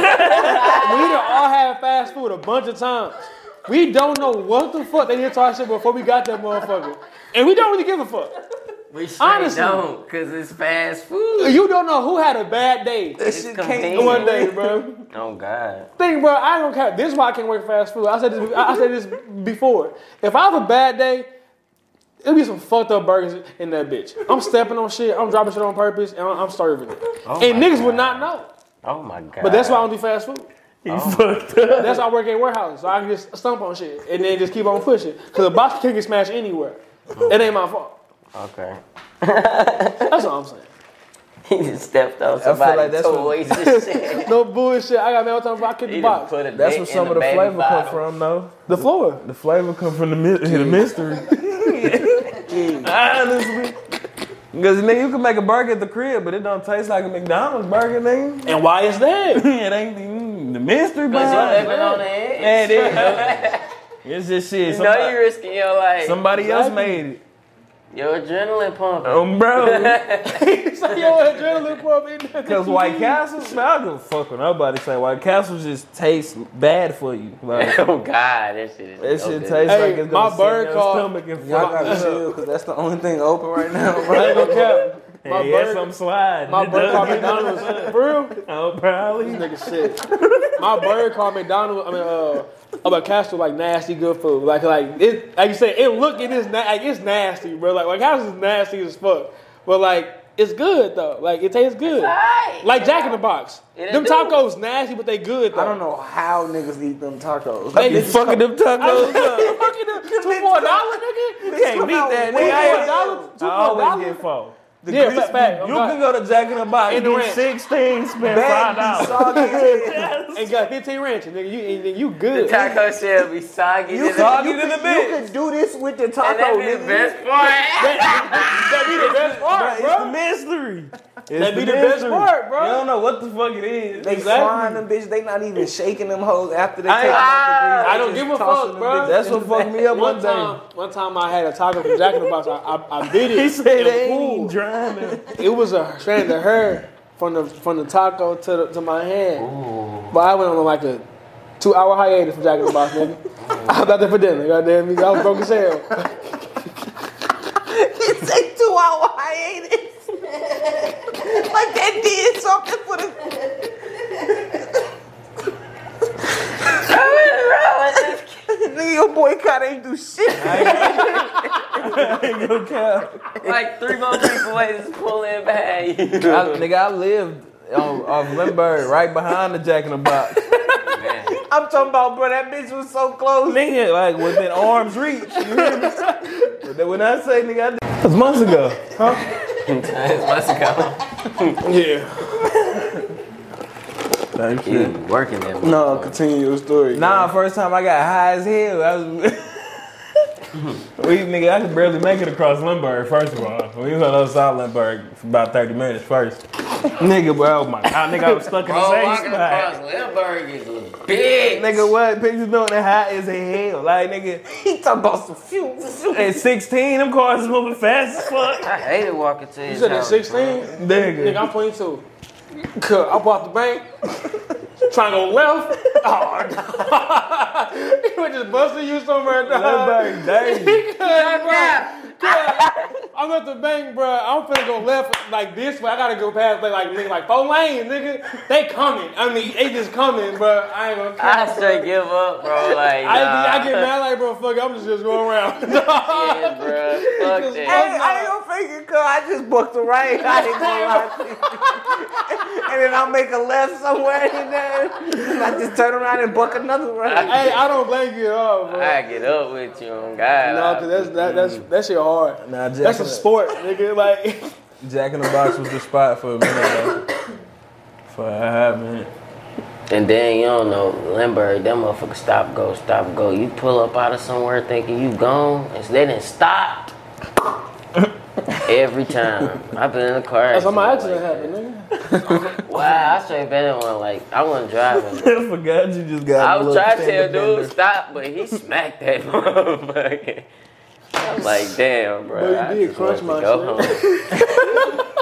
Speaker 2: all had fast food a bunch of times. We don't know what the fuck they did to our shit before we got that motherfucker, and we don't really give a fuck.
Speaker 1: We straight
Speaker 2: Honestly.
Speaker 1: don't, because it's fast food.
Speaker 2: You don't know who had a bad day
Speaker 1: It's convenient.
Speaker 2: one day, bro.
Speaker 1: Oh, God.
Speaker 2: thing, bro. I don't care. This is why I can't work fast food. I said this. I I said this before. If I have a bad day, it'll be some fucked up burgers in that bitch. I'm stepping on shit. I'm dropping shit on purpose, and I'm I'm starving it. and
Speaker 1: my
Speaker 2: niggas would not know.
Speaker 1: Oh, my God.
Speaker 2: But that's why I don't do fast food.
Speaker 4: You fucked up.
Speaker 2: That's why I work at warehouses. So I can just stump on shit and then just keep on pushing. Cause a box can get smashed anywhere. It ain't my fault.
Speaker 1: Oh, Okay. *laughs*
Speaker 2: That's all I'm saying.
Speaker 1: He just stepped on
Speaker 4: feel
Speaker 1: somebody's
Speaker 4: like that's what- *laughs*
Speaker 1: toys and shit.
Speaker 2: No bullshit. I got mad all the time. I kicked
Speaker 1: He
Speaker 2: the
Speaker 1: done
Speaker 2: box.
Speaker 1: put a
Speaker 4: That's
Speaker 1: dick
Speaker 4: where
Speaker 1: in
Speaker 4: some of the
Speaker 1: baby
Speaker 4: flavor come
Speaker 1: bottle.
Speaker 4: from, though.
Speaker 2: The floor.
Speaker 4: The flavor come from the, mi- the mystery. Honestly. Because, nigga, you can make a burger at the crib, but it don't taste like a McDonald's burger, *laughs* nigga.
Speaker 2: And why is
Speaker 1: *laughs*
Speaker 2: that?
Speaker 4: it ain't mm, the mystery
Speaker 1: But you
Speaker 4: behind
Speaker 1: living
Speaker 4: it.
Speaker 1: on the edge.
Speaker 4: *laughs* Yeah, it is. It's just shit.
Speaker 1: You know
Speaker 4: Somebody,
Speaker 1: you risking your life.
Speaker 4: somebody else made it.
Speaker 1: Your adrenaline pumping.
Speaker 4: Um, *laughs* bro.
Speaker 2: so your adrenaline pump in there.
Speaker 4: Because White Castle, man, I don't give a fuck what nobody say. White Castle just tastes bad for you. Like,
Speaker 1: oh God, that shit is.
Speaker 4: that
Speaker 1: no
Speaker 4: shit
Speaker 1: good.
Speaker 4: tastes
Speaker 2: Hey,
Speaker 4: like it's
Speaker 2: my
Speaker 4: gonna sit
Speaker 2: bird
Speaker 4: in your
Speaker 2: called-
Speaker 4: stomach and
Speaker 7: *laughs* Y'all
Speaker 4: fuck
Speaker 7: gotta
Speaker 4: you up.
Speaker 7: chill, cause that's the only thing open right *laughs* now,
Speaker 2: I
Speaker 7: bro.
Speaker 2: ain't gonna cap. My bird-
Speaker 4: Hey, yes, I'm sliding.
Speaker 2: My
Speaker 4: It
Speaker 2: bird
Speaker 4: does
Speaker 2: called
Speaker 4: get done.
Speaker 2: McDonald's. For real?
Speaker 4: Oh, probably.
Speaker 2: Nigga, shit. My bird called McDonald's. I mean, uh, about Castro like nasty good food. Like, like it, like you said, it look it is na- like it's nasty, bro. Like, like Castle's nasty as fuck, but like it's good though. Like it tastes good. Like Jack in the Box.
Speaker 1: It
Speaker 2: Them
Speaker 1: do.
Speaker 2: tacos nasty, but they good though.
Speaker 7: I don't know how niggas eat them tacos.
Speaker 2: They
Speaker 4: You fucking them tacos up.
Speaker 2: Fucking the- two for a dollar, nigga.
Speaker 4: You can't beat that,
Speaker 2: Two for a
Speaker 4: nigga.
Speaker 2: dollar. Two
Speaker 4: I
Speaker 2: for a
Speaker 4: always
Speaker 2: dollar.
Speaker 4: get four.
Speaker 2: Yeah, fact, fact. I'm
Speaker 4: You
Speaker 2: not-
Speaker 4: can go to Jack in the Box,
Speaker 2: In the
Speaker 4: get
Speaker 2: ranch.
Speaker 4: 16, spend
Speaker 7: Bag be
Speaker 4: $5. *laughs*
Speaker 7: soggy as hell.
Speaker 2: and got 15 ranch, nigga. You and- and you good.
Speaker 1: Taco shell be soggy. than a-
Speaker 7: You could, you,
Speaker 4: Soggy
Speaker 7: could,
Speaker 4: than a
Speaker 7: you
Speaker 4: bitch.
Speaker 7: could do this with your
Speaker 1: And
Speaker 7: taco,
Speaker 1: that be the
Speaker 7: nigga.
Speaker 1: best
Speaker 4: *laughs*
Speaker 1: *laughs* part.
Speaker 2: That be the best part,
Speaker 4: It's the
Speaker 2: bro.
Speaker 4: mystery. It's
Speaker 2: That be the best
Speaker 4: mystery.
Speaker 2: part, bro.
Speaker 4: You don't know what the fuck it is.
Speaker 7: They
Speaker 2: Exactly.
Speaker 7: frying them bitch. They not even shaking them hoes after they
Speaker 4: I-
Speaker 7: take them out the
Speaker 2: I don't
Speaker 7: grease. They
Speaker 2: give a
Speaker 7: just tossing
Speaker 2: fuck,
Speaker 7: them
Speaker 2: bro.
Speaker 7: bitches.
Speaker 4: That's what fucked me up
Speaker 2: One
Speaker 4: one
Speaker 2: time,
Speaker 4: day.
Speaker 2: one time I had a taco from Jack in the Box. I, I, I bit it.
Speaker 4: *laughs* He said
Speaker 2: and
Speaker 4: they ain't even
Speaker 2: pulled.
Speaker 4: drying *laughs* them.
Speaker 2: It was a strand of hair from the from the taco to the, to my hand. But I went on like a two hour hiatus from Jack in the Box, nigga. *laughs* I was out there for dinner. Goddamn me, I was broke as hell.
Speaker 3: It's a two hour hiatus. like they did something for the.
Speaker 4: *laughs*
Speaker 3: Nigga, your boycott ain't do shit.
Speaker 4: *laughs* Ain't no cap.
Speaker 1: Like three more people is pulling behind you.
Speaker 4: I, nigga, I lived on, off Lindbergh, right behind the Jack in the Box.
Speaker 7: I'm talking about, bro. That bitch was so close.
Speaker 4: nigga, like within arm's reach. You hear me? But then when I say nigga, I did. It was months ago.
Speaker 1: Let's go.
Speaker 4: Thank
Speaker 1: You working that? motherfucker.
Speaker 7: No, continue your story.
Speaker 4: Nah, first time I got high as hell. I was. *laughs* we nigga, I could barely make it across Lindbergh. First of all, we was on the other side of Lindbergh for about thirty minutes first. nigga, bro, oh my god, nigga, I was stuck in
Speaker 1: Bro,
Speaker 4: the same
Speaker 1: Oh, walking
Speaker 4: spot.
Speaker 1: across Lindbergh is big.
Speaker 4: Nigga, what? Pictures doing that high as hell. Like, nigga,
Speaker 7: he talking about some few.
Speaker 4: at 16, them cars is moving fast as fuck.
Speaker 1: I hated walking to his
Speaker 2: You said at
Speaker 1: house.
Speaker 2: 16? Nigga,
Speaker 4: *laughs* Nigga.
Speaker 2: I'm 22. Cut. I bought the bank. Trying to go left. *laughs* Oh, no. *laughs* he was just busting you somewhere. dog. *laughs*
Speaker 4: Lindbergh, dirty.
Speaker 2: I'm at the bank, bro. I'm finna go left like this way. I gotta go past like like nigga, like four lanes, nigga. They coming. I mean, they just coming, bro. I ain't gonna. Care.
Speaker 1: I straight give up, bro. Like, nah.
Speaker 2: I, I get mad like, bro, fuck it, I'm just, just going around.
Speaker 1: *laughs*
Speaker 2: *laughs*
Speaker 1: Yeah, bro. Fuck
Speaker 7: Hey,
Speaker 1: that.
Speaker 7: I ain't gonna fake it, cuz I just booked the right. I ain't *laughs* gonna lie to you. and then I'll make a left somewhere in there. And I just turn around and book another right.
Speaker 2: hey, I don't blame you at all, bro.
Speaker 1: I get up with you on God.
Speaker 2: No, cause that's that, that's that shit hard.
Speaker 4: Nah, Jack,
Speaker 2: That's
Speaker 4: in
Speaker 2: a
Speaker 4: the-
Speaker 2: sport, nigga. *laughs* Like,
Speaker 4: Jack in the Box was the spot for a minute. though. for a hot minute.
Speaker 1: And then you don't know Lindbergh, that motherfucker stop go, stop go. You pull up out of somewhere thinking you gone, and they didn't
Speaker 2: *laughs*
Speaker 1: stop. Every time I've been in a car,
Speaker 2: that's how my
Speaker 1: like
Speaker 2: accident happened, nigga.
Speaker 1: that. Wow, I straight been in one. Like I wasn't
Speaker 2: *laughs*
Speaker 1: driving.
Speaker 4: *laughs* I forgot you just got.
Speaker 1: I
Speaker 4: a
Speaker 1: was
Speaker 4: little
Speaker 1: trying to tell
Speaker 4: fender
Speaker 1: dude stop, but he smacked that *laughs* motherfucker. I'm like, damn, bro.
Speaker 2: Well, you
Speaker 1: I
Speaker 2: did
Speaker 1: just
Speaker 2: crunch
Speaker 1: wanted to
Speaker 2: my
Speaker 1: go home.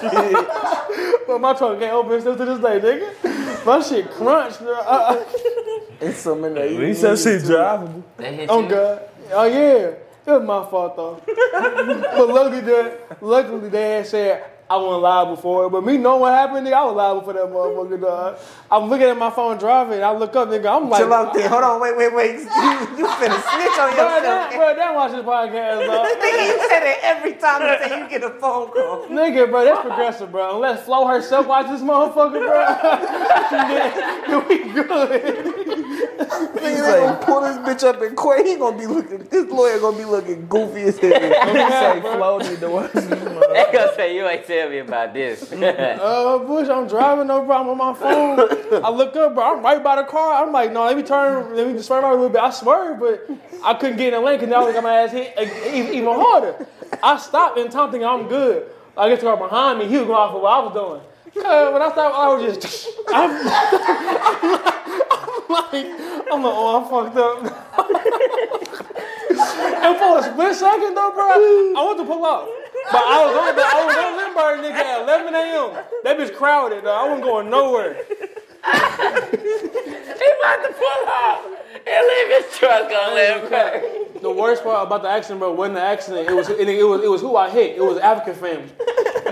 Speaker 2: But my trunk can't open still to this day, nigga. My shit crunched, bro. Uh,
Speaker 7: It's some in there.
Speaker 4: bender. At least that shit drivable.
Speaker 1: They hit
Speaker 2: Oh
Speaker 1: you?
Speaker 2: God. Oh yeah. It was my fault though. *laughs* but luckily that luckily they had said I wasn't liable for it. But me knowing what happened, nigga, I was liable for that motherfucker dog. I'm looking at my phone driving, I look up, nigga, I'm like
Speaker 7: Chill out there. Hold on, wait, wait, wait. You, you finna snitch on
Speaker 2: Bro,
Speaker 7: yourself.
Speaker 2: that, bro, that watch this podcast, dog.
Speaker 7: *laughs* Nigga, you said it every time you say you get a phone call.
Speaker 2: Nigga, bro, that's progressive, bro. Unless Flo herself watch this motherfucker, bro. *laughs* then *laughs* we good.
Speaker 7: *laughs* Nigga, they gonna pull this bitch up in court. He gonna be looking. This lawyer gonna be looking goofy as hell. *laughs*
Speaker 2: Yeah, bro.
Speaker 4: Floated the watch.
Speaker 1: They gonna say you ain't tell me about this. *laughs*
Speaker 2: Uh, Bush, I'm driving, no problem. I'm on my phone. I look up, bro. I'm right by the car. I'm like, no, let me turn, let me just swerve out a little bit. I swerved, but I couldn't get in the lane because now I got my ass hit e- e- even harder. I stopped and Tom thinking I'm good. I get to the car behind me. He was going off Uh, *laughs* of what I was doing. 'Cause When I stopped, I was just. I'm, like, I'm like, oh, I fucked up. *laughs* and for a split second though, bro, I went to pull off. But I was on the I was on Lindbergh nigga at 11 a.m. That bitch crowded though. I wasn't going nowhere.
Speaker 1: *laughs*
Speaker 2: The worst part about the accident, bro, wasn't the accident. It was and it was it was who I hit. It was African family.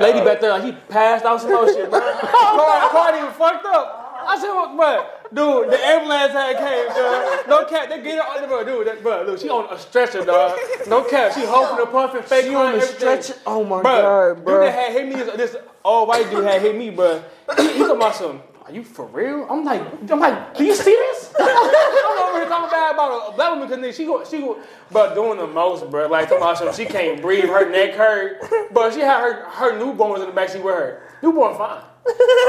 Speaker 2: Lady back there, like, he passed out some more shit, bro. Car, car even fucked up. I said, well, bro, dude, the ambulance had came, dog. No cap, they get her, bro, dude, that, bro, look, she on a stretcher, dog. No cap, she hoping to puff and fake
Speaker 7: You on
Speaker 2: crying,
Speaker 7: the
Speaker 2: everything.
Speaker 7: stretch? Oh my
Speaker 2: Bruh,
Speaker 7: god,
Speaker 2: dude that
Speaker 7: bro.
Speaker 2: had hit me, this old white dude had hit me, bruh. He, he talking about some, are you for real? I'm like, I'm like, do you see this? *laughs* I'm over here talking bad about a black woman because she go, she go, but doing the most, bruh. Like talking about some, she can't breathe, her neck hurt, but she had her her newborn was in the backseat with her. Newborn fine,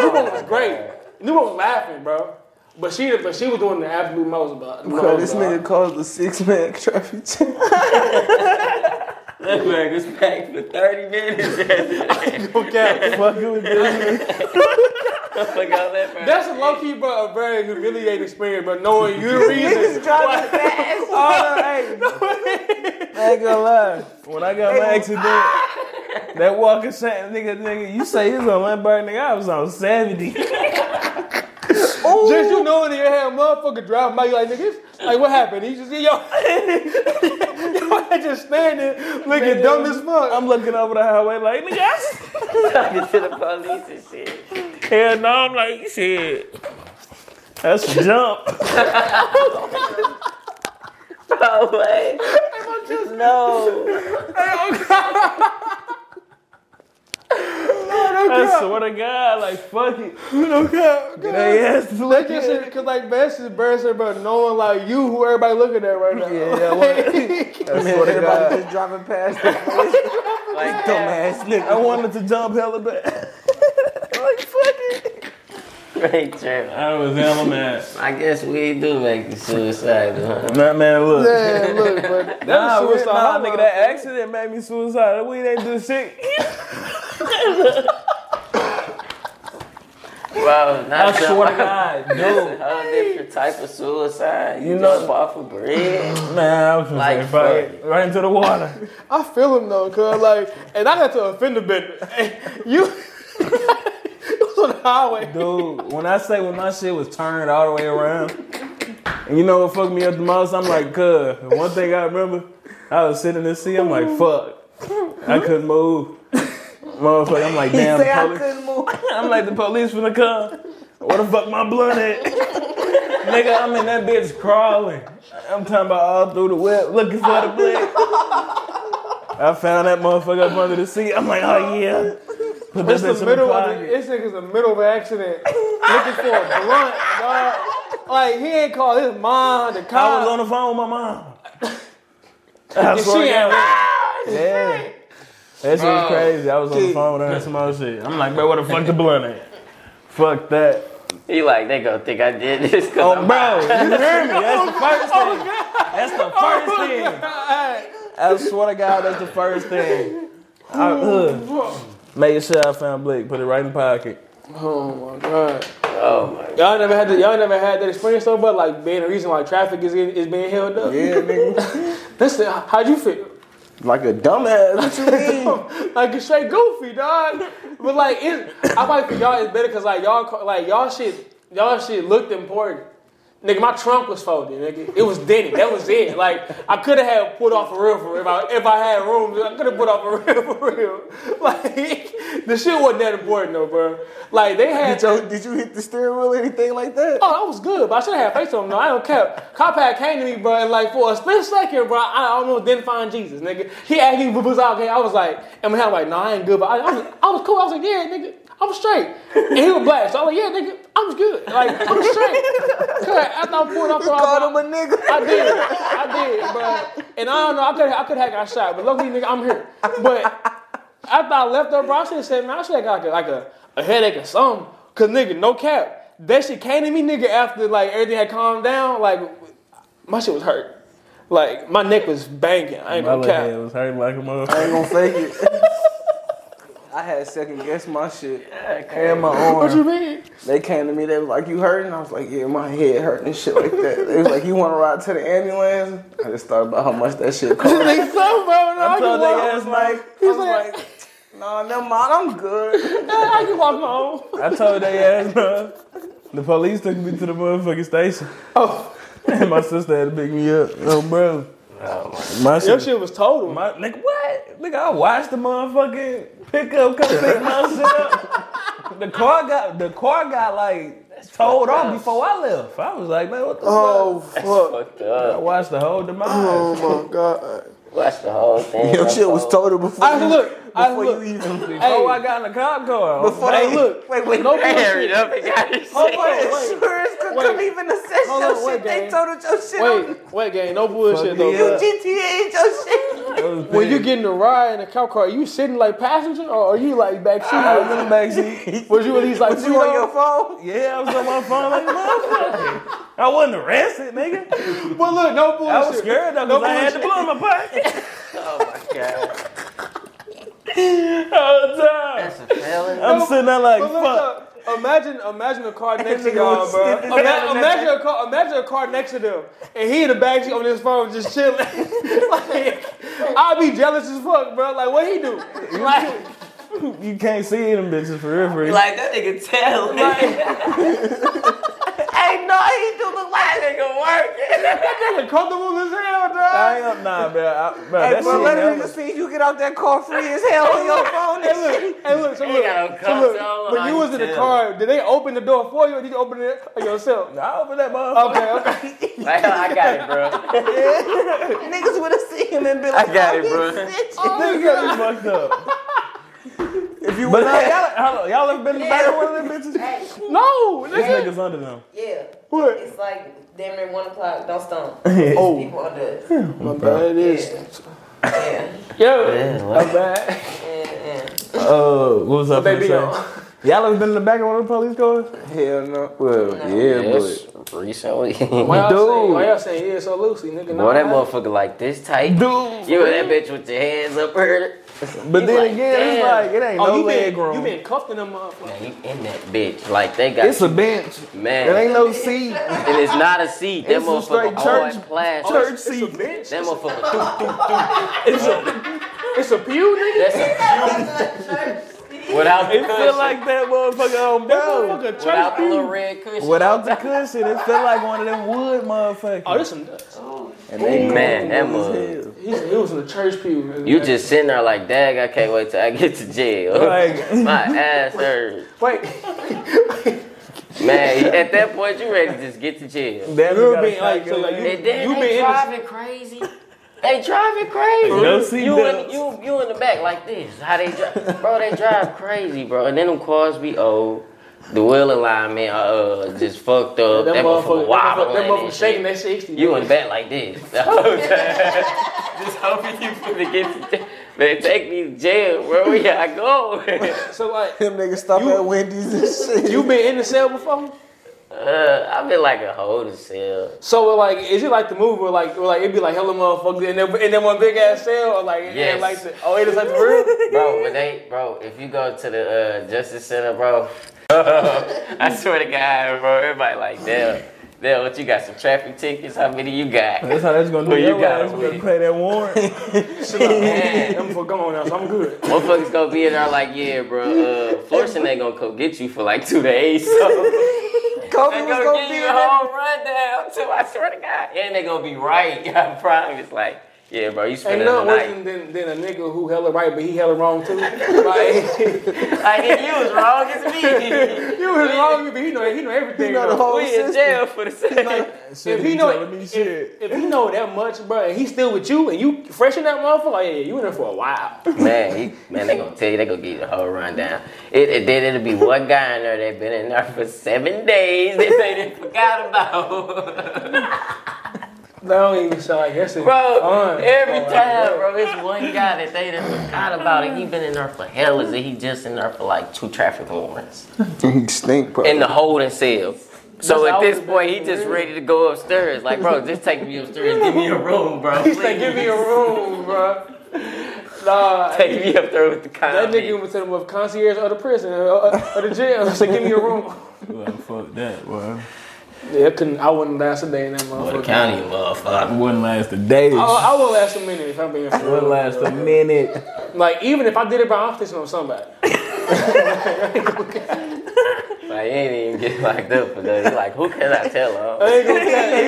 Speaker 2: newborn was great, newborn was laughing, bro. But she, but she was doing the absolute most, about.
Speaker 7: Bro, this nigga calls the six man *laughs* traffic jam.
Speaker 9: That man was packed for 30
Speaker 1: *laughs*
Speaker 9: minutes.
Speaker 2: Okay.
Speaker 7: Fucking with this.
Speaker 9: like, I left her.
Speaker 2: That's a low key, but a very humiliating experience. But knowing your
Speaker 7: Niggas
Speaker 2: reason,
Speaker 7: driving fast. Oh, no,
Speaker 2: *laughs*
Speaker 7: hey. I ain't gonna lie.
Speaker 4: When I got my accident, that walking sand nigga, nigga, you say he's on Lindbergh, nigga, I was on *laughs* 70.
Speaker 2: Just you knowing in your head, motherfucker driving by you like niggas. Like what happened? He just yo, *laughs* yo, I just standing looking dumb as fuck.
Speaker 4: I'm looking over the highway like, nigga, I s-
Speaker 1: Talking to the police and shit.
Speaker 4: hell no, I'm like, shit. That's a
Speaker 2: *laughs*
Speaker 4: jump.
Speaker 1: *laughs* No way. *laughs* No.
Speaker 4: I swear to God, like, fuck it. Get their ass to
Speaker 2: Like
Speaker 4: look
Speaker 2: just
Speaker 4: at it.
Speaker 2: said, cause like man, this is burst about knowing like you who everybody looking at right now. *laughs*
Speaker 7: Yeah, yeah, what? I swear to God. just driving past the police. like, dumbass
Speaker 4: I
Speaker 7: nigga.
Speaker 4: wanted to jump hella bad.
Speaker 1: Great trip.
Speaker 10: I was hella mad.
Speaker 1: I guess we do make it suicidal, huh?
Speaker 4: Nah, man, look.
Speaker 2: Man, look,
Speaker 4: *laughs*
Speaker 2: but
Speaker 4: Nah,
Speaker 2: was
Speaker 4: we-
Speaker 2: suicide.
Speaker 4: nah, nigga, that accident made me suicidal. We didn't do shit.
Speaker 1: Bro, not
Speaker 4: I swear to God,
Speaker 1: That's a
Speaker 4: dude.
Speaker 1: whole different type of suicide. You,
Speaker 4: You know-
Speaker 1: know, off of bread.
Speaker 4: Man, I was just
Speaker 1: Like,
Speaker 4: like, fuck it. Right into the water.
Speaker 2: I feel him though, cause like, and I got to offend a bit. Hey, *laughs* you, *laughs* it was on the highway.
Speaker 4: Dude, when I say when my shit was turned all the way around, and you know what fucked me up the most? I'm like, cuz. And One thing I remember, I was sitting in the seat, I'm like, fuck. I couldn't move. Motherfucker, I'm like,
Speaker 7: He
Speaker 4: damn,
Speaker 7: say I
Speaker 4: the police.
Speaker 7: couldn't move.
Speaker 4: I'm like, the police finna come. Where the fuck my blood at? Nigga, I'm in that bitch crawling. I'm talking about all through the web looking for the blood. I found that motherfucker up under the seat. I'm like, oh yeah. Put that
Speaker 2: It's
Speaker 4: bitch
Speaker 2: the
Speaker 4: in
Speaker 2: middle
Speaker 4: the
Speaker 2: of
Speaker 4: pocket.
Speaker 2: the, this nigga's the middle of an accident, looking for a blunt, dog. Like he ain't called his mom, the cops.
Speaker 4: I was on the phone with my *laughs* mom. I
Speaker 2: And
Speaker 4: swear
Speaker 2: she
Speaker 4: to
Speaker 2: ain't
Speaker 4: God. Yeah. That Ah, shit was crazy. I was on the phone with her and some other shit. I'm like, bro, where the fuck the blunt at? Fuck that.
Speaker 1: He like, they gonna think I did this because
Speaker 4: Oh, bro, you hear me? That's *laughs* the first thing. That's
Speaker 2: *laughs*
Speaker 4: the first thing. I swear to God, that's the first thing. I, uh, made sure I found Blake. Put it right in the pocket.
Speaker 2: Oh my god.
Speaker 1: Oh my god.
Speaker 2: Y'all never had that, y'all never had that experience though, but like being the reason why traffic is getting, is being held up.
Speaker 7: Yeah, nigga.
Speaker 2: Listen, how'd you feel?
Speaker 7: Like a dumbass. What you mean?
Speaker 2: like a straight goofy dog, but like it, I like for y'all it's better because like y'all co- like y'all shit y'all shit looked important. Nigga, my trunk was folded. Nigga, it was dented. That was it. Like I could have had pulled off a real for real. If I, if I had room, I could have put off a real *laughs* for real. Like the shit wasn't that important though, bro. Like they had
Speaker 7: Did you, did you hit the steering wheel or anything like that?
Speaker 2: Oh, I was good, but I should have had face on. No, I don't care. Cop had came to me, bro, and like for a split second, bro, I almost didn't find Jesus, nigga. He asked me what was out I was like, and my head like, no, I ain't good, but I, I, was, I was cool. I was like, yeah, nigga, I'm straight. And he was black, so I was like, yeah, nigga, I'm good. Like, I'm
Speaker 7: *laughs*
Speaker 2: straight. Cause after I pulled up,
Speaker 7: You
Speaker 2: bro,
Speaker 4: Oh,
Speaker 2: I
Speaker 7: called
Speaker 2: was
Speaker 7: him a nigga.
Speaker 2: I did, I did, bro. And I don't know, I could, I could have got shot, but luckily, nigga, I'm here. But after I left her, bro, I should have said, man, I should have got like a, like a, a headache or something. Cause nigga, no cap. That shit came to me, nigga, after like everything had calmed down. Like my shit was hurt. Like my neck was banging. I ain't
Speaker 4: *laughs* My
Speaker 2: gonna
Speaker 4: little head
Speaker 2: cap.
Speaker 4: was hurting like a motherfucker.
Speaker 7: I ain't gonna fake
Speaker 4: *laughs*
Speaker 7: it.
Speaker 4: I had second guess my shit and my arm. What you mean? They came to me. They was like, "You hurting?" I was like, "Yeah, my head hurting and shit like that." They was like, "You want to ride to the ambulance?" I just thought about how much that shit
Speaker 2: *laughs*
Speaker 4: cost.
Speaker 2: so, bro, no,
Speaker 4: I
Speaker 2: I
Speaker 4: told
Speaker 2: can
Speaker 4: they
Speaker 2: walk.
Speaker 4: ass like, I was like, "Nah, never mind. I'm good."
Speaker 2: I can walk home.
Speaker 4: I told they ass, nah. The police took me to the motherfucking station.
Speaker 2: Oh,
Speaker 4: And *laughs* my sister had to pick me up. Oh, bro. my
Speaker 2: your
Speaker 4: shit.
Speaker 2: shit was total.
Speaker 4: My, nigga, what? Nigga, I watched the motherfucking pickup come pick my shit up. The car got the car got like towed off before I left. I was like, man, what the
Speaker 2: Oh, fuck.
Speaker 1: Fucked
Speaker 4: fuck? I
Speaker 1: up.
Speaker 4: watched the whole demise.
Speaker 2: *laughs* Oh my god.
Speaker 1: Watch the whole thing.
Speaker 7: Your shit was total before.
Speaker 2: I look. I
Speaker 7: Before
Speaker 2: look.
Speaker 7: you even.
Speaker 4: Oh, I got in the cop car.
Speaker 7: Before
Speaker 2: Hey,
Speaker 7: they-
Speaker 2: look.
Speaker 7: Wait, wait.
Speaker 2: No
Speaker 7: wait.
Speaker 2: bullshit.
Speaker 1: up and got his
Speaker 2: Hold on, wait.
Speaker 7: Insurance could
Speaker 2: Wait.
Speaker 7: come even assess
Speaker 2: Hold
Speaker 7: your
Speaker 2: on, wait,
Speaker 7: shit. They
Speaker 2: gang.
Speaker 7: totaled your shit. on-
Speaker 2: Wait, wait, gang. No bullshit
Speaker 4: Fuck
Speaker 2: though.
Speaker 4: yeah.
Speaker 7: You GTA your shit.
Speaker 2: When you get in the ride in a cop car, are you sitting like passenger or are you like backseat?
Speaker 4: I *laughs* was in the backseat.
Speaker 2: was you at least like
Speaker 7: But you on your phone?
Speaker 4: Yeah, I was on my phone like a motherfucker. I wasn't arrested, nigga.
Speaker 2: But look, no bullshit.
Speaker 4: I was scared though because I had the blood in my pocket. oh my god. *laughs* All the time.
Speaker 1: That's a feeling.
Speaker 4: I'm sitting there like,
Speaker 2: But look,
Speaker 4: fuck.
Speaker 2: look, Imagine, imagine a car next to
Speaker 7: Nigga
Speaker 2: y'all,
Speaker 7: was
Speaker 2: bro.
Speaker 7: sitting
Speaker 2: Ima-
Speaker 7: down in that
Speaker 2: imagine a car, imagine a car next to them, and he in the backseat on his phone just chilling. *laughs* like, I'd be jealous as fuck, bro. Like, what he do? Like,
Speaker 4: You can't see them bitches for real, for real.
Speaker 3: Like that nigga tell me.
Speaker 7: Hey, no, he do look like that nigga working.
Speaker 2: nigga comfortable as hell, dog.
Speaker 4: I ain't up, nah, bro. I, bro
Speaker 7: Hey,
Speaker 4: that
Speaker 7: bro,
Speaker 4: shit
Speaker 7: let a
Speaker 4: never-
Speaker 7: nigga see you get out that car free as hell on your phone and shit.
Speaker 2: Hey, look, hey, look, so
Speaker 1: They
Speaker 2: look,
Speaker 1: got no
Speaker 2: so
Speaker 1: console
Speaker 2: look, when you
Speaker 1: on
Speaker 2: was in the
Speaker 1: too.
Speaker 2: car, did they open the door for you or did you open it yourself?
Speaker 4: I opened that
Speaker 2: Okay,
Speaker 4: motherfucker.
Speaker 2: okay.
Speaker 1: Like, I got it, bro.
Speaker 7: Niggas would have seen him and been like,
Speaker 1: I got
Speaker 7: oh,
Speaker 1: it,
Speaker 7: he
Speaker 1: bro.
Speaker 3: *laughs*
Speaker 7: snitching.
Speaker 4: Nigga, you fucked *laughs* up.
Speaker 7: If you
Speaker 4: But
Speaker 7: would
Speaker 4: nah,
Speaker 7: have,
Speaker 4: y'all, hold on, y'all ever been in the back of one of them bitches?
Speaker 2: No,
Speaker 4: *laughs* This
Speaker 2: nigga.
Speaker 4: nigga's under them.
Speaker 3: Yeah.
Speaker 2: What?
Speaker 3: It's like damn near one o'clock. Don't stone.
Speaker 4: *laughs* Oh,
Speaker 3: People on the
Speaker 2: My bad, it
Speaker 3: yeah. yeah.
Speaker 2: Yeah,
Speaker 1: what?
Speaker 2: my bad.
Speaker 3: yeah,
Speaker 4: oh, what was up?
Speaker 2: Baby, uh,
Speaker 4: Y'all
Speaker 2: yo.
Speaker 4: ever been in the back of one of the police cars?
Speaker 7: hell no. Well, yeah,
Speaker 1: Yes, recently. *laughs* Boy,
Speaker 2: Why y'all saying,
Speaker 4: Dude.
Speaker 2: why y'all saying yeah so loosely, nigga? Nah,
Speaker 1: that motherfucker like this tight.
Speaker 4: Dude.
Speaker 1: You and that bitch with your hands up her.
Speaker 4: But then
Speaker 1: like,
Speaker 4: again, it's
Speaker 1: damn.
Speaker 4: like it ain't
Speaker 2: Oh,
Speaker 4: no
Speaker 2: you
Speaker 4: leg
Speaker 2: been
Speaker 4: room.
Speaker 2: you been cuffed in them uh,
Speaker 4: *laughs*
Speaker 2: motherfuckers.
Speaker 1: Man, you in that bitch. Like, they got
Speaker 4: it's a bench. It
Speaker 1: man.
Speaker 4: ain't no seat.
Speaker 1: And it's not a seat. That
Speaker 4: It's some straight
Speaker 1: motherfucker all in
Speaker 4: church-
Speaker 1: plastic.
Speaker 4: church
Speaker 2: It's a
Speaker 4: seat.
Speaker 2: bench.
Speaker 1: That motherfucker too
Speaker 2: It's a it's a pew, nigga.
Speaker 1: That's without the
Speaker 4: It feel
Speaker 1: cushion,
Speaker 4: *laughs* like that motherfucker
Speaker 2: That
Speaker 4: on *laughs* bro.
Speaker 2: motherfucker church
Speaker 1: without the little
Speaker 2: pew.
Speaker 1: red cushion.
Speaker 4: Without the cushion, it feel like one of them wood
Speaker 2: Oh,
Speaker 4: motherfuckers.
Speaker 2: this some nuts.
Speaker 4: And they
Speaker 1: Man, that
Speaker 4: comfortable as
Speaker 1: mother-
Speaker 4: hell.
Speaker 2: He's he was in the church pew. nigga.
Speaker 1: You just sitting there like, Dag, I can't wait till I get to
Speaker 2: *laughs*
Speaker 1: jail. *laughs*
Speaker 4: Like-
Speaker 1: My ass hurt.
Speaker 2: wait.
Speaker 1: Man, at that point, you ready to just get to jail.
Speaker 4: That
Speaker 2: You
Speaker 4: gotta
Speaker 2: been like- so,
Speaker 4: calculate.
Speaker 2: like, you-
Speaker 1: And then
Speaker 2: You been in
Speaker 1: they
Speaker 2: the-
Speaker 1: driving crazy. They driving crazy.
Speaker 4: No seat
Speaker 1: you, in,
Speaker 4: belts.
Speaker 1: you, you in the back like this. How they drive. bro, they drive crazy, bro. And then them cars be old. The wheel alignment uh, just fucked up.
Speaker 2: That
Speaker 1: That, motherfucker
Speaker 2: motherfucker, that motherfucker,
Speaker 1: wobbling.
Speaker 2: that
Speaker 1: and
Speaker 2: motherfucker
Speaker 1: shit.
Speaker 2: shaking that 60.
Speaker 1: You
Speaker 2: nigga.
Speaker 1: in bed like this *laughs* the whole time. Just hoping you finna get to jail. Man, take me to jail. Where we gotta go? *laughs*
Speaker 2: So like,
Speaker 7: Them niggas stop
Speaker 2: You-
Speaker 7: at Wendy's and shit.
Speaker 2: you been in the cell before?
Speaker 1: uh, I've been like a holder cell.
Speaker 2: So like, is it like the movie where like, where, like it'd be like hello motherfucker and then and then one big ass cell or like, yeah,
Speaker 1: Yes.
Speaker 2: like the, oh it is like the real.
Speaker 1: Bro, when they, bro, if you go to the uh, Justice Center, bro, *laughs* I swear to God, bro, everybody like, damn, damn, what you got, some traffic tickets? How many you got?
Speaker 4: That's how that's gonna do.
Speaker 1: Well, you
Speaker 4: Your
Speaker 1: gotta
Speaker 4: ass gonna
Speaker 1: win.
Speaker 4: pay that warrant.
Speaker 2: *laughs*
Speaker 1: Man,
Speaker 2: I'm for come on now, so I'm good.
Speaker 1: motherfuckers gonna be in there like, yeah, bro, uh, Florissant ain't gonna come get you for like two days, so.
Speaker 7: *laughs* Kobe
Speaker 1: They
Speaker 7: was
Speaker 1: gonna,
Speaker 7: gonna
Speaker 1: give
Speaker 7: be
Speaker 1: you
Speaker 7: in
Speaker 1: a
Speaker 7: that.
Speaker 1: *laughs* whole rundown too. I swear to God, and they gonna be right. *laughs* I promise. Like, yeah, bro, you
Speaker 2: Ain't
Speaker 1: spending the
Speaker 2: nothing
Speaker 1: night.
Speaker 2: worse than, than a nigga who hella right but *laughs* he hella wrong too. Like
Speaker 1: Like, if you was wrong, *laughs* it's me.
Speaker 2: you was wrong, but he know he know everything.
Speaker 7: You know the
Speaker 2: though.
Speaker 7: whole
Speaker 1: we in
Speaker 7: system.
Speaker 1: jail for the same.
Speaker 2: if
Speaker 4: Shit,
Speaker 2: he
Speaker 4: you
Speaker 2: know
Speaker 4: telling me
Speaker 2: if,
Speaker 4: shit.
Speaker 2: if he know that much, bro, and he still with you and you fresh in that motherfucker, like, yeah, you in there for a while.
Speaker 1: *laughs* Man, he, man, they gonna tell you they gonna give you the whole rundown. It, it then it'll be one guy in there that been in there for seven days. They say they forgot about. *laughs*
Speaker 2: That don't even sound like that's it.
Speaker 1: Bro,
Speaker 2: Fun.
Speaker 1: every time, bro, it's one guy that they done forgot about it. He been in there for hell is it? He just in there for like two traffic warrants.
Speaker 7: Stink, bro.
Speaker 1: in the holding cell. So
Speaker 2: That's
Speaker 1: at this
Speaker 2: how I
Speaker 1: point, he just ready to go upstairs.
Speaker 2: *laughs*
Speaker 1: Like, bro, just take me upstairs. Give me a room, bro.
Speaker 2: He's like, give me a room, bro.
Speaker 1: *laughs*
Speaker 2: Nah,
Speaker 5: Take me up there with the
Speaker 2: that nigga
Speaker 5: condom.
Speaker 2: was telling him of concierge or the prison or, or, or the jail. So give me a room.
Speaker 4: Well, fuck that, boy.
Speaker 2: Yeah, I couldn't. I wouldn't last a day in that
Speaker 1: For the
Speaker 2: motherfucker.
Speaker 1: county, you motherfucker.
Speaker 4: Wouldn't last a day.
Speaker 2: I, I would last a minute if I'm being for real.
Speaker 4: Wouldn't last a minute.
Speaker 2: Like even if I did it by office on somebody.
Speaker 1: Like, you ain't even get locked up for that. You Like, who can I tell
Speaker 2: I
Speaker 1: her?
Speaker 2: ain't
Speaker 4: *laughs*
Speaker 2: gonna tell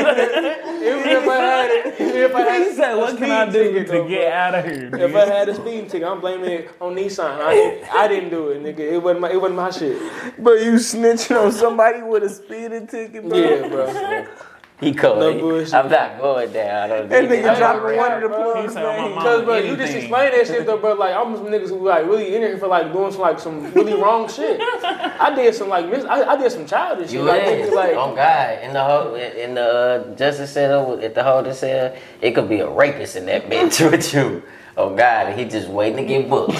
Speaker 2: you. Even if I had it, even if I
Speaker 4: *laughs*
Speaker 2: had
Speaker 4: He said, what
Speaker 2: a
Speaker 4: *laughs* can I
Speaker 2: speeding
Speaker 4: do
Speaker 2: ticket, though,
Speaker 4: to get out of here,
Speaker 2: bro. If I
Speaker 4: nigga?
Speaker 2: had a speeding ticket, I'm blaming it on Nissan. I, didn't- I didn't do it, nigga. It wasn't my, it wasn't my shit.
Speaker 7: But you snitching on somebody with a speeding ticket, bro.
Speaker 2: Yeah,
Speaker 1: *laughs*
Speaker 2: bro.
Speaker 1: He cold.
Speaker 2: No bullshit.
Speaker 1: I'm not going down. I don't
Speaker 7: That
Speaker 1: need
Speaker 7: nigga
Speaker 1: that.
Speaker 7: dropping one of the
Speaker 2: bro.
Speaker 7: plugs,
Speaker 4: said, "I'm a
Speaker 7: man.
Speaker 4: mama."
Speaker 2: Because, bro, you just
Speaker 4: Anything.
Speaker 2: explained that shit, though, bro. Like, I'm some niggas who, like, really in here for, like, doing some, like, some really wrong shit. I did some, like, mis- I, I did some childish shit.
Speaker 1: You
Speaker 2: Like,
Speaker 1: is.
Speaker 2: niggas, like,
Speaker 1: on God. In the whole, in the uh, justice center, at the holding cell, it could be a rapist in that bitch *laughs* with you. Oh God, and he just waiting to get booked.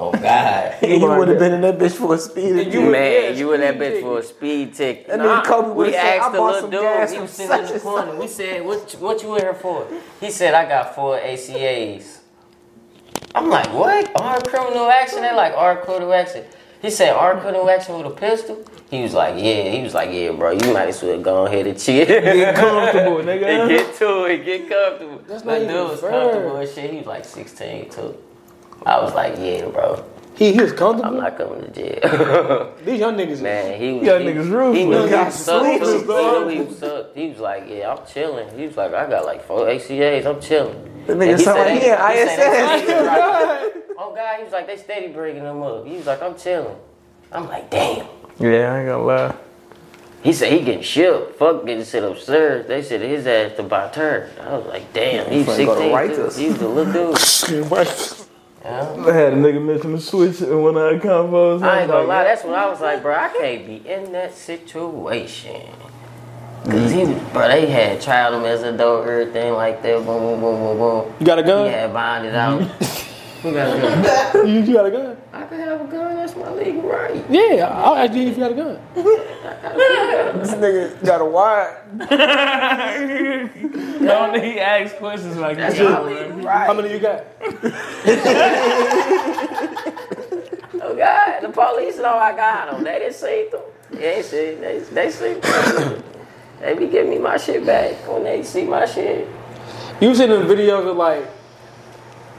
Speaker 1: Oh God.
Speaker 7: You would have been in that bitch for a speeding
Speaker 2: You
Speaker 7: ticket.
Speaker 2: would-
Speaker 1: Man,
Speaker 2: yeah,
Speaker 1: you in that
Speaker 2: speed
Speaker 1: bitch for a speed ticket.
Speaker 7: And then Kobe would
Speaker 1: We
Speaker 7: have said,
Speaker 1: asked
Speaker 7: I
Speaker 1: the
Speaker 7: bought
Speaker 1: little
Speaker 7: some
Speaker 1: dude,
Speaker 7: gas
Speaker 1: he
Speaker 7: from
Speaker 1: was sitting in
Speaker 7: such
Speaker 1: the
Speaker 7: and
Speaker 1: corner. We
Speaker 7: such.
Speaker 1: said, what, what you in here for? He said, I got four ACAs. I'm like, what? Armed criminal action? They like armed criminal action. He said, armed criminal action with a pistol? He was like, yeah. He was like, yeah, bro, you might as well go ahead *laughs* and chill. Get comfortable, nigga. And get to it, get comfortable.
Speaker 2: That's
Speaker 1: My
Speaker 2: not
Speaker 1: dude
Speaker 2: even
Speaker 1: was
Speaker 2: fair.
Speaker 1: comfortable and shit. He was like 16, too. I was like, yeah, bro,
Speaker 2: he, he was
Speaker 1: I'm
Speaker 2: comfortable.
Speaker 1: not coming to jail. *laughs*
Speaker 2: These young niggas.
Speaker 1: Man, he was.
Speaker 4: Y'all
Speaker 1: he,
Speaker 4: niggas ruthless.
Speaker 1: He knew
Speaker 4: Y'all
Speaker 1: he sucked. too.
Speaker 7: sleepers,
Speaker 1: He
Speaker 2: dog.
Speaker 1: knew he sucked. He was like, "Yeah, I'm chilling." He was like, "I got like four ACAs. I'm chilling."
Speaker 7: The
Speaker 1: And
Speaker 7: nigga sound
Speaker 1: said
Speaker 7: like
Speaker 1: they-
Speaker 7: he in
Speaker 1: said they
Speaker 7: ISS.
Speaker 1: steady
Speaker 4: *laughs*
Speaker 1: bringing- oh God, he was like, "They steady bringing him up." He was like, "I'm chilling." I'm like, "Damn."
Speaker 8: Yeah, I ain't gonna lie.
Speaker 1: He said he getting shipped. Fuck getting sent upstairs. They said his ass to Bonterre. I was like, "Damn, he's
Speaker 7: finna go
Speaker 1: 16.
Speaker 7: to
Speaker 1: too.
Speaker 7: Reuters.
Speaker 1: He's a little
Speaker 7: *laughs*
Speaker 1: dude."
Speaker 8: I had a nigga mention the switch in one of our combos.
Speaker 1: I
Speaker 2: Oh
Speaker 1: ain't gonna lie, that's when I was like, bro, I can't be in that situation. Cause he was, bro, they had tried him as a dog, everything like that, boom, boom, boom, boom, boom.
Speaker 2: You got a
Speaker 1: He
Speaker 2: gun?
Speaker 1: had bonded
Speaker 2: *laughs*
Speaker 1: out. Who got a gun?
Speaker 2: You, you got a gun?
Speaker 1: I could have a gun, that's my legal right.
Speaker 2: Yeah, I'll ask you if you got a gun.
Speaker 7: This nigga got a wire.
Speaker 4: Don't he ask questions like that?
Speaker 1: That's my legal
Speaker 2: How
Speaker 1: right.
Speaker 2: many you got?
Speaker 1: Oh God, the police know I got him. They didn't see them. They ain't see, they, they see They be giving me my shit back when they see my shit.
Speaker 2: You seen them videos of like,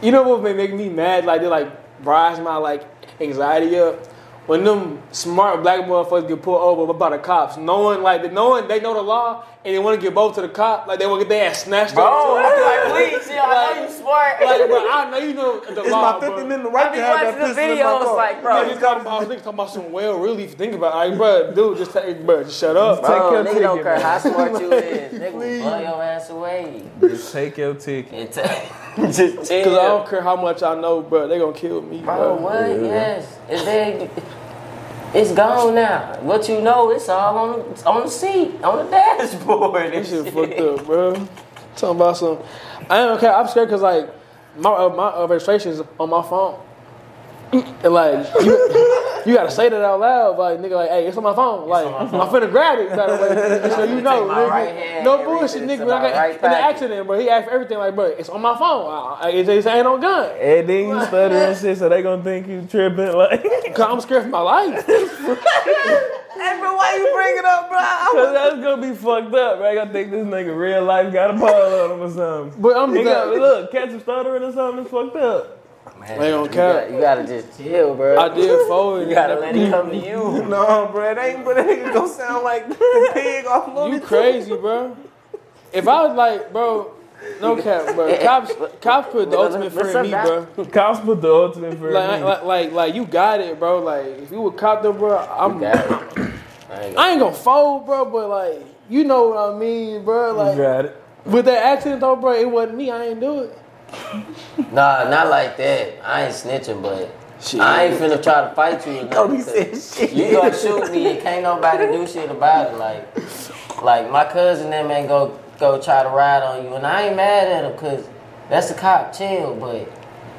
Speaker 2: you know what would make me mad? Like they like rise my like anxiety up when them smart black motherfuckers get pulled over by the cops, knowing like they knowing they know the law and they want to get both to the cop, like they want to get their ass snatched up.
Speaker 1: I'm like, please, yeah, I know you smart.
Speaker 2: Like, bro, I know you know the
Speaker 7: It's
Speaker 2: law.
Speaker 7: my 50
Speaker 2: bro.
Speaker 7: minute
Speaker 1: I
Speaker 7: right
Speaker 1: be
Speaker 7: to have
Speaker 1: watching
Speaker 7: that
Speaker 1: the
Speaker 7: pistol in my
Speaker 1: videos
Speaker 7: car.
Speaker 1: like,
Speaker 2: Yeah,
Speaker 1: bro,
Speaker 2: just talking about, I was thinking talking about some well, really, if you think about it, like, bro, dude, just take, bro, just shut up.
Speaker 1: Bro,
Speaker 8: your
Speaker 1: nigga don't
Speaker 8: ticket,
Speaker 1: care how smart you
Speaker 7: *laughs*
Speaker 1: is. Nigga will blow your ass away.
Speaker 4: Just take your ticket.
Speaker 1: And t- just
Speaker 2: Because I
Speaker 1: chill.
Speaker 2: don't care how much I know, bro, they gonna kill
Speaker 1: *laughs*
Speaker 2: me,
Speaker 1: Bro,
Speaker 2: bro.
Speaker 1: what? Yes. And then it's gone now. What you know, it's all on the, on the seat, on the dashboard.
Speaker 2: That shit fucked up, bro. Talking about some. I don't care. I'm scared because like my uh, my uh, registration's on my phone. And like you, you gotta say that out loud, like nigga, like hey, it's on my phone, like I'm finna grab it, kind of
Speaker 1: *laughs*
Speaker 2: like, so you know,
Speaker 1: my
Speaker 2: nigga.
Speaker 1: right hand,
Speaker 2: no
Speaker 1: everything.
Speaker 2: bullshit,
Speaker 1: It's
Speaker 2: nigga.
Speaker 1: in
Speaker 2: When I
Speaker 1: my
Speaker 2: got
Speaker 1: right
Speaker 2: in the
Speaker 1: pocket.
Speaker 2: accident, bro, he asked for everything, like bro, it's on my phone, I, I, it just ain't on gun,
Speaker 8: And then you stutter and shit, so they gonna think you tripping. Like, cause
Speaker 2: cause I'm scared for my life.
Speaker 7: Hey, bro, why you bring it up, bro? I was
Speaker 8: that's gonna be fucked up, right? I think this nigga real life got a ball on him or something.
Speaker 2: But I'm
Speaker 8: He got,
Speaker 2: glad.
Speaker 8: look, catch him stuttering or something, it's fucked up.
Speaker 2: They don't care.
Speaker 1: You gotta just chill, bro.
Speaker 2: I did fold.
Speaker 1: You gotta let it come to
Speaker 2: *laughs*
Speaker 1: you.
Speaker 7: No, bro, that ain't but that nigga gonna sound like *laughs* the pig off Looney
Speaker 2: You
Speaker 7: Tunes.
Speaker 2: crazy, bro. If I was like, bro, no cap, bro. Cops, cops put the ultimate fear in me, bro.
Speaker 8: Cops put the ultimate for
Speaker 2: Like,
Speaker 8: me.
Speaker 2: like, like, like, you got it, bro. Like, if you a cop, though, bro, I'm.
Speaker 1: Got it.
Speaker 2: I ain't gonna fold, bro, but like, you know what I mean, bro.
Speaker 8: You
Speaker 2: Like,
Speaker 8: got it.
Speaker 2: with that accident though, bro, it wasn't me. I ain't do it.
Speaker 1: Nah, not like that. I ain't snitching, but I ain't finna try to fight you. or nothing,
Speaker 7: Kobe
Speaker 1: 'cause-
Speaker 7: Oh, said shit.
Speaker 1: You gonna shoot me and can't nobody do shit about it. Like, like my cousin them ain't go go try to ride on you, and I ain't mad at him cause that's a cop chill, but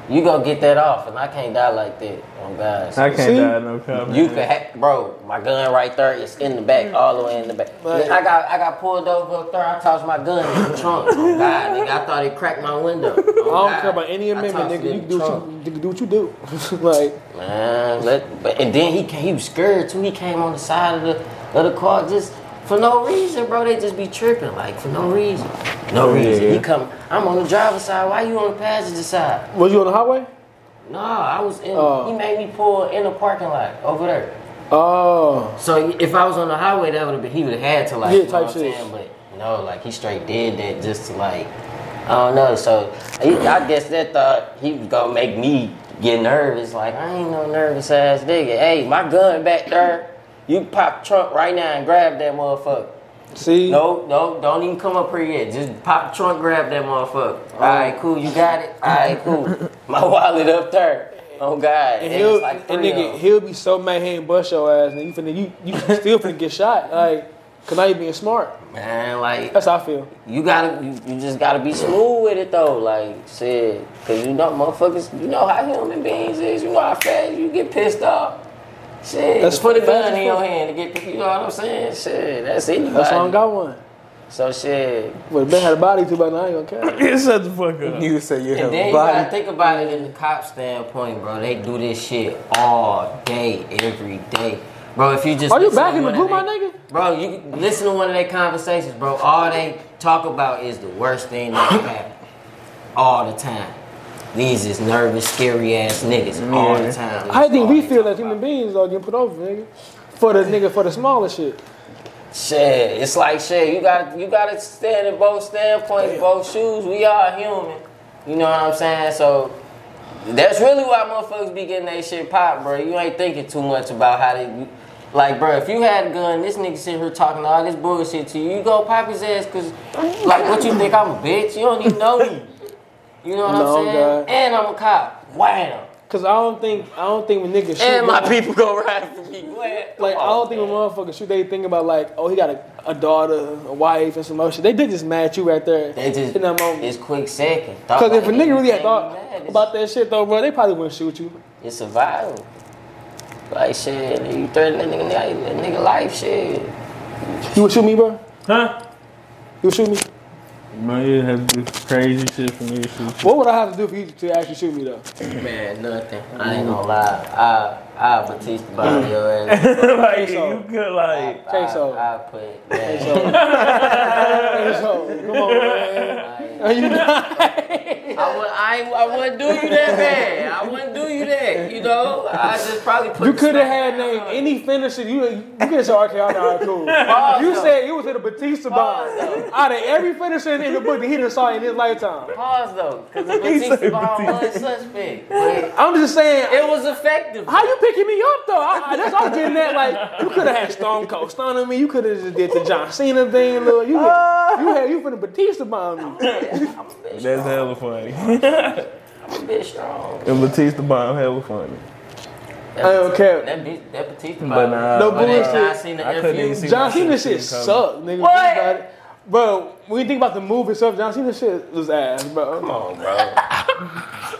Speaker 1: You gonna get that off, and I can't die like that. Oh God.
Speaker 8: I can't die no comment.
Speaker 1: You could, ha- bro. My gun right there. It's in the back, all the way in the back. Yeah, I got, I got pulled over up there. I tossed my gun in the trunk. Oh God, nigga, I thought it cracked my window. Oh,
Speaker 2: I don't care about any amendment, nigga. You can do what you, you can do what you do. *laughs* like,
Speaker 1: Man, let, but, and then he came, he was scared too. He came on the side of the of the car just for no reason, bro. They just be tripping like for no reason. No reason. He come. I'm on the driver's side. Why you on the passenger side?
Speaker 2: was you on the highway?
Speaker 1: No, I was in.
Speaker 2: Oh.
Speaker 1: He made me pull in the parking lot over there.
Speaker 2: Oh,
Speaker 1: So if I was on the highway, that would have been he would have had to like
Speaker 2: Yeah,
Speaker 1: you know
Speaker 2: type
Speaker 1: what I'm
Speaker 2: shit.
Speaker 1: saying? But no, like he straight did that just to like I don't know. So he, I guess that thought he was gonna make me get nervous. Like I ain't no nervous ass nigga. Hey, my gun back there. You pop trunk right now and grab that motherfucker.
Speaker 2: see?
Speaker 1: No, no, don't even come up here yet. Just pop the trunk, grab that motherfucker. All right, cool, you got it. All right,
Speaker 2: *laughs*
Speaker 1: cool. My wallet up there. Oh God,
Speaker 2: And,
Speaker 1: It
Speaker 2: he'll,
Speaker 1: was like
Speaker 2: and
Speaker 1: three of
Speaker 2: nigga,
Speaker 1: them.
Speaker 2: he'll be so mad he ain't bust your ass, nigga. You finna, you, you still finna get shot. Like, cause now you being smart.
Speaker 1: man, like
Speaker 2: That's how I feel.
Speaker 1: You gotta, you, you just gotta be smooth with it though, like said, cause you know motherfuckers, you know how human beings is, you know how fast you get pissed off. Shit,
Speaker 2: That's
Speaker 1: that's put a
Speaker 2: fast
Speaker 1: gun
Speaker 2: as
Speaker 1: in your
Speaker 2: fuck.
Speaker 1: hand to get, you know what I'm saying? Shit, that's anybody.
Speaker 2: That's why I got one.
Speaker 1: So shit,
Speaker 2: But Ben had a body too, but now I ain't gonna care.
Speaker 8: *laughs* Shut the fuck up.
Speaker 7: You say you have
Speaker 1: and then
Speaker 7: a
Speaker 1: you gotta
Speaker 7: body.
Speaker 1: think about it in the cop standpoint, bro. They do this shit all day, every day, bro. If you just
Speaker 2: Are you
Speaker 1: listen to
Speaker 2: back in the
Speaker 1: one of
Speaker 2: group, my
Speaker 1: they-
Speaker 2: nigga?
Speaker 1: Bro, you listen to one of their conversations, bro. All they talk about is the worst thing that can happen. All the time. These is nervous, scary ass niggas all the time.
Speaker 2: I think
Speaker 1: All
Speaker 2: we feel
Speaker 1: they
Speaker 2: as
Speaker 1: talk
Speaker 2: human
Speaker 1: about.
Speaker 2: beings though getting put over, nigga. For the nigga, for the smallest shit.
Speaker 1: Shit, it's like shit. You got you got to stand in both standpoints, both shoes. We are human. You know what I'm saying? So that's really why motherfuckers be getting that shit popped, bro. You ain't thinking too much about how they. Like, bro, if you had a gun, this nigga sit here talking all this bullshit to you, you go pop his ass, cause like, what you think I'm a bitch? You don't even know me. You know what
Speaker 2: No,
Speaker 1: I'm saying?
Speaker 2: God.
Speaker 1: And I'm a cop. Wham.
Speaker 2: Cause I don't think I don't think when niggas shoot,
Speaker 1: And my
Speaker 2: like,
Speaker 1: people go ride for me. Wham.
Speaker 2: like I don't think when motherfuckers shoot, they think about like, oh, he got a, a daughter, a wife, and some other shit. They did just mad at you right there.
Speaker 1: They just
Speaker 2: in that moment.
Speaker 1: it's quick second.
Speaker 2: Cause if a nigga really had thought
Speaker 1: about
Speaker 2: about that shit though, bro, they probably wouldn't shoot you.
Speaker 1: It's survival. Like shit, you threaten that nigga, that nigga life, shit.
Speaker 2: You would shoot me, bro?
Speaker 8: Huh?
Speaker 2: You would shoot me?
Speaker 8: Man, you have to do crazy shit for me
Speaker 2: *laughs*
Speaker 8: to shoot you.
Speaker 2: What would I have to do for you to actually shoot me though?
Speaker 1: Man, nothing. I ain't gonna lie. I I Batista body your
Speaker 8: Mm-hmm. *laughs*
Speaker 1: ass.
Speaker 8: like,
Speaker 2: so.
Speaker 8: you could, like,
Speaker 1: I,
Speaker 2: Queso.
Speaker 1: I put man.
Speaker 2: So, so, *laughs* come on, man. *laughs* Are you
Speaker 1: I would I ain't- I wouldn't do you that bad. I wouldn't do you that. You know, I just probably put.
Speaker 2: You
Speaker 1: the
Speaker 2: could have
Speaker 1: smack
Speaker 2: had named
Speaker 1: down.
Speaker 2: any finisher. You you could have said RKO. All right, cool.
Speaker 1: Pause,
Speaker 2: you
Speaker 1: though.
Speaker 2: said you was in a Batista bomb.
Speaker 1: Pause, though.
Speaker 2: Out of every finisher in the book that he done saw in his lifetime,
Speaker 1: pause though, because Batista bomb was suspect. But
Speaker 2: I'm just saying.
Speaker 1: it was
Speaker 2: *laughs*
Speaker 1: effective.
Speaker 2: How you picking me up though? I, I, that's all I'm getting at. Like you could have had Stone Cold Stone on me. You could have just did the John Cena thing. Look, you had, you had you finna Batista bomb me.
Speaker 8: that's hella funny.
Speaker 2: *laughs*
Speaker 1: Bitch strong.
Speaker 8: and Batista bomb hella funny.
Speaker 1: I
Speaker 2: don't care.
Speaker 1: That, bitch- that Batista bomb.
Speaker 8: But nah.
Speaker 2: No
Speaker 1: Oh, that
Speaker 2: bullshit.
Speaker 1: John Cena
Speaker 8: I couldn't even
Speaker 1: interview?
Speaker 8: see
Speaker 2: John
Speaker 8: that shit
Speaker 2: Cena
Speaker 8: was
Speaker 2: shit
Speaker 8: coming.
Speaker 2: suck, nigga. Think about it. Bro, when you think about the move itself, John Cena shit was ass, bro.
Speaker 1: Come on, bro.
Speaker 2: *laughs*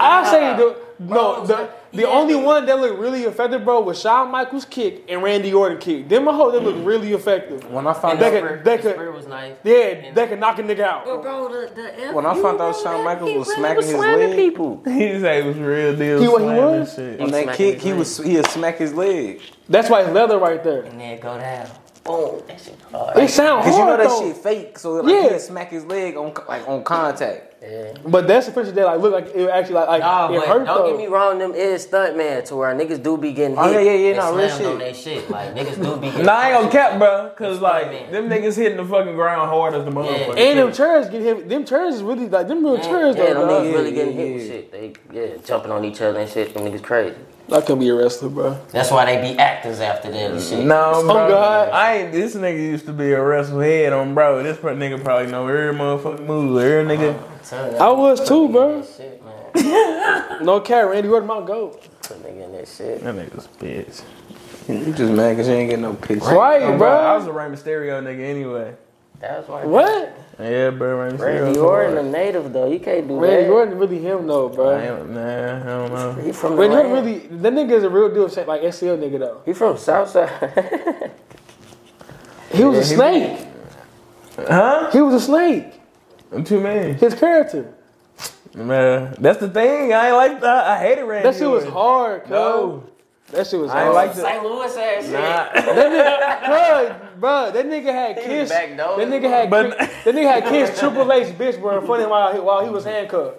Speaker 2: I say the no
Speaker 1: Bro,
Speaker 2: the the
Speaker 1: yeah.
Speaker 2: only one that looked really effective, bro, was Shawn Michaels kick and Randy Orton kick. Them a hoe that looked really effective.
Speaker 7: When I found
Speaker 2: They
Speaker 7: out,
Speaker 2: could-
Speaker 1: Spur-
Speaker 2: they could-
Speaker 1: Spur was nice.
Speaker 2: Yeah, they can knock a nigga out.
Speaker 1: Bro, the, the F-
Speaker 7: when I
Speaker 1: you
Speaker 7: found out
Speaker 1: know that
Speaker 7: Shawn Michaels
Speaker 1: he
Speaker 7: was
Speaker 1: really
Speaker 7: smacking his
Speaker 1: slamming
Speaker 7: leg,
Speaker 1: people.
Speaker 8: He was like, it was real deal.
Speaker 2: He- he
Speaker 8: slam
Speaker 2: was?
Speaker 8: and shit.
Speaker 7: on that
Speaker 1: Smacking
Speaker 7: kick,
Speaker 1: his
Speaker 7: he
Speaker 1: leg.
Speaker 7: was he'd smack his leg.
Speaker 2: That's why it's leather right there.
Speaker 1: And then go down. Boom. That shit hard.
Speaker 2: It sound
Speaker 7: Cause you know
Speaker 2: hard
Speaker 7: that
Speaker 2: though,
Speaker 7: shit fake, so like
Speaker 2: Yeah.
Speaker 7: he'd smack his leg on co- like on contact.
Speaker 2: but that's the picture that like look like it actually like, like
Speaker 1: Nah,
Speaker 2: it
Speaker 1: Ah, but don't
Speaker 2: hurt though.
Speaker 1: get me wrong, them is stunt man to where niggas do be getting hit.
Speaker 7: Oh, yeah, yeah, yeah,
Speaker 1: and
Speaker 7: nah, real
Speaker 1: slammed
Speaker 7: shit.
Speaker 1: on that shit. Like niggas do be getting
Speaker 8: *laughs* Nah, I ain't gonna cap, bro.
Speaker 1: man.
Speaker 8: Cause like them niggas hitting the fucking ground hard as the motherfucker.
Speaker 2: and them chairs get him. Them chairs is really like them real chairs
Speaker 1: Yeah, them
Speaker 2: though. dog.
Speaker 1: niggas really getting
Speaker 7: yeah,
Speaker 1: hit with shit. They yeah, jumping on each other and shit. Them niggas crazy.
Speaker 2: I couldn't be a wrestler, bro.
Speaker 1: That's why they be actors after that and shit.
Speaker 8: No, bro.
Speaker 2: Oh, God.
Speaker 8: I ain't. This nigga used to be a wrestle head on, bro. This pro- nigga probably know every motherfucking move. Every nigga.
Speaker 1: I'm telling you,
Speaker 2: I was too, bro.
Speaker 1: that shit, man.
Speaker 2: *laughs* No care, Randy Orton my goat.
Speaker 1: Put nigga in that shit.
Speaker 8: That nigga's bitch.
Speaker 7: You just mad cause you ain't getting no picture.
Speaker 2: Right,
Speaker 8: Bro,
Speaker 2: bro.
Speaker 8: I was a Rey Mysterio nigga anyway.
Speaker 1: That's why.
Speaker 2: What?
Speaker 8: Yeah, bro. Randy
Speaker 1: Randy
Speaker 8: Orton.
Speaker 1: Orton, a native though. You can't do
Speaker 2: Randy
Speaker 1: that.
Speaker 2: Orton really him though, bro.
Speaker 8: I ain't- Nah, I don't know.
Speaker 1: He from the
Speaker 2: Randy Orton
Speaker 1: land.
Speaker 2: really that nigga is a real deal shit like SCL nigga though.
Speaker 1: He from *laughs* Southside.
Speaker 2: He was a
Speaker 8: he-
Speaker 2: snake.
Speaker 8: Huh?
Speaker 2: He was a snake.
Speaker 8: I'm too mad.
Speaker 2: His character.
Speaker 8: Man, that's the thing. I ain't like that. I hated Randy.
Speaker 2: That shit was
Speaker 8: Orton.
Speaker 2: hard,
Speaker 8: No.
Speaker 2: cuz. That shit was
Speaker 8: I ain't
Speaker 2: hard.
Speaker 8: like that.
Speaker 1: St. Louis ass shit.
Speaker 2: Cuz, bro, that nigga had
Speaker 1: was
Speaker 2: kissed. That
Speaker 1: backdoored.
Speaker 2: nigga had
Speaker 8: But-
Speaker 2: that nigga had kissed Triple H bitch, bro, in front of him while he, while he was handcuffed.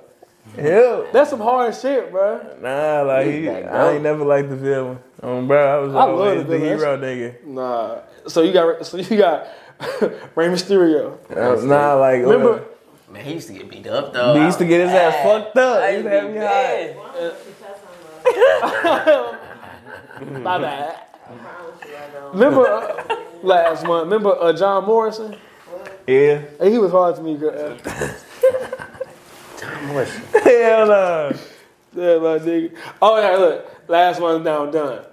Speaker 8: Hell,
Speaker 2: That's some hard shit, bro.
Speaker 8: nah, like he, I ain't never liked the villain. Um, bro, I was
Speaker 2: I love
Speaker 8: always
Speaker 2: the
Speaker 8: the
Speaker 2: villain.
Speaker 8: hero nigga.
Speaker 2: Nah. So you got so you got *laughs* Rey Mysterio.
Speaker 8: I was not Um,
Speaker 2: *laughs*
Speaker 8: like
Speaker 2: Remember-
Speaker 1: Man, he used to get beat up though.
Speaker 8: uh, he used to get his ass fucked up. He used to have me high.
Speaker 1: Yeah.
Speaker 2: My bad. Remember uh, last month? Remember uh, John Morrison?
Speaker 8: Yeah,
Speaker 2: Hey, He was hard to me, girl.
Speaker 8: hell no.
Speaker 2: Yeah, my nigga. Oh yeah, look. Last one down done.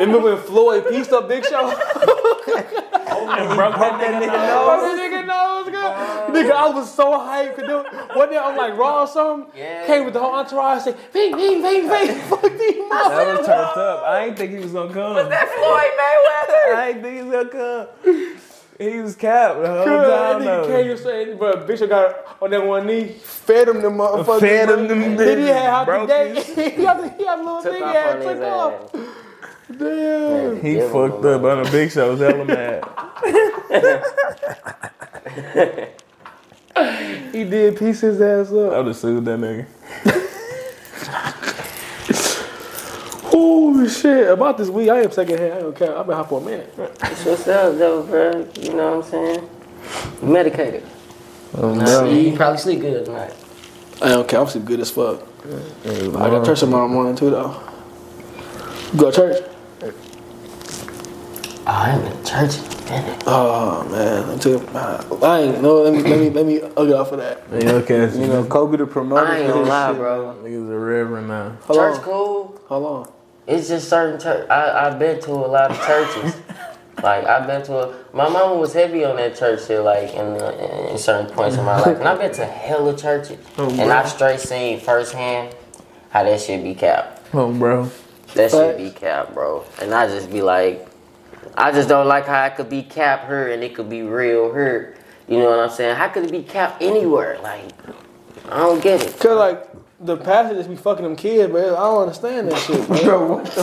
Speaker 2: Remember when Floyd pieced up Big Show? *laughs*
Speaker 8: And broke that
Speaker 2: Oh,
Speaker 8: nigga
Speaker 2: this nigga knows, girl. Nigga, I was so hyped. Cause there- one day I'm like raw or something.
Speaker 1: Yeah.
Speaker 2: Came with the whole entourage. Say, bing, bing, bing, bing. Fuck these
Speaker 8: I was
Speaker 2: motherfuckers.
Speaker 8: turned up. I ain't think he was gonna come. I ain't think he was gonna come. He was capped the whole
Speaker 2: Girl, that
Speaker 8: time.
Speaker 2: nigga
Speaker 8: though.
Speaker 2: came and said, bro, bitch, I got on that one knee, fed him the motherfucker.
Speaker 8: Fed him them
Speaker 2: Then he
Speaker 8: bitches,
Speaker 2: had half the
Speaker 8: broke
Speaker 2: day. *laughs*
Speaker 8: his-
Speaker 2: he had the- he had a little
Speaker 1: Took
Speaker 2: thing,
Speaker 1: off
Speaker 2: he had
Speaker 1: on
Speaker 2: took
Speaker 1: his
Speaker 2: off.
Speaker 1: ass.
Speaker 2: Damn.
Speaker 8: He
Speaker 1: Give him
Speaker 8: fucked
Speaker 1: a
Speaker 8: up on the big show. Was hella mad.
Speaker 2: He did piece his ass up.
Speaker 8: I would have sued that nigga.
Speaker 2: Holy shit. About this week, I am second hand. I don't care. I've been hot for a minute.
Speaker 1: That's what's up though, bro. You know what I'm saying? Medicated. Oh, You probably sleep good tonight.
Speaker 2: I don't care. I'm still good as fuck. I got church tomorrow morning, too, though. You go to church?
Speaker 1: Oh, I haven't been to church. in a minute.
Speaker 2: Oh, man. I'm too, uh, I ain't. No, let me, let me, let me ug out for that.
Speaker 8: Yeah, okay.
Speaker 7: You know, Kobe the promoter.
Speaker 1: I ain't
Speaker 7: for
Speaker 1: gonna
Speaker 7: his
Speaker 1: lie,
Speaker 7: shit.
Speaker 1: bro.
Speaker 8: Niggas a reverend now.
Speaker 2: Hold
Speaker 1: Church
Speaker 2: on.
Speaker 1: cool.
Speaker 2: Hold on.
Speaker 1: It's just certain church. I I've been to a lot of churches.
Speaker 8: *laughs*
Speaker 1: like I've been to a. My mama was heavy on that church shit. Like in, the, in certain points in
Speaker 8: *laughs*
Speaker 1: my life, and I've been to hella churches,
Speaker 8: Oh,
Speaker 1: and I've straight seen firsthand how that shit be capped.
Speaker 8: Oh, bro.
Speaker 1: That shit
Speaker 2: Facts.
Speaker 1: be capped, bro. And I just be like, I just don't like how it could be capped here and it could be real here. You know what I'm saying? How could it be capped anywhere? Like I don't get it.
Speaker 2: Because, like, the pastor just be fucking them kids, but I don't understand that shit, bro.
Speaker 7: Bro, what the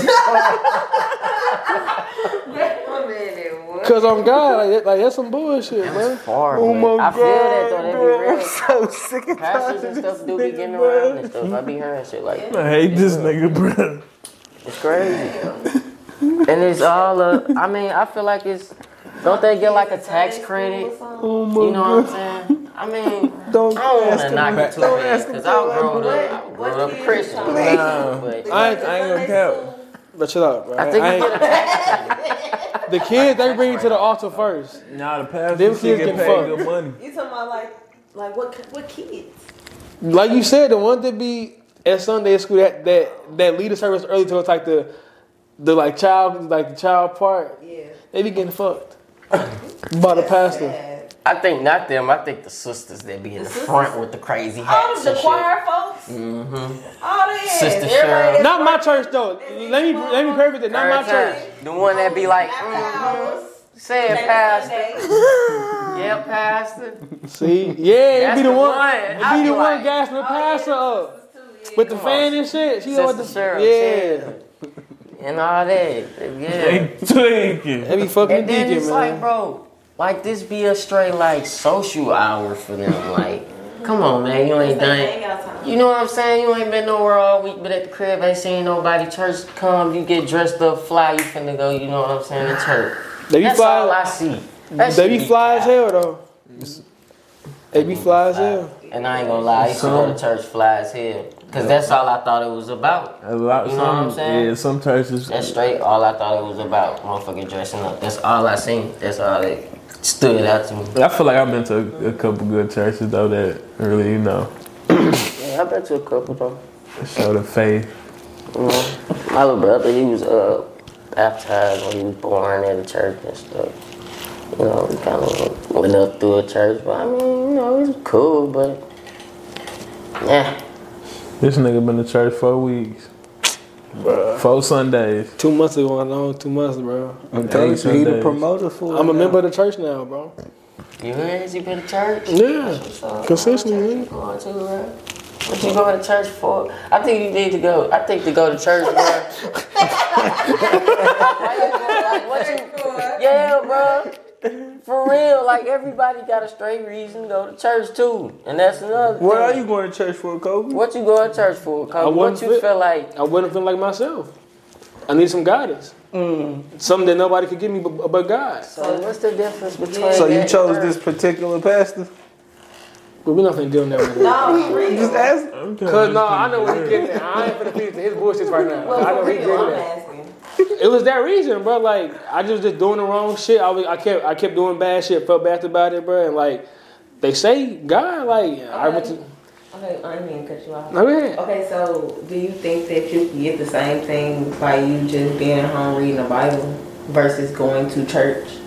Speaker 2: Because I'm God. Like, that- like, that's some bullshit, man.
Speaker 1: Hard,
Speaker 2: Oh
Speaker 1: man.
Speaker 2: my
Speaker 1: I feel that though. That be
Speaker 7: I'm
Speaker 1: real.
Speaker 7: so sick of
Speaker 1: Pastors and
Speaker 7: this
Speaker 1: stuff do be getting
Speaker 7: nigga,
Speaker 1: around
Speaker 7: bro.
Speaker 1: and stuff. I be hearing shit like that.
Speaker 8: I hate this nigga, bro.
Speaker 1: It's crazy. *laughs* and it's all a, I mean, I feel like it's, don't they get like a tax credit?
Speaker 2: Oh, my
Speaker 1: You know what I'm saying? I mean,
Speaker 2: Don't
Speaker 1: I don't want
Speaker 2: ask
Speaker 1: to
Speaker 2: him
Speaker 1: knock
Speaker 2: that.
Speaker 1: it too bad because I grown up, I grew
Speaker 3: What- what
Speaker 1: up
Speaker 3: year
Speaker 1: Christian.
Speaker 3: is it?
Speaker 2: *laughs*
Speaker 1: But
Speaker 8: I ain't, I ain't gonna cap.
Speaker 2: But shut up, bro.
Speaker 1: I think
Speaker 2: I
Speaker 1: you
Speaker 2: ain't-
Speaker 1: get a,
Speaker 2: the kids, they bring you to the altar first.
Speaker 8: Nah, the pastor
Speaker 2: Them
Speaker 8: should
Speaker 2: kids
Speaker 8: get
Speaker 2: get
Speaker 8: paid
Speaker 2: fucked.
Speaker 8: good money.
Speaker 3: You talking about like, like what, ki- what kids?
Speaker 2: Like you said, the one that be at Sunday school that that that lead the service early towards like the the like child like the child part,
Speaker 3: Yeah.
Speaker 2: they be getting fucked by the pastor.
Speaker 3: Bad.
Speaker 1: I think not them. I think the sisters that be in the front with the crazy
Speaker 3: Oh,
Speaker 1: hats
Speaker 3: the
Speaker 1: and shit.
Speaker 3: choir folks. Mm-hmm. All that.
Speaker 1: Sister
Speaker 3: Everybody
Speaker 1: Cheryl.
Speaker 2: Not my church though. Let me let me perfect it. Not my
Speaker 1: Current
Speaker 2: church.
Speaker 1: time. The one that be like,
Speaker 3: After
Speaker 1: mm-hmm.
Speaker 3: hours.
Speaker 1: say it,
Speaker 3: next
Speaker 1: pastor.
Speaker 3: Sunday.
Speaker 1: Yeah, pastor.
Speaker 2: See, yeah, it
Speaker 1: That's
Speaker 2: be the
Speaker 1: the
Speaker 2: one.
Speaker 1: one.
Speaker 2: It
Speaker 1: I
Speaker 2: be
Speaker 1: be
Speaker 2: the one
Speaker 1: like-
Speaker 2: gassing the pastor up with the
Speaker 1: Come on,
Speaker 2: fan and shit. She know what
Speaker 1: Sister Cheryl.
Speaker 2: the yeah.
Speaker 1: yeah. And all that. Yeah.
Speaker 8: They tweaking.
Speaker 2: They be fucking
Speaker 1: And
Speaker 2: the
Speaker 1: then
Speaker 2: deacon,
Speaker 1: it's like,
Speaker 2: man.
Speaker 1: bro, like this be a straight like social hour for them. Like, come on, man, you ain't done.
Speaker 3: Hangout time.
Speaker 1: You know what I'm saying? You ain't been nowhere all week, but at the crib, ain't seen nobody. Church come, you get dressed up, fly, you finna go. You know what I'm saying? To church.
Speaker 2: They be
Speaker 1: That's all I
Speaker 2: fly.
Speaker 1: see. That shit
Speaker 2: They be fly as hell though. They be fly as hell.
Speaker 1: And I ain't gonna lie, I used to go to church fly as hell, cause that's all I thought it was about.
Speaker 8: A lot,
Speaker 1: You know
Speaker 8: some,
Speaker 1: what I'm saying?
Speaker 8: Yeah, some churches.
Speaker 1: That's straight all I thought it was about. Motherfucking dressing up. That's all I seen. That's all that stood out to me.
Speaker 8: I feel like I've been to a, a couple good churches though that really, you know,
Speaker 1: Yeah, I've been to a couple though.
Speaker 8: show the faith.
Speaker 1: You know, my little brother, he was uh, baptized when he was born at a church and stuff. You know, we kind of went up through a church, but I mean, you know, it was cool, but yeah.
Speaker 8: This nigga been to church four weeks. Four Sundays.
Speaker 2: Two months ago, I know. Two months, bro.
Speaker 7: I'm telling you, he the
Speaker 8: Sundays.
Speaker 7: promoter for
Speaker 2: I'm
Speaker 7: it
Speaker 2: a
Speaker 7: now.
Speaker 2: member of the church now, bro.
Speaker 1: You is? You been to church?
Speaker 2: Yeah. Consistently,
Speaker 1: Consistently. Going to, bro? What you going to church for? I think you need to go. I think to go to church, bro. *laughs*
Speaker 3: What you for?
Speaker 1: Yeah, bro. For real, like everybody got a straight reason to go to church too, and that's another.
Speaker 8: What
Speaker 1: thing.
Speaker 8: are you going to church for, Kobe?
Speaker 1: What you go to church for? Cause what
Speaker 2: wasn't
Speaker 1: you
Speaker 2: fit.
Speaker 1: feel like?
Speaker 2: I wouldn't feel like myself. I need some guidance. Something that nobody could give me but, but God.
Speaker 1: So what's the difference between?
Speaker 7: So
Speaker 1: that
Speaker 7: you
Speaker 1: and
Speaker 7: chose
Speaker 1: church?
Speaker 7: this particular pastor?
Speaker 2: But we not finna deal with that with him.
Speaker 3: No, for real.
Speaker 7: Just ask.
Speaker 2: *laughs* Cause no, I know what he getting at. I ain't finna feed into his bullshit right now.
Speaker 3: Well,
Speaker 2: I know
Speaker 3: for
Speaker 2: what he
Speaker 3: real,
Speaker 2: getting
Speaker 3: I'm
Speaker 2: at.
Speaker 3: asking.
Speaker 2: It was that reason, bro. Like I just just doing the wrong shit. I was, I kept I kept doing bad shit. Felt bad about it, bro. And like they say, God, like I went to.
Speaker 3: Okay, I didn't mean to cut you off.
Speaker 2: No, go ahead.
Speaker 3: Okay, so do you think that you can get the same thing by you just being at home reading the Bible versus going to church?